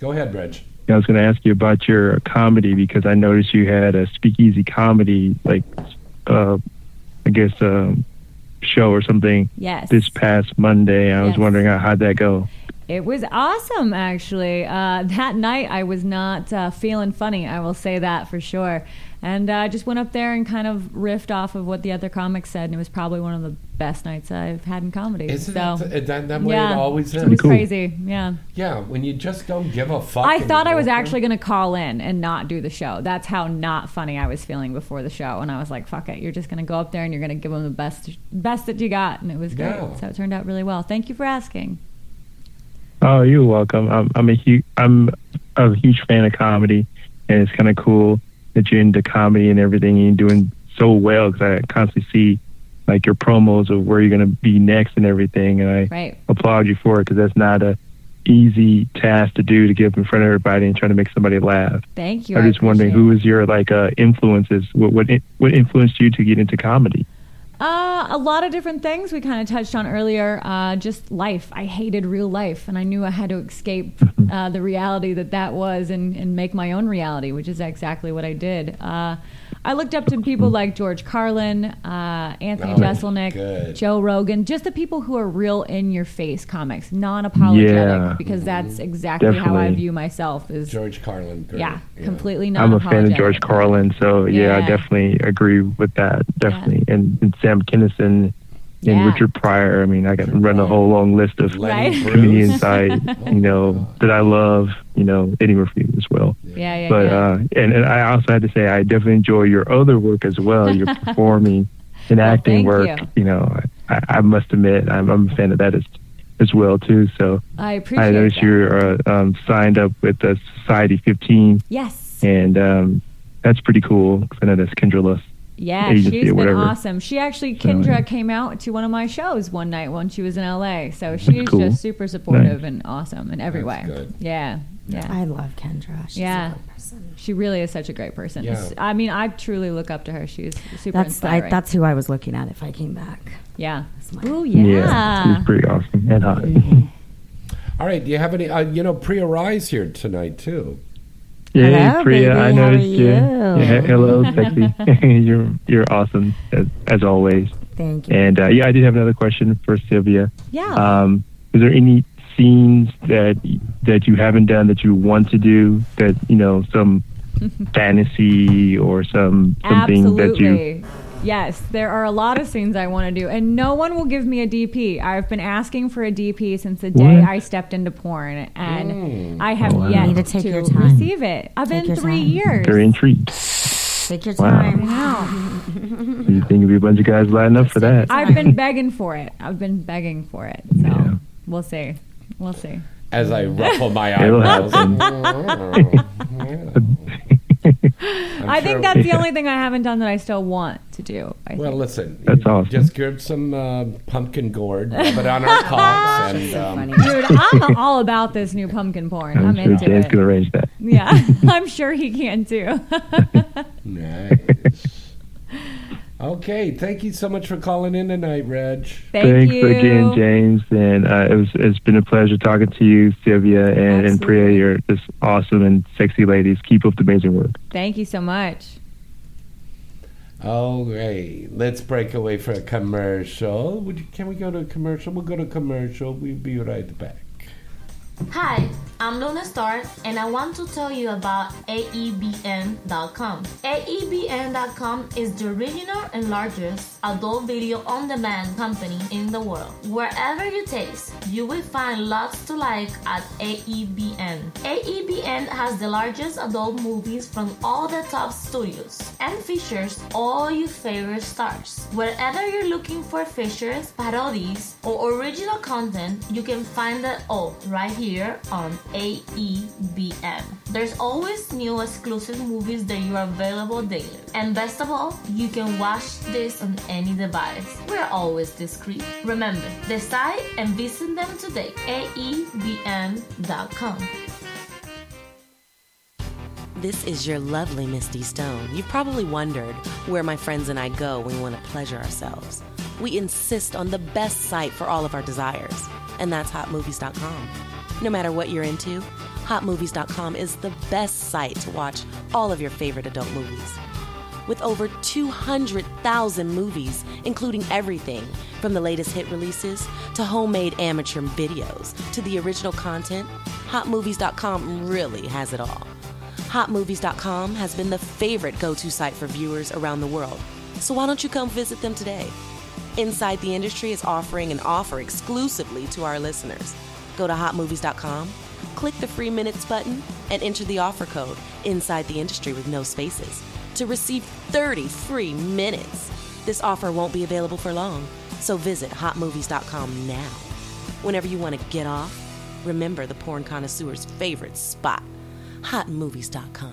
[SPEAKER 2] Go ahead, Reg.
[SPEAKER 16] Yeah, I was going to ask you about your comedy because I noticed you had a speakeasy comedy, like, uh, I guess, um, show or something.
[SPEAKER 5] Yes.
[SPEAKER 16] This past Monday, I was
[SPEAKER 5] Yes.
[SPEAKER 16] wondering how, how'd that go.
[SPEAKER 5] It was awesome, actually. Uh, that night, I was not uh, feeling funny. I will say that for sure. And uh, I just went up there and kind of riffed off of what the other comics said, and it was probably one of the best nights I've had in comedy.
[SPEAKER 2] Isn't
[SPEAKER 5] so,
[SPEAKER 2] that, that, that way it always is?
[SPEAKER 5] It was crazy. Yeah.
[SPEAKER 2] Yeah, when you just don't give a fuck.
[SPEAKER 5] I
[SPEAKER 2] and
[SPEAKER 5] thought I was
[SPEAKER 2] walk in.
[SPEAKER 5] actually going to call in and not do the show. That's how not funny I was feeling before the show. And I was like, fuck it. You're just going to go up there and you're going to give them the best, best that you got. And it was great.
[SPEAKER 16] Yeah.
[SPEAKER 5] So it turned out really well. Thank you for asking.
[SPEAKER 16] Oh, you're welcome. I'm, I'm a huge, I'm a huge fan of comedy, and it's kind of cool that you're into comedy and everything, and you're doing so well because I constantly see like your promos of where you're going to be next and everything, and I
[SPEAKER 5] Right.
[SPEAKER 16] applaud you for it because that's not a easy task to do to get up in front of everybody and try to make somebody laugh.
[SPEAKER 5] Thank you.
[SPEAKER 16] I'm
[SPEAKER 5] I
[SPEAKER 16] just wondering
[SPEAKER 5] appreciate
[SPEAKER 16] who was your like uh, influences? What what in- what influenced you to get into comedy?
[SPEAKER 5] Uh, a lot of different things we kind of touched on earlier. Uh, just life. I hated real life, and I knew I had to escape uh, the reality that that was and, and make my own reality, which is exactly what I did. Uh, I looked up to people like George Carlin, uh, Anthony
[SPEAKER 17] Oh,
[SPEAKER 5] Jeselnik,
[SPEAKER 17] good.
[SPEAKER 5] Joe Rogan, just the people who are real in your face comics, non apologetic,
[SPEAKER 16] Yeah.
[SPEAKER 5] because
[SPEAKER 16] Mm-hmm.
[SPEAKER 5] that's exactly how I
[SPEAKER 16] Definitely.
[SPEAKER 5] view myself. Is
[SPEAKER 2] George Carlin.
[SPEAKER 5] Yeah, completely non
[SPEAKER 16] I'm a fan of
[SPEAKER 5] apologetic.
[SPEAKER 16] George Carlin, so
[SPEAKER 5] Yeah.
[SPEAKER 16] yeah, I definitely agree with that. Definitely, and, and Sam Kinison and
[SPEAKER 5] Yeah.
[SPEAKER 16] Richard Pryor. I mean, I can run a whole long list of
[SPEAKER 5] Lenny Right. Bruce.
[SPEAKER 16] comedians I, you know, that I love. You know, Eddie Murphy as well.
[SPEAKER 5] Yeah, yeah,
[SPEAKER 16] but
[SPEAKER 5] yeah.
[SPEAKER 16] uh, and and I also had to say I definitely enjoy your other work as well. Your performing and
[SPEAKER 5] thank
[SPEAKER 16] acting work.
[SPEAKER 5] you.
[SPEAKER 16] know, I, I must admit I'm, I'm a fan of that as as well too. So
[SPEAKER 5] I appreciate
[SPEAKER 16] I noticed
[SPEAKER 5] that.
[SPEAKER 16] you're uh, um, signed up with uh, Society 15
[SPEAKER 5] Yes.
[SPEAKER 16] and um, that's pretty cool. 'cause I know that's Kindraless.
[SPEAKER 5] Yeah,
[SPEAKER 16] agency
[SPEAKER 5] she's
[SPEAKER 16] or
[SPEAKER 5] been
[SPEAKER 16] whatever.
[SPEAKER 5] awesome. She actually, Kendra, came out to one of my shows one night when she was in LA. So she's
[SPEAKER 16] cool.
[SPEAKER 5] just super supportive
[SPEAKER 16] Nice.
[SPEAKER 5] and awesome in every
[SPEAKER 3] That's
[SPEAKER 5] way.
[SPEAKER 3] good.
[SPEAKER 5] Yeah, yeah.
[SPEAKER 3] I love Kendra. She's a
[SPEAKER 5] yeah,
[SPEAKER 3] good person.
[SPEAKER 5] she really is such a great person.
[SPEAKER 3] Yeah.
[SPEAKER 5] I mean, I truly look up to her. She's super
[SPEAKER 3] That's I,
[SPEAKER 5] inspiring.
[SPEAKER 3] that's who I was looking at if I came back.
[SPEAKER 5] yeah. Oh
[SPEAKER 16] yeah,
[SPEAKER 5] yeah.
[SPEAKER 16] she's pretty awesome and hot.
[SPEAKER 2] All right, do you have any? Uh, you know, Priya Rye's here tonight too.
[SPEAKER 16] Yeah,
[SPEAKER 2] Hello,
[SPEAKER 16] Priya,
[SPEAKER 2] baby,
[SPEAKER 16] I
[SPEAKER 2] how are
[SPEAKER 16] noticed you.
[SPEAKER 2] you?
[SPEAKER 16] Yeah, he- hello, sexy. you're you're awesome as, as always.
[SPEAKER 3] Thank you.
[SPEAKER 16] And uh, yeah, I did have another question for Sylvia.
[SPEAKER 3] Yeah.
[SPEAKER 16] Um, is there any scenes that that you haven't done that you want to do that you know some fantasy or some something that you
[SPEAKER 5] Absolutely. Yes, there are a lot of scenes I want to do, and no one will give me a DP. I've been asking for a DP since the day
[SPEAKER 3] What?
[SPEAKER 5] I stepped into porn, and
[SPEAKER 3] Mm.
[SPEAKER 5] I have
[SPEAKER 3] Oh, wow.
[SPEAKER 5] yet
[SPEAKER 3] You need
[SPEAKER 5] to,
[SPEAKER 3] to take your time.
[SPEAKER 5] receive it. I've
[SPEAKER 3] Take
[SPEAKER 5] been
[SPEAKER 3] your
[SPEAKER 5] three
[SPEAKER 3] time.
[SPEAKER 5] years.
[SPEAKER 16] they're intrigued?
[SPEAKER 3] Take your
[SPEAKER 16] Wow.
[SPEAKER 3] time.
[SPEAKER 16] Do you think it'd be a bunch of guys lining up for that?
[SPEAKER 5] I've been begging for it. I've been begging for it. So we'll see. We'll see.
[SPEAKER 2] As I ruffle my
[SPEAKER 16] It'll
[SPEAKER 2] eyebrows.
[SPEAKER 5] I think
[SPEAKER 2] sure-
[SPEAKER 5] that's the only thing I haven't done that I still want to do. I
[SPEAKER 2] Well, listen.
[SPEAKER 16] That's awesome.
[SPEAKER 2] Just grab some uh, pumpkin gourd, rub it on our cocks, and um,
[SPEAKER 5] Dude, I'm all about this new pumpkin porn. I'm,
[SPEAKER 16] I'm sure
[SPEAKER 5] into
[SPEAKER 16] Dan's
[SPEAKER 5] it.
[SPEAKER 16] gonna arrange that.
[SPEAKER 5] Yeah, I'm sure he can too.
[SPEAKER 2] Nice. Okay, thank you so much for calling in tonight, Reg.
[SPEAKER 16] Thanks again, James, and uh, it was it's been a pleasure talking to you, Sylvia, and, and Priya. You're just awesome and sexy ladies. Keep up the amazing work.
[SPEAKER 5] Thank you so much.
[SPEAKER 2] Okay, let's break away for a commercial. Would you, can we go to a commercial? We'll go to commercial. We'll be right back.
[SPEAKER 10] Hi, I'm Luna Star, and I want to tell you about E AEBN.com. E AEBN.com is the original and largest adult video on demand company in the world. Wherever you taste, you will find lots to like at E AEBN. AEBN E has the largest adult movies from all the top studios and features all your favorite stars. Wherever you're looking for features, parodies, or original content, you can find it all right here on AEBM. There's always new exclusive movies that you are available daily. And best of all, you can watch this on any device. We're always discreet. Remember, decide and visit them today. E AEBM.com.
[SPEAKER 9] This is your lovely Misty Stone. You've probably wondered where my friends and I go when we want to pleasure ourselves. We insist on the best site for all of our desires, and that's hotmovies.com. No matter what you're into, hotmovies.com is the best site to watch all of your favorite adult movies. With over 200,000 movies, including everything from the latest hit releases to homemade amateur videos to the original content, hotmovies.com really has it all. Hotmovies.com has been the favorite go to site for viewers around the world. So why don't you come visit them today? Inside the Industry is offering an offer exclusively to our listeners. Go to hotmovies.com, click the free minutes button, and enter the offer code Inside the Industry with no spaces to receive 30 free minutes. This offer won't be available for long, so visit hotmovies.com now. Whenever you want to get off, remember the porn connoisseur's favorite spot hotmovies.com.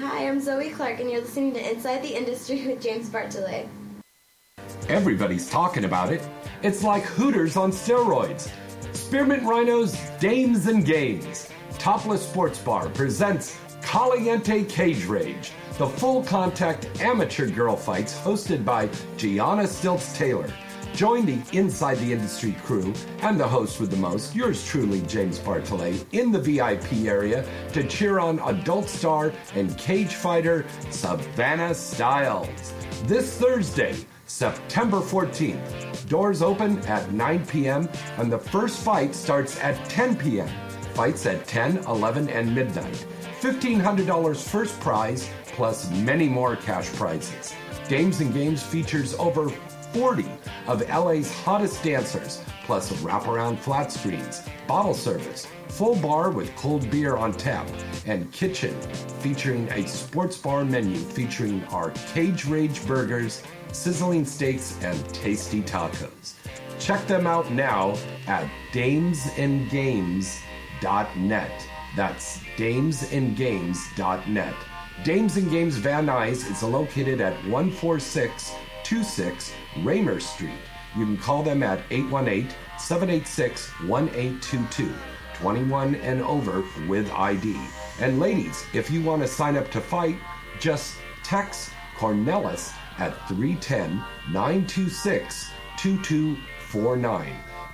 [SPEAKER 17] Hi, I'm Zoe Clark, and you're listening to Inside the Industry with James Bartolet.
[SPEAKER 12] Everybody's talking about it. It's like Hooters on steroids. Spearmint Rhinos, Dames and Games. Topless Sports Bar presents Caliente Cage Rage, the full contact amateur girl fights hosted by Gianna Stilts Taylor. Join the Inside the Industry crew and the host with the most, yours truly, James Bartolet, in the VIP area to cheer on adult star and cage fighter Savannah Styles. This Thursday, September 14th. Doors open at 9 p.m. and the first fight starts at 10 p.m. Fights at 10, 11, and midnight. $1,500 first prize plus many more cash prizes. Games and Games features over
[SPEAKER 18] 40 of LA's hottest dancers, plus wraparound flat screens, bottle service, full bar with cold beer on tap, and kitchen featuring a sports bar menu featuring our Cage Rage burgers, sizzling steaks, and tasty tacos. Check them out now at damesandgames.net. That's damesandgames.net. Dames and Games Van Nuys is located at 14626 Raymer Street. You can call them at 818 786 1822, 21 and over with ID. And ladies, if you want to sign up to fight, just text Cornelis at 310 926 2249.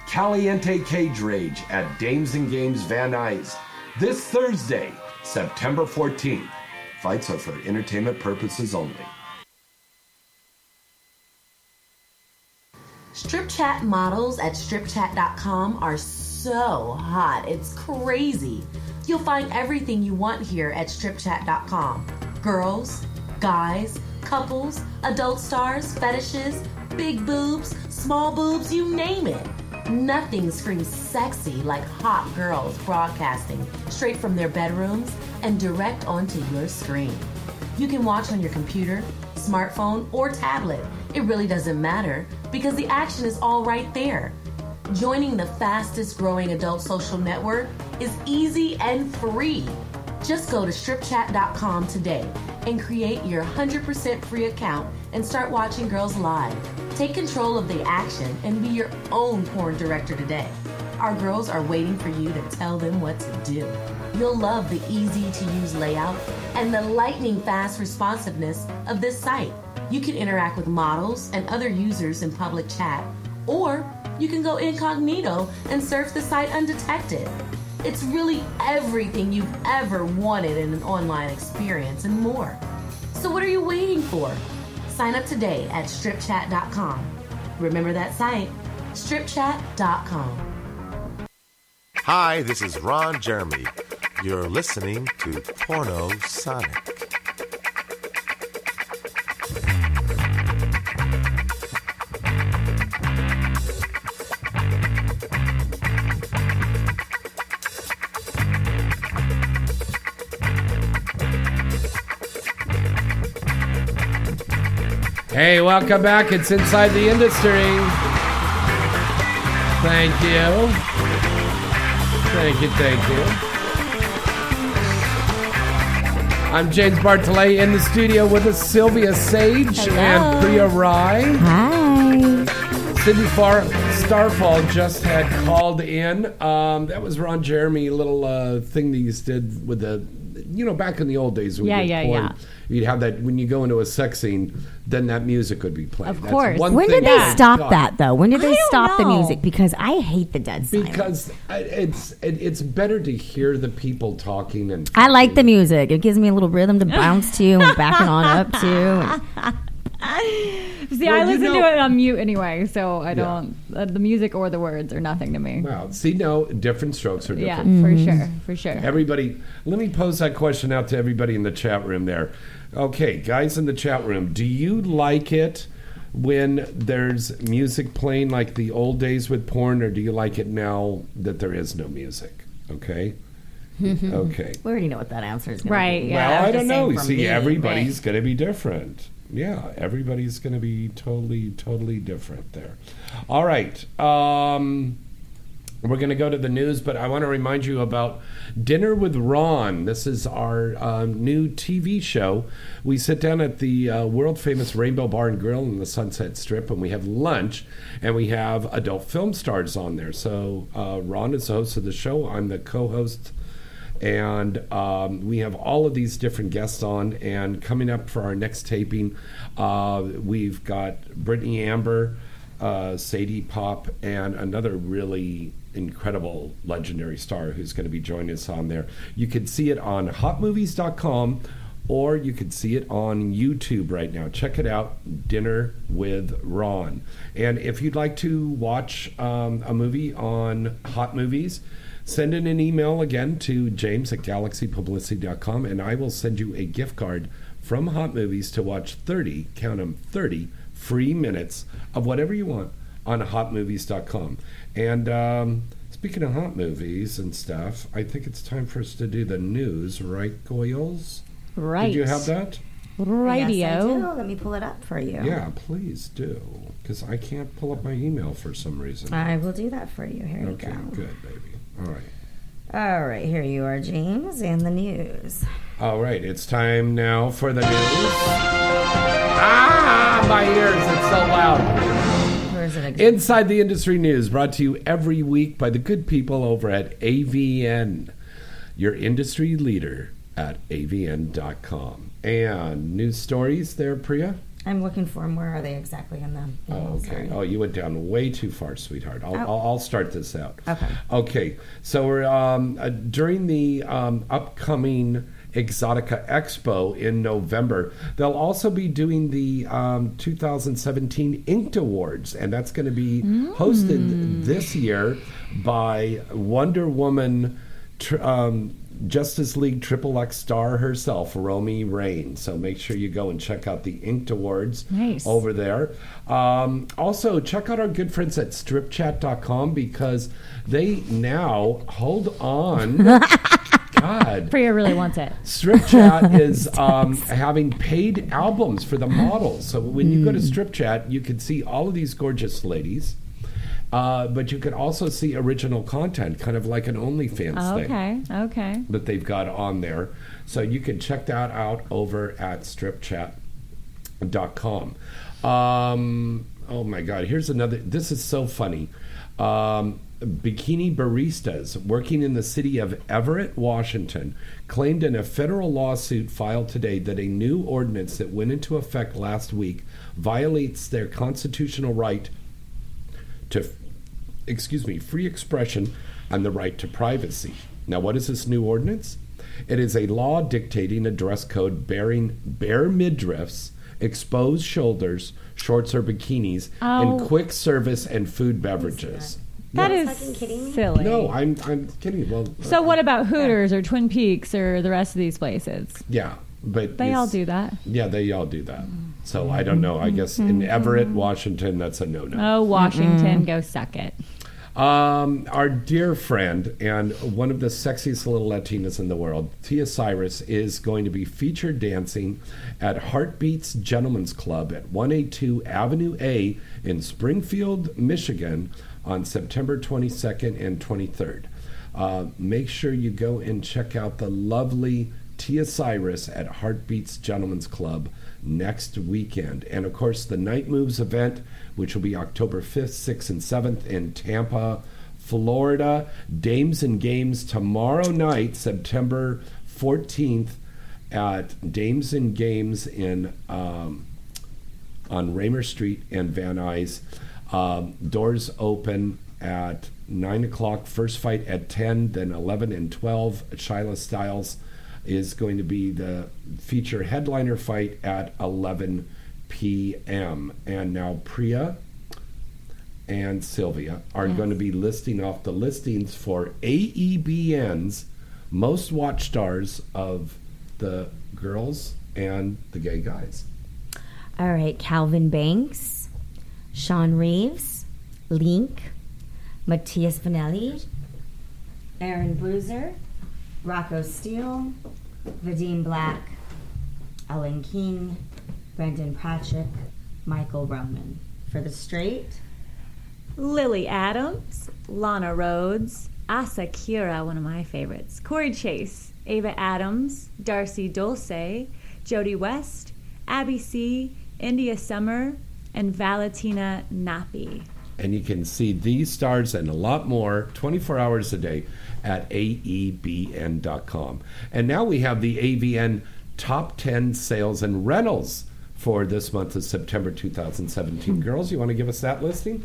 [SPEAKER 18] Caliente Cage Rage at Dames and Games Van Nuys this Thursday, September 14th. Fights are for entertainment purposes only.
[SPEAKER 9] Strip chat models at stripchat.com are so hot. It's crazy. You'll find everything you want here at stripchat.com girls, guys, couples, adult stars, fetishes, big boobs, small boobs, you name it. Nothing screams sexy like hot girls broadcasting straight from their bedrooms and direct onto your screen. You can watch on your computer, smartphone, or tablet. It really doesn't matter because the action is all right there. Joining the fastest growing adult social network is easy and free. Just go to stripchat.com today and create your 100% free account and start watching girls live. Take control of the action and be your own porn director today. Our girls are waiting for you to tell them what to do. You'll love the easy to use layout and the lightning fast responsiveness of this site. You can interact with models and other users in public chat, or you can go incognito and surf the site undetected. It's really everything you've ever wanted in an online experience and more. So, what are you waiting for? Sign up today at stripchat.com. Remember that site, stripchat.com.
[SPEAKER 19] Hi, this is Ron Jeremy. You're listening to Porno Sonic.
[SPEAKER 2] Hey, welcome back. It's Inside the Industry. Thank you. Thank you, thank you. I'm James Bartolet in the studio with us, Sylvia Sage and Priya Rai. Hi. Sydney Far- Starfall just had called in. Um, that was Ron Jeremy, little uh, thing that you did with the, you know, back in the old days when
[SPEAKER 5] Yeah,
[SPEAKER 2] you
[SPEAKER 5] yeah,
[SPEAKER 2] porn,
[SPEAKER 5] yeah.
[SPEAKER 2] you'd have that when you go into a sex scene, then that music would be played.
[SPEAKER 3] Of
[SPEAKER 2] That's
[SPEAKER 3] course.
[SPEAKER 2] one
[SPEAKER 3] When
[SPEAKER 2] thing
[SPEAKER 3] did they
[SPEAKER 2] we've
[SPEAKER 3] stop
[SPEAKER 2] done.
[SPEAKER 3] that though? When did they stop the
[SPEAKER 2] know.
[SPEAKER 3] music? Because I hate the dead silence.
[SPEAKER 2] Because I- it's it, it's better to hear the people talking and
[SPEAKER 3] I like the music. It gives me a little rhythm to bounce to and backing on up to. And
[SPEAKER 5] See,
[SPEAKER 3] Well,
[SPEAKER 5] I
[SPEAKER 3] you
[SPEAKER 5] listen
[SPEAKER 3] know-
[SPEAKER 5] to it on mute anyway, so I
[SPEAKER 2] Yeah.
[SPEAKER 5] don't. Uh, the music or the words are nothing to me.
[SPEAKER 2] Wow. See, no, different strokes are
[SPEAKER 5] Yeah,
[SPEAKER 2] different.
[SPEAKER 5] for sure, for sure.
[SPEAKER 2] Everybody, let me pose that question out to everybody in the chat room there. Okay, guys in the chat room, do you like it when there's music playing like the old days with porn, or do you like it now that there is no music? Okay. okay.
[SPEAKER 3] We already know what that answer is. Gonna
[SPEAKER 5] Right,
[SPEAKER 3] Be.
[SPEAKER 2] well, I don't know. You see, everybody's going to be different. Yeah, everybody's going to be totally, totally different there. All right. Um, we're going to go to the news, but I want to remind you about Dinner with Ron. This is our um, new TV show. We sit down at the uh, world famous Rainbow Bar and Grill in the Sunset Strip, and we have lunch, and we have adult film stars on there. So uh, Ron is the host of the show. I'm the co-host and um, we have all of these different guests on. And coming up for our next taping, uh, we've got Brittany Amber, uh, Sadie Pop, and another really incredible legendary star who's going to be joining us on there. You can see it on hotmovies.com or you can see it on YouTube right now. Check it out, Dinner with Ron. And if you'd like to watch um, a movie on Hot Movies, send in an email again to james at galaxypublicity.com and I will send you a gift card from Hot Movies to watch 30, count 'em, 30 free minutes of whatever you want on hotmovies.com. And um, speaking of hot movies and stuff, I think it's time for us to do the news, right, Goyles?
[SPEAKER 3] Right.
[SPEAKER 2] Did you have that?
[SPEAKER 3] Yes, I do. Let me pull it up for you.
[SPEAKER 2] Yeah, please do. Because I can't pull up my email for some reason.
[SPEAKER 3] I will do that for you. Here
[SPEAKER 2] okay,
[SPEAKER 3] you go.
[SPEAKER 2] good, baby. All right.
[SPEAKER 3] All right, here you are, James, and the news.
[SPEAKER 2] All right, it's time now for the news. Ah, my ears, it's so loud.
[SPEAKER 3] Where's it again?
[SPEAKER 2] Inside the Industry News, brought to you every week by the good people over at AVN, your industry leader at avn.com. And news stories there, Priya?
[SPEAKER 3] I'm looking for them. Where are they exactly in them?
[SPEAKER 2] Oh, okay. Oh, you went down way too far, sweetheart. I'll,
[SPEAKER 3] Oh.
[SPEAKER 2] I'll, I'll start this out.
[SPEAKER 3] Okay.
[SPEAKER 2] Okay. So we're um, uh, during the um, upcoming Exotica Expo in November. They'll also be doing the um, 2017 Inked Awards, and that's going to be hosted this year by Wonder Woman. Tr- um, Justice League Triple X star herself, Romy Rain. So make sure you go and check out the Inked Awards
[SPEAKER 5] Nice.
[SPEAKER 2] over there. Um, also, check out our good friends at stripchat.com because they now hold on. God.
[SPEAKER 5] Priya really wants it.
[SPEAKER 2] Strip Chat is um, having paid albums for the models. So when you go to Strip Chat, you can see all of these gorgeous ladies. Uh, but you can also see original content, kind of like an OnlyFans thing
[SPEAKER 5] Okay. Okay.
[SPEAKER 2] that they've got on there. So you can check that out over at stripchat.com. Um, oh my God, here's another. This is so funny. Um, bikini baristas working in the city of Everett, Washington, claimed in a federal lawsuit filed today that a new ordinance that went into effect last week violates their constitutional right to, excuse me, free expression and the right to privacy. Now, what is this new ordinance? It is a law dictating a dress code bearing bare midriffs, exposed shoulders, shorts or bikinis,
[SPEAKER 3] Oh.
[SPEAKER 2] and quick service and food beverages.
[SPEAKER 5] That is
[SPEAKER 2] Yeah.
[SPEAKER 3] fucking kidding me?
[SPEAKER 5] silly.
[SPEAKER 2] No, I'm I'm kidding. Well, uh,
[SPEAKER 5] So what about Hooters or Twin Peaks or the rest of these places?
[SPEAKER 2] yeah, but
[SPEAKER 5] They all
[SPEAKER 2] it's-
[SPEAKER 5] do that. Mm-hmm.
[SPEAKER 2] Yeah, they all do that. So I don't know. I guess in Everett, Washington, that's a no-no.
[SPEAKER 5] Oh, Washington, go suck it.
[SPEAKER 2] Um, our dear friend and one of the sexiest little Latinas in the world, Tia Cyrus, is going to be featured dancing at Heartbeats Gentlemen's Club at 182 Avenue A in Springfield, Michigan on September 22nd and 23rd. Uh, make sure you go and check out the lovely Tia Cyrus at Heartbeats Gentlemen's Club next weekend. And of course, the Night Moves event, which will be October 5th, 6th, and 7th in Tampa, Florida. Dames and Games tomorrow night, September 14th, at Dames and Games in. Um, on Raymer Street and Van Nuys. Um, doors open at 9 o'clock, first fight at 10, then 11 and 12. Shyla Styles is going to be the feature headliner fight at 11 p.m. And now Priya and Sylvia are
[SPEAKER 20] Yes.
[SPEAKER 2] going to be listing off the listings for AEBN's most watch stars of the girls and the gay guys.
[SPEAKER 3] All right, Calvin Banks, Sean Reeves, Link, Matthias Finelli, Aaron Bruiser, Rocco Steele, Vadim Black, Ellen King, Brendan Patrick, Michael Roman. For the straight,
[SPEAKER 21] Lily Adams, Lana Rhodes, Asa Kira, one of my favorites, Corey Chase, Ava Adams, Darcy Dulce, Jody West, Abby C, India Summer, and Valentina Napi.
[SPEAKER 2] And you can see these stars and a lot more 24 hours a E day at aebn.com. And now we have the AVN top 10 sales and rentals for this month of September 2017. Girls, you want to give us that listing?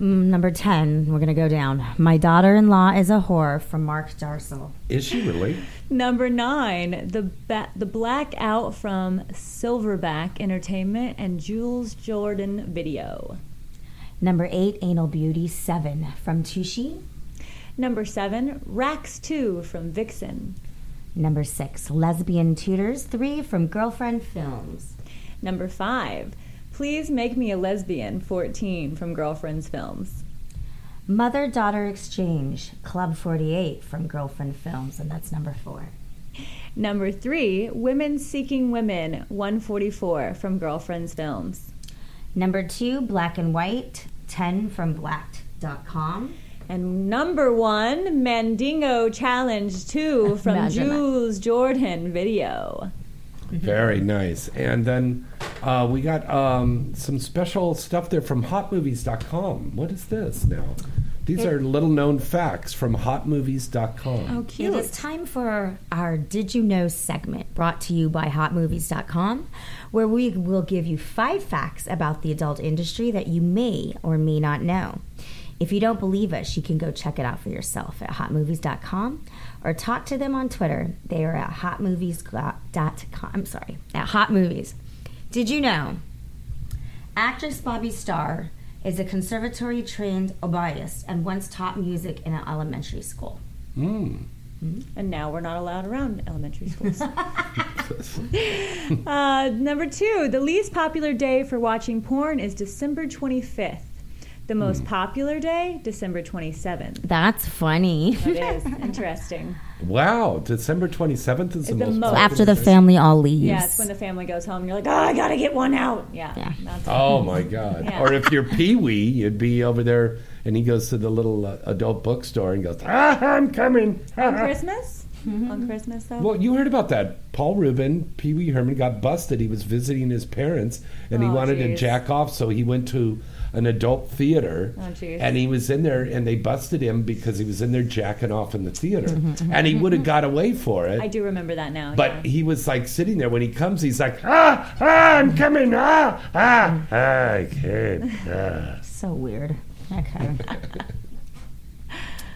[SPEAKER 3] mm, number 10, we're going to go down. My daughter in law is a whore from Mark Darsel.
[SPEAKER 2] Is she really?
[SPEAKER 21] Number nine, the ba- the blackout from Silverback Entertainment and Jules Jordan Video.
[SPEAKER 3] Number 8, Anal Beauty 7 from Tushi.
[SPEAKER 21] Number seven, Rax Two from Vixen.
[SPEAKER 3] Number 6, Lesbian Tutors 3 from Girlfriend Films.
[SPEAKER 21] Number five,
[SPEAKER 5] Please Make Me a Lesbian, 14, from Girlfriends Films.
[SPEAKER 3] Mother Daughter Exchange, Club 48 from Girlfriend Films, and that's number four.
[SPEAKER 5] Number three, Women Seeking Women, 144, from Girlfriends Films.
[SPEAKER 3] Number two, Black and White, 10 from blacked.com.
[SPEAKER 5] And number one, Mandingo Challenge 2 from
[SPEAKER 3] Imagine that.
[SPEAKER 5] Jules Jordan Video.
[SPEAKER 2] Very nice. And then uh, we got um, some special stuff there from hotmovies.com. What is this now? These are little known facts from hotmovies.com.
[SPEAKER 3] It is time for our Did You Know segment brought to you by hotmovies.com, where we will give you five facts about the adult industry that you may or may not know. If you don't believe us, you can go check it out for yourself at hotmovies.com or talk to them on Twitter. They are at hotmovies.com. I'm sorry, at hotmovies. Did you know? Actress Bobby Starr is a conservatory trained oboist and once taught music in an elementary school.
[SPEAKER 2] Mm.
[SPEAKER 5] And now we're not allowed around elementary schools. uh, number two, the least popular day for watching porn is December 25th. The
[SPEAKER 3] Hmm.
[SPEAKER 5] most popular day, December 27th.
[SPEAKER 3] That's funny.
[SPEAKER 5] That is interesting.
[SPEAKER 2] Wow, December 27th is the,
[SPEAKER 5] The
[SPEAKER 2] most
[SPEAKER 5] most.
[SPEAKER 2] popular
[SPEAKER 3] After the
[SPEAKER 2] day.
[SPEAKER 3] family all leaves.
[SPEAKER 5] Yeah, it's when the family goes home and you're like, oh, I gotta get one out. Yeah. that's-
[SPEAKER 2] Oh my God!
[SPEAKER 5] Yeah.
[SPEAKER 2] Or if you're Pee Wee, you'd be over there, and he goes to the little uh, adult bookstore and goes, "Ah, I'm coming."
[SPEAKER 5] On Christmas? On Christmas, though?
[SPEAKER 2] Mm-hmm. Well, you heard about that. Paul Rubin, Pee Wee Herman, got busted. He was visiting his parents, and he
[SPEAKER 5] Oh,
[SPEAKER 2] wanted to
[SPEAKER 5] geez.
[SPEAKER 2] jack off, so he went to an adult theater.
[SPEAKER 5] Oh, geez.
[SPEAKER 2] and he was in there, and they busted him because he was in there jacking off in the theater,
[SPEAKER 3] Mm-hmm,
[SPEAKER 2] and he would have got away for it.
[SPEAKER 5] I do remember that now.
[SPEAKER 2] But he was like sitting there when he comes. He's like, ah, ah, I'm coming, ah, ah, ah, I can't. Ah.
[SPEAKER 3] So weird. Okay.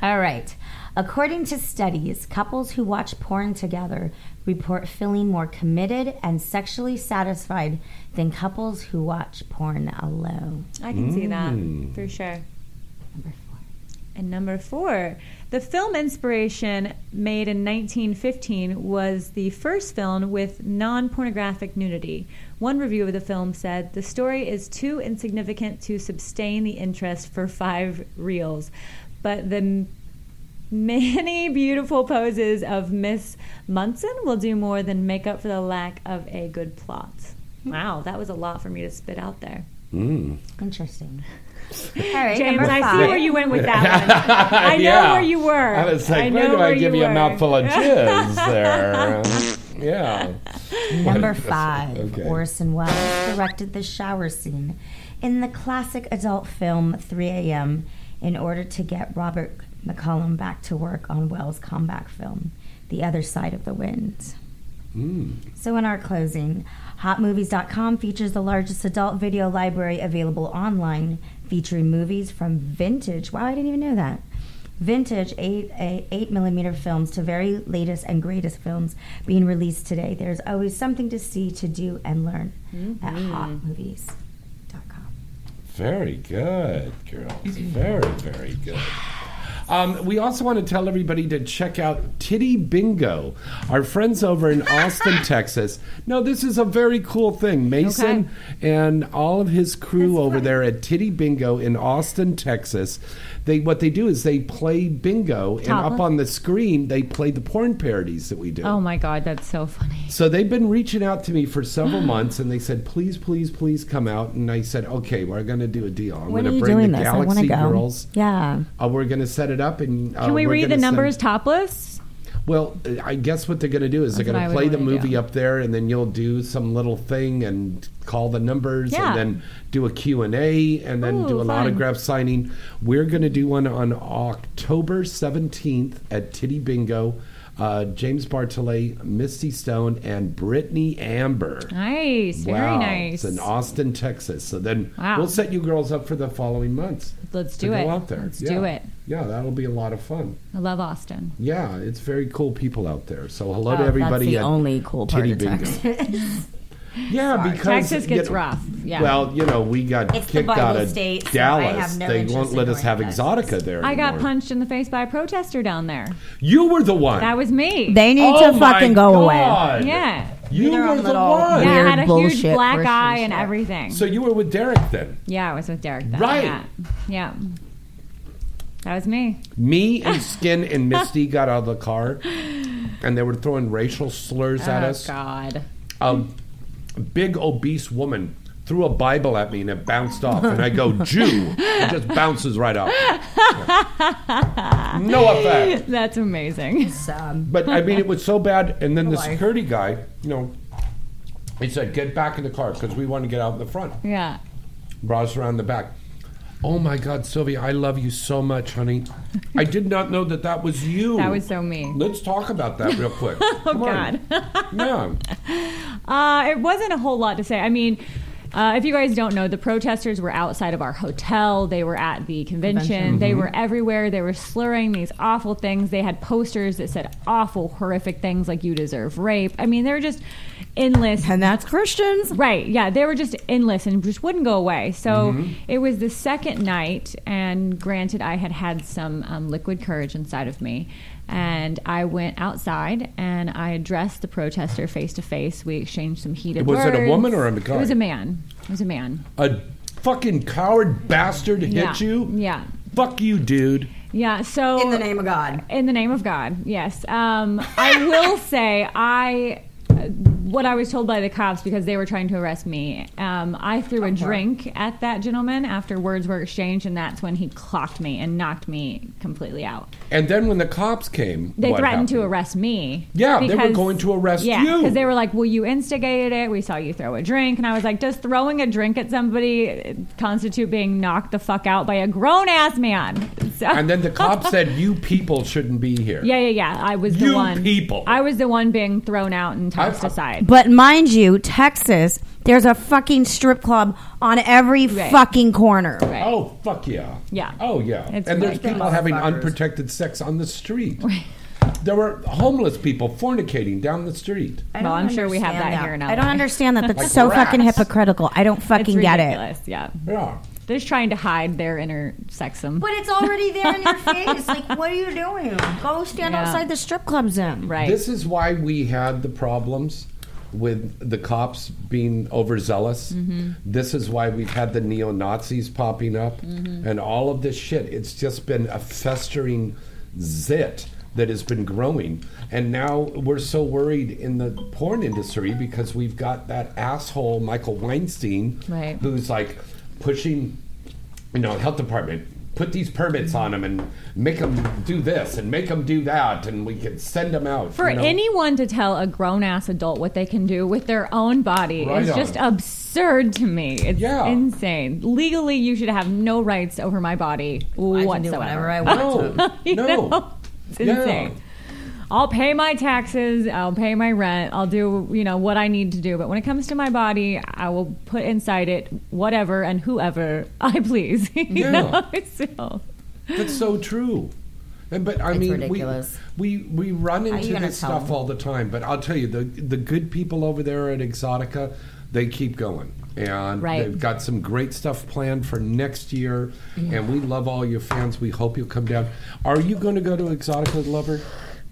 [SPEAKER 3] All right. According to studies, couples who watch porn together report feeling more committed and sexually satisfied than couples who watch porn alone.
[SPEAKER 5] I can see that
[SPEAKER 3] Mm.
[SPEAKER 5] for sure. Number four. And number four, the film inspiration made in 1915 was the first film with non pornographic nudity. One review of the film said the story is too insignificant to sustain the interest for five reels, but the m- many beautiful poses of Miss Munson will do more than make up for the lack of a good plot. Wow, that was a lot for me to spit out there.
[SPEAKER 2] Mm.
[SPEAKER 3] Interesting. All right,
[SPEAKER 5] James,
[SPEAKER 3] number
[SPEAKER 5] I see
[SPEAKER 3] five.
[SPEAKER 5] where you went with that one. I know
[SPEAKER 2] Yeah.
[SPEAKER 5] where you were.
[SPEAKER 2] I was like,
[SPEAKER 5] know
[SPEAKER 2] where do I
[SPEAKER 5] where
[SPEAKER 2] give you, a
[SPEAKER 5] were."
[SPEAKER 2] mouthful of jizz there? Um, yeah.
[SPEAKER 3] Number five,
[SPEAKER 2] Okay.
[SPEAKER 3] Orson Welles directed the shower scene in the classic adult film 3 a.m. in order to get Robert McCollum back to work on Welles' comeback film, The Other Side of the Wind. So, in our closing, HotMovies.com features the largest adult video library available online, featuring movies from vintage. Wow, I didn't even know that. Vintage 8, eh, 8 millimeter films to very latest and greatest films being released today. There's always something to see, to do, and learn at
[SPEAKER 5] Mm-hmm.
[SPEAKER 3] HotMovies.com.
[SPEAKER 2] Very good, girls. Very, very good. Um, we also want to tell everybody to check out Titty Bingo, our friends over in Austin, Texas. No, this is a very cool thing. Mason and all of his crew over there at Titty Bingo in Austin, Texas. They what they do is they play bingo, and
[SPEAKER 5] Top
[SPEAKER 2] up
[SPEAKER 5] of-
[SPEAKER 2] on the screen they play the porn parodies that we do.
[SPEAKER 5] Oh my god, that's so funny.
[SPEAKER 2] So they've been reaching out to me for several months, and they said, "Please, please, please come out." And I said, "Okay, we're going to do a deal. I'm
[SPEAKER 3] When
[SPEAKER 2] going
[SPEAKER 3] are
[SPEAKER 2] to
[SPEAKER 3] you
[SPEAKER 2] bring
[SPEAKER 3] doing
[SPEAKER 2] the
[SPEAKER 3] this? I want to
[SPEAKER 2] Galaxy
[SPEAKER 3] go.
[SPEAKER 2] Girls.
[SPEAKER 3] Yeah.
[SPEAKER 2] Uh, we're going to set it up, and uh,
[SPEAKER 5] Can we
[SPEAKER 2] we're
[SPEAKER 5] read
[SPEAKER 2] gonna
[SPEAKER 5] the
[SPEAKER 2] send-
[SPEAKER 5] numbers topless?
[SPEAKER 2] well, uh, I guess what they're going to do is
[SPEAKER 5] That's
[SPEAKER 2] they're
[SPEAKER 5] what I
[SPEAKER 2] going to
[SPEAKER 5] would
[SPEAKER 2] play the
[SPEAKER 5] wanna
[SPEAKER 2] movie
[SPEAKER 5] do.
[SPEAKER 2] up there, and then you'll do some little thing and call the numbers,
[SPEAKER 5] Yeah.
[SPEAKER 2] and then do a Q and A, and then do
[SPEAKER 5] Ooh,
[SPEAKER 2] an
[SPEAKER 5] fun.
[SPEAKER 2] autograph signing. We're going to do one on October seventeenth at Titty Bingo. Uh, James Bartolet, Misty Stone, and Brittany Amber.
[SPEAKER 5] Nice, very
[SPEAKER 2] Wow.
[SPEAKER 5] nice.
[SPEAKER 2] It's in Austin, Texas. So then
[SPEAKER 5] Wow.
[SPEAKER 2] we'll set you girls up for the following months.
[SPEAKER 5] Let's
[SPEAKER 2] to
[SPEAKER 5] do
[SPEAKER 2] go
[SPEAKER 5] it.
[SPEAKER 2] out there.
[SPEAKER 5] Let's
[SPEAKER 2] Yeah.
[SPEAKER 5] do it.
[SPEAKER 2] Yeah, that'll be a lot of fun.
[SPEAKER 5] I love Austin.
[SPEAKER 2] Yeah, it's very cool people out there. So hello
[SPEAKER 5] Oh,
[SPEAKER 2] to
[SPEAKER 5] that's
[SPEAKER 2] everybody.
[SPEAKER 5] the
[SPEAKER 2] at
[SPEAKER 5] only cool part
[SPEAKER 2] Titty
[SPEAKER 5] of
[SPEAKER 2] Bingo. Yeah, because
[SPEAKER 5] Texas
[SPEAKER 2] you
[SPEAKER 5] gets
[SPEAKER 2] know-
[SPEAKER 5] rough. Yeah.
[SPEAKER 2] Well, you know, we got
[SPEAKER 5] It's the
[SPEAKER 2] kicked
[SPEAKER 5] Bible
[SPEAKER 2] out of
[SPEAKER 5] state, so I
[SPEAKER 2] Dallas.
[SPEAKER 5] have no
[SPEAKER 2] they
[SPEAKER 5] interest
[SPEAKER 2] won't
[SPEAKER 5] in
[SPEAKER 2] let us
[SPEAKER 5] going
[SPEAKER 2] have Exotica there.
[SPEAKER 5] I got
[SPEAKER 2] anymore.
[SPEAKER 5] punched in the face by a protester down there.
[SPEAKER 2] You were the one.
[SPEAKER 5] That was me.
[SPEAKER 2] They need Oh to my fucking go away. God.
[SPEAKER 5] Yeah.
[SPEAKER 2] You
[SPEAKER 3] Their
[SPEAKER 2] were
[SPEAKER 3] own
[SPEAKER 2] the
[SPEAKER 3] little
[SPEAKER 2] one.
[SPEAKER 5] Yeah, I
[SPEAKER 3] weird
[SPEAKER 5] had a huge
[SPEAKER 3] bullshit
[SPEAKER 5] black
[SPEAKER 3] version
[SPEAKER 5] eye and
[SPEAKER 3] shit.
[SPEAKER 5] everything.
[SPEAKER 2] So you were with Derek then.
[SPEAKER 5] yeah, I was with Derek. Then.
[SPEAKER 2] Right.
[SPEAKER 5] Yeah. yeah. That was me.
[SPEAKER 2] Me and Skin and Misty got out of the car, and they were throwing racial slurs at
[SPEAKER 5] oh,
[SPEAKER 2] us.
[SPEAKER 5] God.
[SPEAKER 2] Um, A big obese woman threw a Bible at me, and it bounced off. And I go, Jew. It just bounces right off. No effect.
[SPEAKER 5] That's amazing. Sad.
[SPEAKER 2] But I mean, it was so bad. And then the
[SPEAKER 5] Life.
[SPEAKER 2] security guy, you know, he said, "Get back in the car because we want to get out in the front."
[SPEAKER 5] Yeah.
[SPEAKER 2] Brought us around the back. Oh my God, Sylvia, I love you so much, honey. I did not know that that was you.
[SPEAKER 5] That was so me.
[SPEAKER 2] Let's talk about that real quick.
[SPEAKER 5] Oh, God.
[SPEAKER 2] Yeah.
[SPEAKER 5] Uh, it wasn't a whole lot to say. I mean, uh, if you guys don't know, the protesters were outside of our hotel. They were at the convention.
[SPEAKER 22] Convention.
[SPEAKER 5] They
[SPEAKER 2] Mm-hmm.
[SPEAKER 22] Mhm.
[SPEAKER 5] were everywhere. They were slurring these awful things. They had posters that said awful, horrific things like "You deserve rape." I mean, they were just endless. And that's Christians, right? Yeah, they were just endless and just wouldn't go away. So
[SPEAKER 2] Mm-hmm.
[SPEAKER 22] Mhm.
[SPEAKER 5] it was the second night, and granted, I had had some um, liquid courage inside of me. And I went outside and I addressed the protester face to face. We exchanged some heated
[SPEAKER 2] Was it
[SPEAKER 5] words.
[SPEAKER 2] a woman or a guy?
[SPEAKER 5] It was a man. It was a man.
[SPEAKER 2] A fucking coward bastard hit
[SPEAKER 5] yeah.
[SPEAKER 2] you?
[SPEAKER 5] Yeah.
[SPEAKER 2] Fuck you, dude.
[SPEAKER 5] Yeah. So in the name of God. In the name of God. Yes. Um, I will say I. What I was told by the cops because they were trying to arrest me, um, I threw a drink at that gentleman after words were exchanged, and that's when he clocked me and knocked me completely out.
[SPEAKER 2] And then when the cops came,
[SPEAKER 5] They
[SPEAKER 2] what
[SPEAKER 5] threatened
[SPEAKER 2] happened?
[SPEAKER 5] to arrest me.
[SPEAKER 2] Yeah, they were going to arrest
[SPEAKER 5] yeah,
[SPEAKER 2] you.
[SPEAKER 5] because they were like, "Well, you instigated it. We saw you throw a drink," and I was like, "Does throwing a drink at somebody constitute being knocked the fuck out by a grown ass man?" So,
[SPEAKER 2] And then the cops said, "You people shouldn't be here."
[SPEAKER 5] "Yeah, yeah, yeah. I was
[SPEAKER 2] You
[SPEAKER 5] the one.
[SPEAKER 2] people.
[SPEAKER 5] I was the one being thrown out and tossed aside."
[SPEAKER 3] But mind you, Texas, there's a fucking strip club on every fucking corner.
[SPEAKER 2] Oh fuck yeah.
[SPEAKER 5] Yeah.
[SPEAKER 2] Oh yeah.
[SPEAKER 3] It's
[SPEAKER 2] and there's
[SPEAKER 3] ridiculous.
[SPEAKER 2] people having
[SPEAKER 3] Motherfuckers.
[SPEAKER 2] unprotected sex on the street. there were homeless people fornicating down the street.
[SPEAKER 3] I don't
[SPEAKER 5] Well, I'm sure we have
[SPEAKER 3] understand
[SPEAKER 5] that here in
[SPEAKER 3] I don't
[SPEAKER 5] LA.
[SPEAKER 3] understand that. That's
[SPEAKER 2] Like
[SPEAKER 3] so
[SPEAKER 2] rats.
[SPEAKER 3] fucking hypocritical. I don't fucking get it.
[SPEAKER 5] ridiculous, Yeah.
[SPEAKER 2] Yeah.
[SPEAKER 5] They're just trying to hide their inner sexism.
[SPEAKER 3] But it's already there in your face. Like, what are you doing? Go stand
[SPEAKER 5] Yeah.
[SPEAKER 3] outside the strip club zone.
[SPEAKER 5] Right.
[SPEAKER 2] This is why we had the problems with the cops being overzealous.
[SPEAKER 3] Mhm.
[SPEAKER 2] This is why we've had the neo Nazis popping up and all of this shit. It's just been a festering zit that has been growing. And now we're so worried in the porn industry because we've got that asshole Michael Weinstein
[SPEAKER 5] Right.
[SPEAKER 2] who's like pushing, you know, health department, put these permits on them and make them do this and make them do that, and we can send them out
[SPEAKER 5] For
[SPEAKER 2] you know?
[SPEAKER 5] anyone to tell a grown ass adult what they can do with their own body
[SPEAKER 2] Right
[SPEAKER 5] is
[SPEAKER 2] on.
[SPEAKER 5] just absurd to me. It's
[SPEAKER 2] Yeah.
[SPEAKER 5] insane. Legally, you should have no rights over my body whatsoever.
[SPEAKER 2] do whatever
[SPEAKER 5] I
[SPEAKER 2] want No, to. no.
[SPEAKER 5] It's
[SPEAKER 2] Yeah.
[SPEAKER 5] insane. I'll pay my taxes. I'll pay my rent. I'll do you know what I need to do. But when it comes to my body, I will put inside it whatever and whoever I please. You
[SPEAKER 2] Yeah.
[SPEAKER 5] know? So-
[SPEAKER 2] That's so true. And, but I
[SPEAKER 3] It's
[SPEAKER 2] mean,
[SPEAKER 3] ridiculous.
[SPEAKER 2] We, we we run
[SPEAKER 3] How you
[SPEAKER 2] into
[SPEAKER 3] gonna
[SPEAKER 2] this
[SPEAKER 3] tell
[SPEAKER 2] stuff
[SPEAKER 3] them?
[SPEAKER 2] all the time. But I'll tell you, the the good people over there at Exotica, they keep going, and
[SPEAKER 5] Right.
[SPEAKER 2] they've got some great stuff planned for next year. And we love all your fans. We hope you'll come down. Are you going to go to Exotica, lover?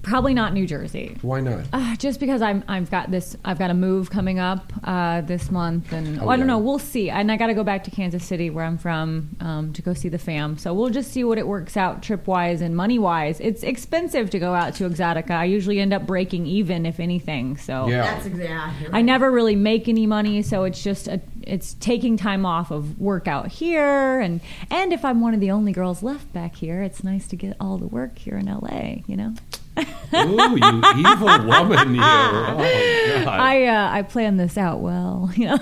[SPEAKER 5] probably not New Jersey.
[SPEAKER 2] Why not?
[SPEAKER 5] Uh, just because I'm, I've got this, I've got a move coming up uh, this month, and
[SPEAKER 2] Oh,
[SPEAKER 5] well, I don't
[SPEAKER 2] yeah.
[SPEAKER 5] know. We'll see. And I got to go back to Kansas City, where I'm from, um, to go see the fam. So we'll just see what it works out trip wise and money wise. It's expensive to go out to Exotica. I usually end up breaking even, if anything. So
[SPEAKER 22] Yeah. That's
[SPEAKER 5] exactly. I never really make any money, so it's just a, it's taking time off of work out here, and and if I'm one of the only girls left back here, it's nice to get all the work here in LA. You know.
[SPEAKER 2] Ooh, you evil woman! You. Oh, God.
[SPEAKER 5] I uh, I planned this out well. You know?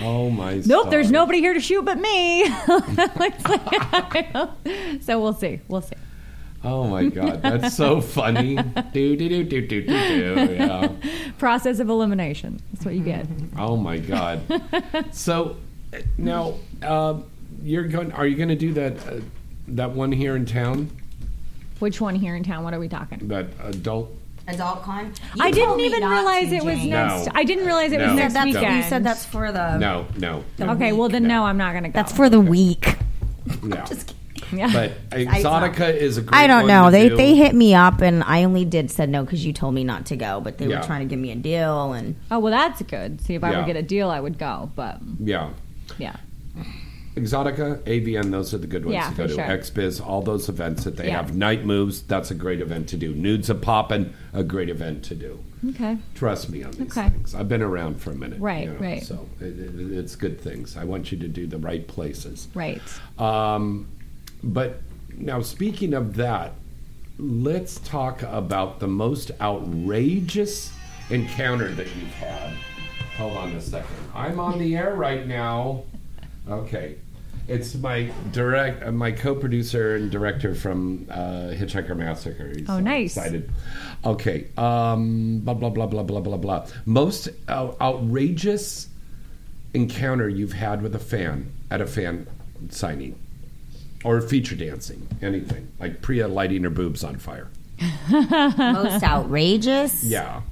[SPEAKER 2] oh my.
[SPEAKER 5] nope, there's
[SPEAKER 2] stars.
[SPEAKER 5] nobody here to shoot but me. It's like- so we'll see. We'll see.
[SPEAKER 2] Oh my God, that's so funny. do do do do do do do. Yeah.
[SPEAKER 5] Process of elimination. That's what you get.
[SPEAKER 2] Oh my God. so eh, now uh, you're going. Are you going to do that? Uh, that one here in town.
[SPEAKER 5] Which one here in town? What are we talking?
[SPEAKER 2] That adult.
[SPEAKER 5] Adult con.
[SPEAKER 17] You
[SPEAKER 5] I didn't
[SPEAKER 17] told me
[SPEAKER 5] even
[SPEAKER 17] not
[SPEAKER 5] realize
[SPEAKER 17] to,
[SPEAKER 5] it was
[SPEAKER 2] Jane.
[SPEAKER 5] next.
[SPEAKER 2] No.
[SPEAKER 5] I didn't realize it
[SPEAKER 2] No.
[SPEAKER 5] was next
[SPEAKER 2] That's- you
[SPEAKER 5] weekend.
[SPEAKER 2] said
[SPEAKER 3] that's for the
[SPEAKER 5] Um,
[SPEAKER 2] No, no.
[SPEAKER 5] okay, well then no, I'm not gonna go.
[SPEAKER 3] That's for the week.
[SPEAKER 2] Yeah.
[SPEAKER 5] Yeah.
[SPEAKER 2] But Exotica is a great
[SPEAKER 3] I don't
[SPEAKER 2] one
[SPEAKER 3] know.
[SPEAKER 2] to
[SPEAKER 3] They
[SPEAKER 2] do.
[SPEAKER 3] they hit me up and I only did said no because you told me not to go, but they
[SPEAKER 2] Yeah.
[SPEAKER 3] were trying to give me a deal and
[SPEAKER 5] Oh well, that's good. See if I
[SPEAKER 2] Yeah.
[SPEAKER 5] would get a deal, I would go. But
[SPEAKER 2] Yeah.
[SPEAKER 5] yeah,
[SPEAKER 2] Exotica, AVN, those are the good ones
[SPEAKER 5] Yeah,
[SPEAKER 2] to go
[SPEAKER 5] for
[SPEAKER 2] to.
[SPEAKER 5] sure.
[SPEAKER 2] XBiz, all those events that they
[SPEAKER 5] Yeah.
[SPEAKER 2] have. Night moves, that's a great event to do. Nudes a poppin', a great event to do.
[SPEAKER 5] okay.
[SPEAKER 2] Trust me on these
[SPEAKER 5] Okay.
[SPEAKER 2] things. I've been around for a minute.
[SPEAKER 5] Right, right.
[SPEAKER 2] So it, it, it's good things. I want you to do the right places.
[SPEAKER 5] Right.
[SPEAKER 2] Um, but now, speaking of that, let's talk about the most outrageous encounter that you've had. Hold on a second. I'm on the air right now. Okay. It's my direct, uh, my co-producer and director from uh, Hitchhiker Massacre. He's
[SPEAKER 5] Oh,
[SPEAKER 2] so
[SPEAKER 5] nice.
[SPEAKER 2] Excited. Okay. Um, blah blah blah blah blah blah blah. Most ou- outrageous encounter you've had with a fan at a fan signing or feature dancing, anything like Priya lighting her boobs on fire.
[SPEAKER 3] most outrageous.
[SPEAKER 2] Yeah.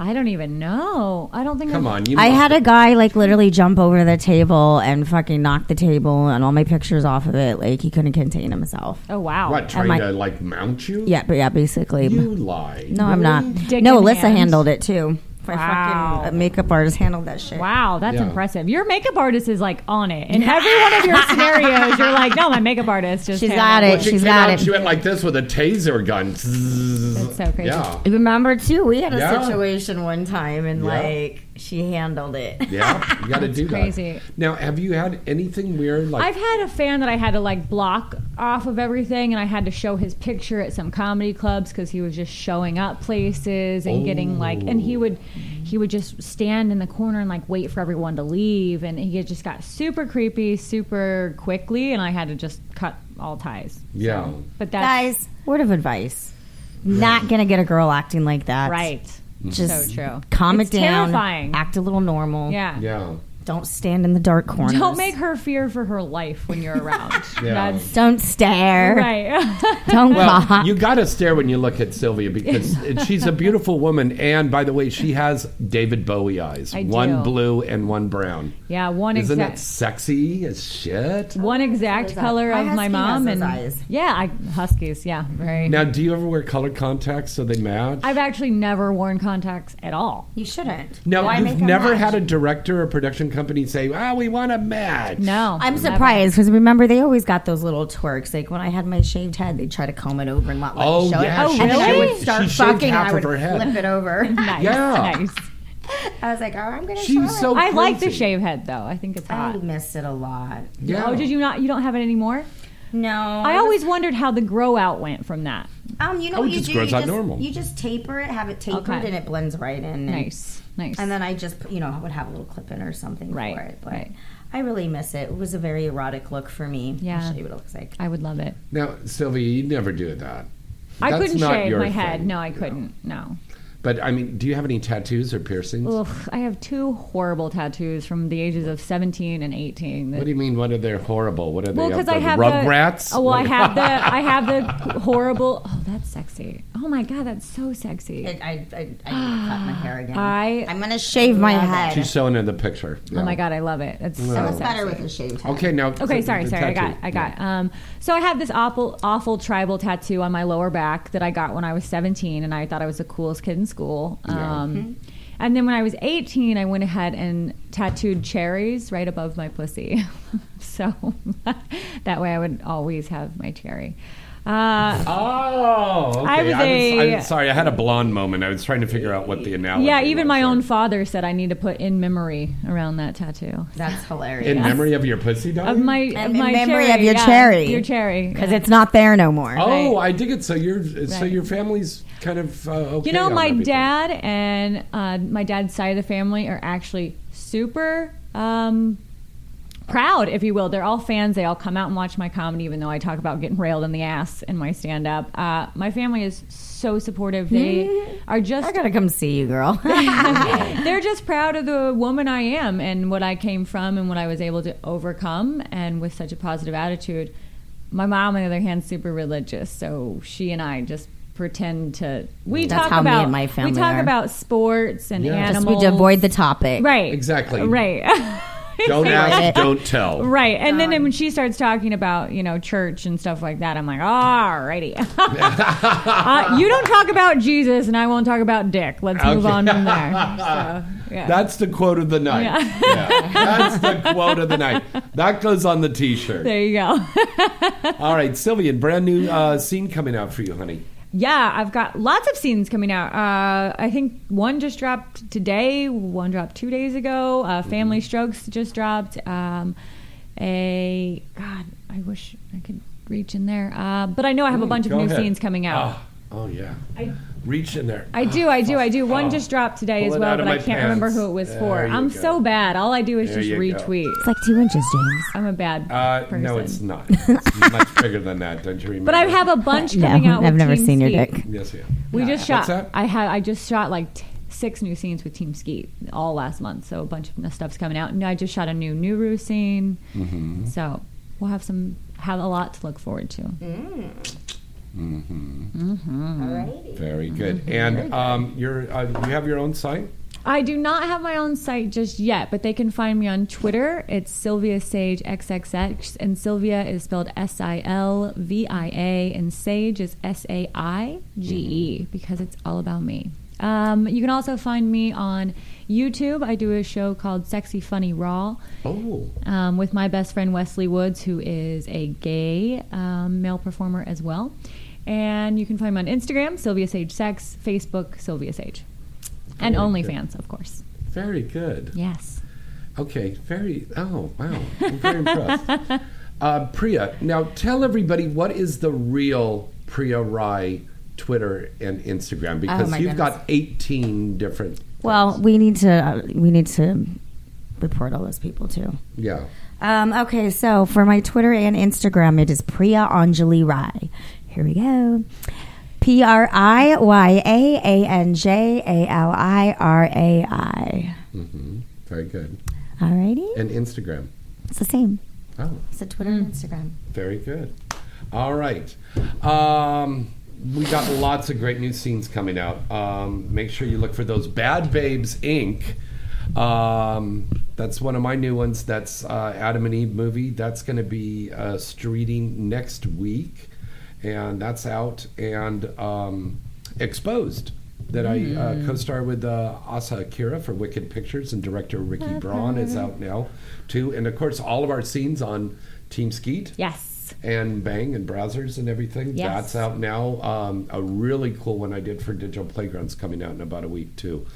[SPEAKER 5] I don't even know. I don't think.
[SPEAKER 2] Come
[SPEAKER 5] I've-
[SPEAKER 2] on, you.
[SPEAKER 3] I
[SPEAKER 2] must-
[SPEAKER 3] had a guy like literally jump over the table and fucking knock the table and all my pictures off of it. Like he couldn't contain himself.
[SPEAKER 5] Oh wow.
[SPEAKER 2] what trying
[SPEAKER 3] my-
[SPEAKER 2] to like mount you?
[SPEAKER 3] Yeah, but yeah, basically.
[SPEAKER 2] You lie.
[SPEAKER 3] No, I'm not.
[SPEAKER 5] Dick
[SPEAKER 3] no,
[SPEAKER 5] in
[SPEAKER 3] Alyssa
[SPEAKER 5] hand.
[SPEAKER 3] handled it too. My
[SPEAKER 5] Wow.
[SPEAKER 3] fucking makeup artist handled that shit.
[SPEAKER 5] Wow, that's
[SPEAKER 3] Yeah.
[SPEAKER 5] impressive. Your makeup artist is like on it. In every one of your scenarios, you're like, no, my makeup artist just
[SPEAKER 3] She's
[SPEAKER 5] handled
[SPEAKER 3] got it.
[SPEAKER 2] Well, she
[SPEAKER 3] She's
[SPEAKER 2] came
[SPEAKER 3] got
[SPEAKER 2] out,
[SPEAKER 3] it.
[SPEAKER 2] She went like this with a taser gun. That's
[SPEAKER 5] so crazy.
[SPEAKER 2] Yeah.
[SPEAKER 3] Remember too, we had a
[SPEAKER 2] Yeah.
[SPEAKER 3] situation one time and
[SPEAKER 2] Yeah.
[SPEAKER 3] like she handled it.
[SPEAKER 2] Yeah, you got to do
[SPEAKER 5] crazy.
[SPEAKER 2] that. Now, have you had anything weird like?
[SPEAKER 5] I've had a fan that I had to like block off of everything, and I had to show his picture at some comedy clubs because he was just showing up places and getting like, and he would,
[SPEAKER 2] Oh.
[SPEAKER 5] he would just stand in the corner and like wait for everyone to leave, and he just got super creepy, super quickly, and I had to just cut all ties.
[SPEAKER 2] yeah.
[SPEAKER 5] But that's
[SPEAKER 3] Guys, word of advice. Not gonna get a girl acting like that.
[SPEAKER 5] right.
[SPEAKER 2] Mm-hmm.
[SPEAKER 3] Just
[SPEAKER 5] so true.
[SPEAKER 3] calm
[SPEAKER 5] It's
[SPEAKER 3] it down.
[SPEAKER 5] terrifying.
[SPEAKER 3] Act a little normal.
[SPEAKER 5] Yeah.
[SPEAKER 2] Yeah.
[SPEAKER 3] Don't stand in the dark corners.
[SPEAKER 5] Don't make her fear for her life when you're around.
[SPEAKER 2] Yeah.
[SPEAKER 5] That's
[SPEAKER 3] Don't stare.
[SPEAKER 5] right.
[SPEAKER 3] Don't
[SPEAKER 2] Well,
[SPEAKER 3] cough.
[SPEAKER 2] you got to stare when you look at Sylvia because she's a beautiful woman, and by the way, she has David Bowie eyes.
[SPEAKER 5] I
[SPEAKER 2] one
[SPEAKER 5] do.
[SPEAKER 2] blue and one brown.
[SPEAKER 5] yeah, one
[SPEAKER 2] Isn't
[SPEAKER 5] exact
[SPEAKER 2] that sexy as shit?
[SPEAKER 5] one exact color
[SPEAKER 3] My
[SPEAKER 5] of my
[SPEAKER 3] husky
[SPEAKER 5] mom
[SPEAKER 3] has
[SPEAKER 5] and
[SPEAKER 3] those eyes.
[SPEAKER 5] yeah, I, huskies. Yeah, very.
[SPEAKER 2] Now, do you ever wear colored contacts so they match?
[SPEAKER 5] I've actually never worn contacts at all.
[SPEAKER 3] You shouldn't.
[SPEAKER 2] now,
[SPEAKER 3] Why
[SPEAKER 2] you've
[SPEAKER 3] make 'em
[SPEAKER 2] never
[SPEAKER 3] match?
[SPEAKER 2] had a director or production company say, "Ah, we want a match."
[SPEAKER 5] No,
[SPEAKER 3] I'm
[SPEAKER 5] never.
[SPEAKER 3] surprised because remember they always got those little twerks. Like when I had my shaved head, they try to comb it over and not let
[SPEAKER 2] Oh,
[SPEAKER 3] me show
[SPEAKER 2] yeah,
[SPEAKER 3] it.
[SPEAKER 2] she
[SPEAKER 3] and then I
[SPEAKER 2] shaved-
[SPEAKER 3] would start
[SPEAKER 2] she shaved
[SPEAKER 3] fucking and
[SPEAKER 2] half
[SPEAKER 3] I
[SPEAKER 2] of
[SPEAKER 3] would
[SPEAKER 2] her head.
[SPEAKER 3] flip it over.
[SPEAKER 5] Nice,
[SPEAKER 2] Yeah.
[SPEAKER 5] nice.
[SPEAKER 3] I was like, oh, I'm gonna.
[SPEAKER 2] She
[SPEAKER 3] show
[SPEAKER 2] was
[SPEAKER 3] it.
[SPEAKER 2] so
[SPEAKER 5] I like the
[SPEAKER 2] crazy.
[SPEAKER 5] shave head though. I think it's
[SPEAKER 3] I
[SPEAKER 5] hot.
[SPEAKER 3] miss it a lot.
[SPEAKER 2] Yeah.
[SPEAKER 5] Oh, did you not? You don't have it anymore.
[SPEAKER 3] No,
[SPEAKER 5] I always wondered how the grow out went from that.
[SPEAKER 3] Um, you know
[SPEAKER 2] Oh, it
[SPEAKER 3] what you
[SPEAKER 2] just
[SPEAKER 3] do?
[SPEAKER 2] grows
[SPEAKER 3] you,
[SPEAKER 2] out
[SPEAKER 3] just,
[SPEAKER 2] normal.
[SPEAKER 3] you just taper it, have it tapered,
[SPEAKER 5] Okay.
[SPEAKER 3] and it blends right in. and-
[SPEAKER 5] Nice, nice.
[SPEAKER 3] And then I just, put- you know, I would have a little clip in or something
[SPEAKER 5] Right,
[SPEAKER 3] for it. But
[SPEAKER 5] right.
[SPEAKER 3] I really miss it. It was a very erotic look for me.
[SPEAKER 5] Yeah.
[SPEAKER 3] I'll show you what it looks like.
[SPEAKER 5] I would love it.
[SPEAKER 2] Now, Sylvia, you never do that.
[SPEAKER 5] I
[SPEAKER 2] That's
[SPEAKER 5] couldn't
[SPEAKER 2] not
[SPEAKER 5] shave
[SPEAKER 2] your
[SPEAKER 5] my head.
[SPEAKER 2] thing.
[SPEAKER 5] No, I couldn't. No.
[SPEAKER 2] But I mean, do you have any tattoos or piercings?
[SPEAKER 5] Ugh, I have two horrible tattoos from the ages of 17 and 18. that-
[SPEAKER 2] What do you mean? What are they horrible? What are they?
[SPEAKER 5] well,
[SPEAKER 2] because
[SPEAKER 5] because I have the
[SPEAKER 2] rugrats.
[SPEAKER 5] Oh, well, I
[SPEAKER 2] Like-
[SPEAKER 5] have the I have the horrible. Oh, that's sexy. Oh my god, that's so sexy.
[SPEAKER 3] I, I, I, I need to cut my hair again.
[SPEAKER 5] I
[SPEAKER 3] I'm going to shave my
[SPEAKER 5] love it.
[SPEAKER 3] head.
[SPEAKER 2] She's showing her the picture.
[SPEAKER 5] Oh my god, I love it. It's
[SPEAKER 2] Wow.
[SPEAKER 5] so
[SPEAKER 2] It's
[SPEAKER 5] sexy.
[SPEAKER 3] better with a shaved head.
[SPEAKER 2] Okay, now.
[SPEAKER 5] Okay,
[SPEAKER 2] so
[SPEAKER 5] sorry,
[SPEAKER 2] the
[SPEAKER 5] sorry. I got,
[SPEAKER 2] tattoo.
[SPEAKER 5] I got. Um, so I have this awful, awful tribal tattoo on my lower back that I got when I was 17, and I thought I was the coolest kid in school. Um,
[SPEAKER 3] Mm-hmm.
[SPEAKER 5] And then when I was 18, I went ahead and tattooed cherries right above my pussy, so that way I would always have my cherry. Uh,
[SPEAKER 2] Oh, okay.
[SPEAKER 5] I was a-
[SPEAKER 2] I'm sorry, I had a blonde moment. I was trying to figure out what the analogy.
[SPEAKER 5] yeah, even
[SPEAKER 2] was
[SPEAKER 5] my
[SPEAKER 2] there.
[SPEAKER 5] own father said I need to put in memory around that tattoo.
[SPEAKER 3] That's hilarious.
[SPEAKER 2] In memory of your pussy dog.
[SPEAKER 5] Of my, of
[SPEAKER 3] And in
[SPEAKER 5] my
[SPEAKER 3] memory
[SPEAKER 5] cherry,
[SPEAKER 3] of your
[SPEAKER 5] yeah,
[SPEAKER 3] cherry.
[SPEAKER 5] your cherry,
[SPEAKER 3] Because
[SPEAKER 5] yeah.
[SPEAKER 3] it's not there no more.
[SPEAKER 2] Oh, I dig it. So your so
[SPEAKER 5] Right.
[SPEAKER 2] your family's kind of uh, okay.
[SPEAKER 5] You know,
[SPEAKER 2] on
[SPEAKER 5] my
[SPEAKER 2] everything.
[SPEAKER 5] dad and uh, my dad's side of the family are actually super um, proud, if you will. They're all fans. They all come out and watch my comedy, even though I talk about getting railed in the ass in my stand up. Uh, my family is so supportive. They are just.
[SPEAKER 3] I got to come see you, girl.
[SPEAKER 5] They're just proud of the woman I am and what I came from and what I was able to overcome and with such a positive attitude. My mom, on the other hand, is super religious, so she and I just pretend to. We
[SPEAKER 3] That's
[SPEAKER 5] talk
[SPEAKER 3] how me
[SPEAKER 5] about
[SPEAKER 3] and my family
[SPEAKER 5] we talk
[SPEAKER 3] are.
[SPEAKER 5] about sports and
[SPEAKER 2] Yeah.
[SPEAKER 3] Just
[SPEAKER 5] animals.
[SPEAKER 3] we avoid the topic.
[SPEAKER 5] right,
[SPEAKER 2] Exactly.
[SPEAKER 5] right.
[SPEAKER 2] Don't ask, don't tell.
[SPEAKER 5] Right. And then when she starts talking about, you know, church and stuff like that, I'm like, alrighty. uh, you don't talk about Jesus and I won't talk about dick. Let's move
[SPEAKER 2] Okay.
[SPEAKER 5] on from there. So, yeah.
[SPEAKER 2] That's the quote of the night.
[SPEAKER 5] Yeah.
[SPEAKER 2] Yeah. That's the quote of the night. That goes on the T-shirt.
[SPEAKER 5] there you go.
[SPEAKER 2] All right, Sylvian, brand new uh, scene coming out for you, honey.
[SPEAKER 5] Yeah, I've got lots of scenes coming out. Uh, I think one just dropped today, one dropped two days ago.
[SPEAKER 2] Mm-hmm.
[SPEAKER 5] Uh, Family Strokes just dropped. Um, a God, I wish I could reach in there, uh, but I know I have a
[SPEAKER 2] Mm,
[SPEAKER 5] bunch of
[SPEAKER 2] go
[SPEAKER 5] new
[SPEAKER 2] ahead.
[SPEAKER 5] scenes coming out.
[SPEAKER 2] Ah, Oh, yeah.
[SPEAKER 5] I-
[SPEAKER 2] Reach in there.
[SPEAKER 5] I do, I do, I do. One
[SPEAKER 2] Oh.
[SPEAKER 5] just dropped today
[SPEAKER 2] Pull
[SPEAKER 5] as
[SPEAKER 2] it
[SPEAKER 5] well,
[SPEAKER 2] out
[SPEAKER 5] but
[SPEAKER 2] of
[SPEAKER 5] I
[SPEAKER 2] my
[SPEAKER 5] can't remember
[SPEAKER 2] pants.
[SPEAKER 5] who it was
[SPEAKER 2] There
[SPEAKER 5] for.
[SPEAKER 2] you
[SPEAKER 5] I'm
[SPEAKER 2] go.
[SPEAKER 5] so bad. All I do is
[SPEAKER 2] There
[SPEAKER 5] just
[SPEAKER 2] you go.
[SPEAKER 5] retweet.
[SPEAKER 3] It's like two inches, James.
[SPEAKER 5] I'm a bad
[SPEAKER 2] Uh,
[SPEAKER 5] person.
[SPEAKER 2] no, it's not. It's much bigger than that. Don't you remember?
[SPEAKER 5] But I have a bunch coming out.
[SPEAKER 3] I've
[SPEAKER 5] with
[SPEAKER 3] never
[SPEAKER 5] Team
[SPEAKER 3] seen your
[SPEAKER 5] Skeet.
[SPEAKER 3] dick.
[SPEAKER 2] Yes, yeah.
[SPEAKER 5] We just shot.
[SPEAKER 2] What's that?
[SPEAKER 5] I had. I just shot like t- six new scenes with Team Skeet all last month. So a bunch of new stuff's coming out. And I just shot a new Nuru scene.
[SPEAKER 2] Mhm.
[SPEAKER 5] So we'll have some. Have a lot to look forward to.
[SPEAKER 2] Mm-hmm.
[SPEAKER 5] Mm-hmm.
[SPEAKER 2] Very
[SPEAKER 3] Mm-hmm.
[SPEAKER 2] good. And um, you're, uh, you have your own site?
[SPEAKER 5] I do not have my own site just yet, but they can find me on Twitter. It's Sylvia Sage XXX, and Sylvia is spelled S I L V I A, and Sage is S A I G E because it's all about me. Um, you can also find me on YouTube. I do a show called Sexy Funny Raw
[SPEAKER 2] Oh.
[SPEAKER 5] um, with my best friend Wesley Woods, who is a gay um, male performer as well. And you can find me on Instagram, Sylvia Sage Sex, Facebook, Sylvia Sage, and
[SPEAKER 2] Very good.
[SPEAKER 5] OnlyFans, of course.
[SPEAKER 2] Very good.
[SPEAKER 5] Yes.
[SPEAKER 2] Okay, very, oh, wow. I'm very impressed. Uh, Priya, now tell everybody what is the real Priya Rai Twitter and Instagram because
[SPEAKER 3] Oh, my
[SPEAKER 2] you've got 18 different,
[SPEAKER 3] Well, we need to uh, we need to report all those people too.
[SPEAKER 2] yeah.
[SPEAKER 3] Um, okay, so for my Twitter and Instagram, it is Priya Anjali Rai. Here we go. P R I Y A A N J A L I R A I.
[SPEAKER 2] hmm Very good.
[SPEAKER 3] Alrighty,
[SPEAKER 2] And Instagram.
[SPEAKER 3] it's the same.
[SPEAKER 2] Oh,
[SPEAKER 3] It's a Twitter and Instagram.
[SPEAKER 2] very good. All right. Um, we got lots of great new scenes coming out. Um, make sure you look for those Bad Babes Inc. Um, that's one of my new ones. That's uh, Adam and Eve movie. That's going to be uh, streeting next week, and that's out and um, exposed. That I uh,
[SPEAKER 22] Mm.
[SPEAKER 2] co-star with uh, Asa Akira for Wicked Pictures and director Ricky Braun is out now too, and of course all of our scenes on Team Skeet.
[SPEAKER 5] Yes.
[SPEAKER 2] And Bang and Browsers and everything.
[SPEAKER 5] Yes.
[SPEAKER 2] That's out now. Um, a really cool one I did for Digital Playgrounds coming out in about a week too.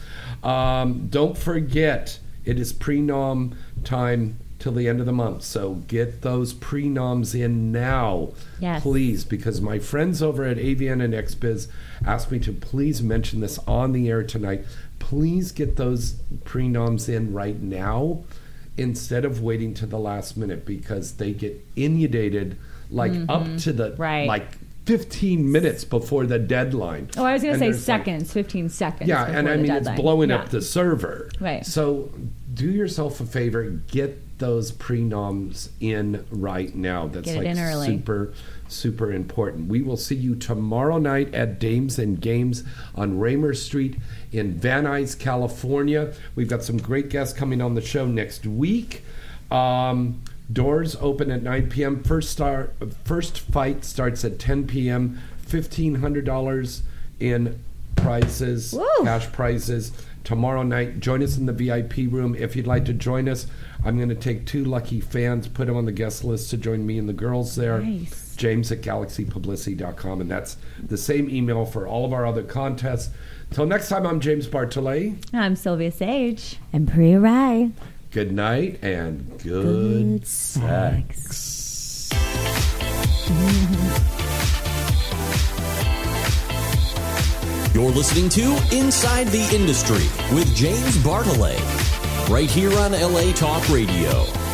[SPEAKER 2] Um, don't forget, it is pre-nom time till the end of the month. So get those pre-noms in now.
[SPEAKER 5] Yes.
[SPEAKER 2] Please, because my friends over at AVN and XBiz asked me to please mention this on the air tonight. Please get those prenoms in right now instead of waiting to the last minute because they get inundated like up
[SPEAKER 5] Mhm.
[SPEAKER 2] to the
[SPEAKER 5] Right.
[SPEAKER 2] like 15 minutes before the deadline.
[SPEAKER 5] Oh, I was going
[SPEAKER 2] And
[SPEAKER 5] to say
[SPEAKER 2] there's like-
[SPEAKER 5] seconds, 15 seconds.
[SPEAKER 2] yeah, and
[SPEAKER 5] before
[SPEAKER 2] I
[SPEAKER 5] the
[SPEAKER 2] mean
[SPEAKER 5] deadline.
[SPEAKER 2] it's blowing
[SPEAKER 5] Yeah.
[SPEAKER 2] up the server.
[SPEAKER 5] Right.
[SPEAKER 2] So do yourself a favor, get those prenoms in right now. That's
[SPEAKER 5] Get it
[SPEAKER 2] like
[SPEAKER 5] in early.
[SPEAKER 2] super super important. We will see you tomorrow night at Dames and Games on Raymer Street in Van Nuys, California. We've got some great guests coming on the show next week. Um, doors open at 9 p.m. First star first fight starts at 10 p.m. $1500 in prizes, cash prizes. Tomorrow night, join us in the VIP room. If you'd like to join us, I'm going to take two lucky fans, put them on the guest list to join me and the girls there.
[SPEAKER 5] Nice.
[SPEAKER 2] James at galaxypublicity.com. And that's the same email for all of our other contests. Till next time, I'm James Bartolet.
[SPEAKER 5] I'm Sylvia Sage.
[SPEAKER 3] And Priya Rai.
[SPEAKER 2] Good night and good, sex.
[SPEAKER 23] You're listening to Inside the Industry with James Bartolet, right here on LA Talk Radio.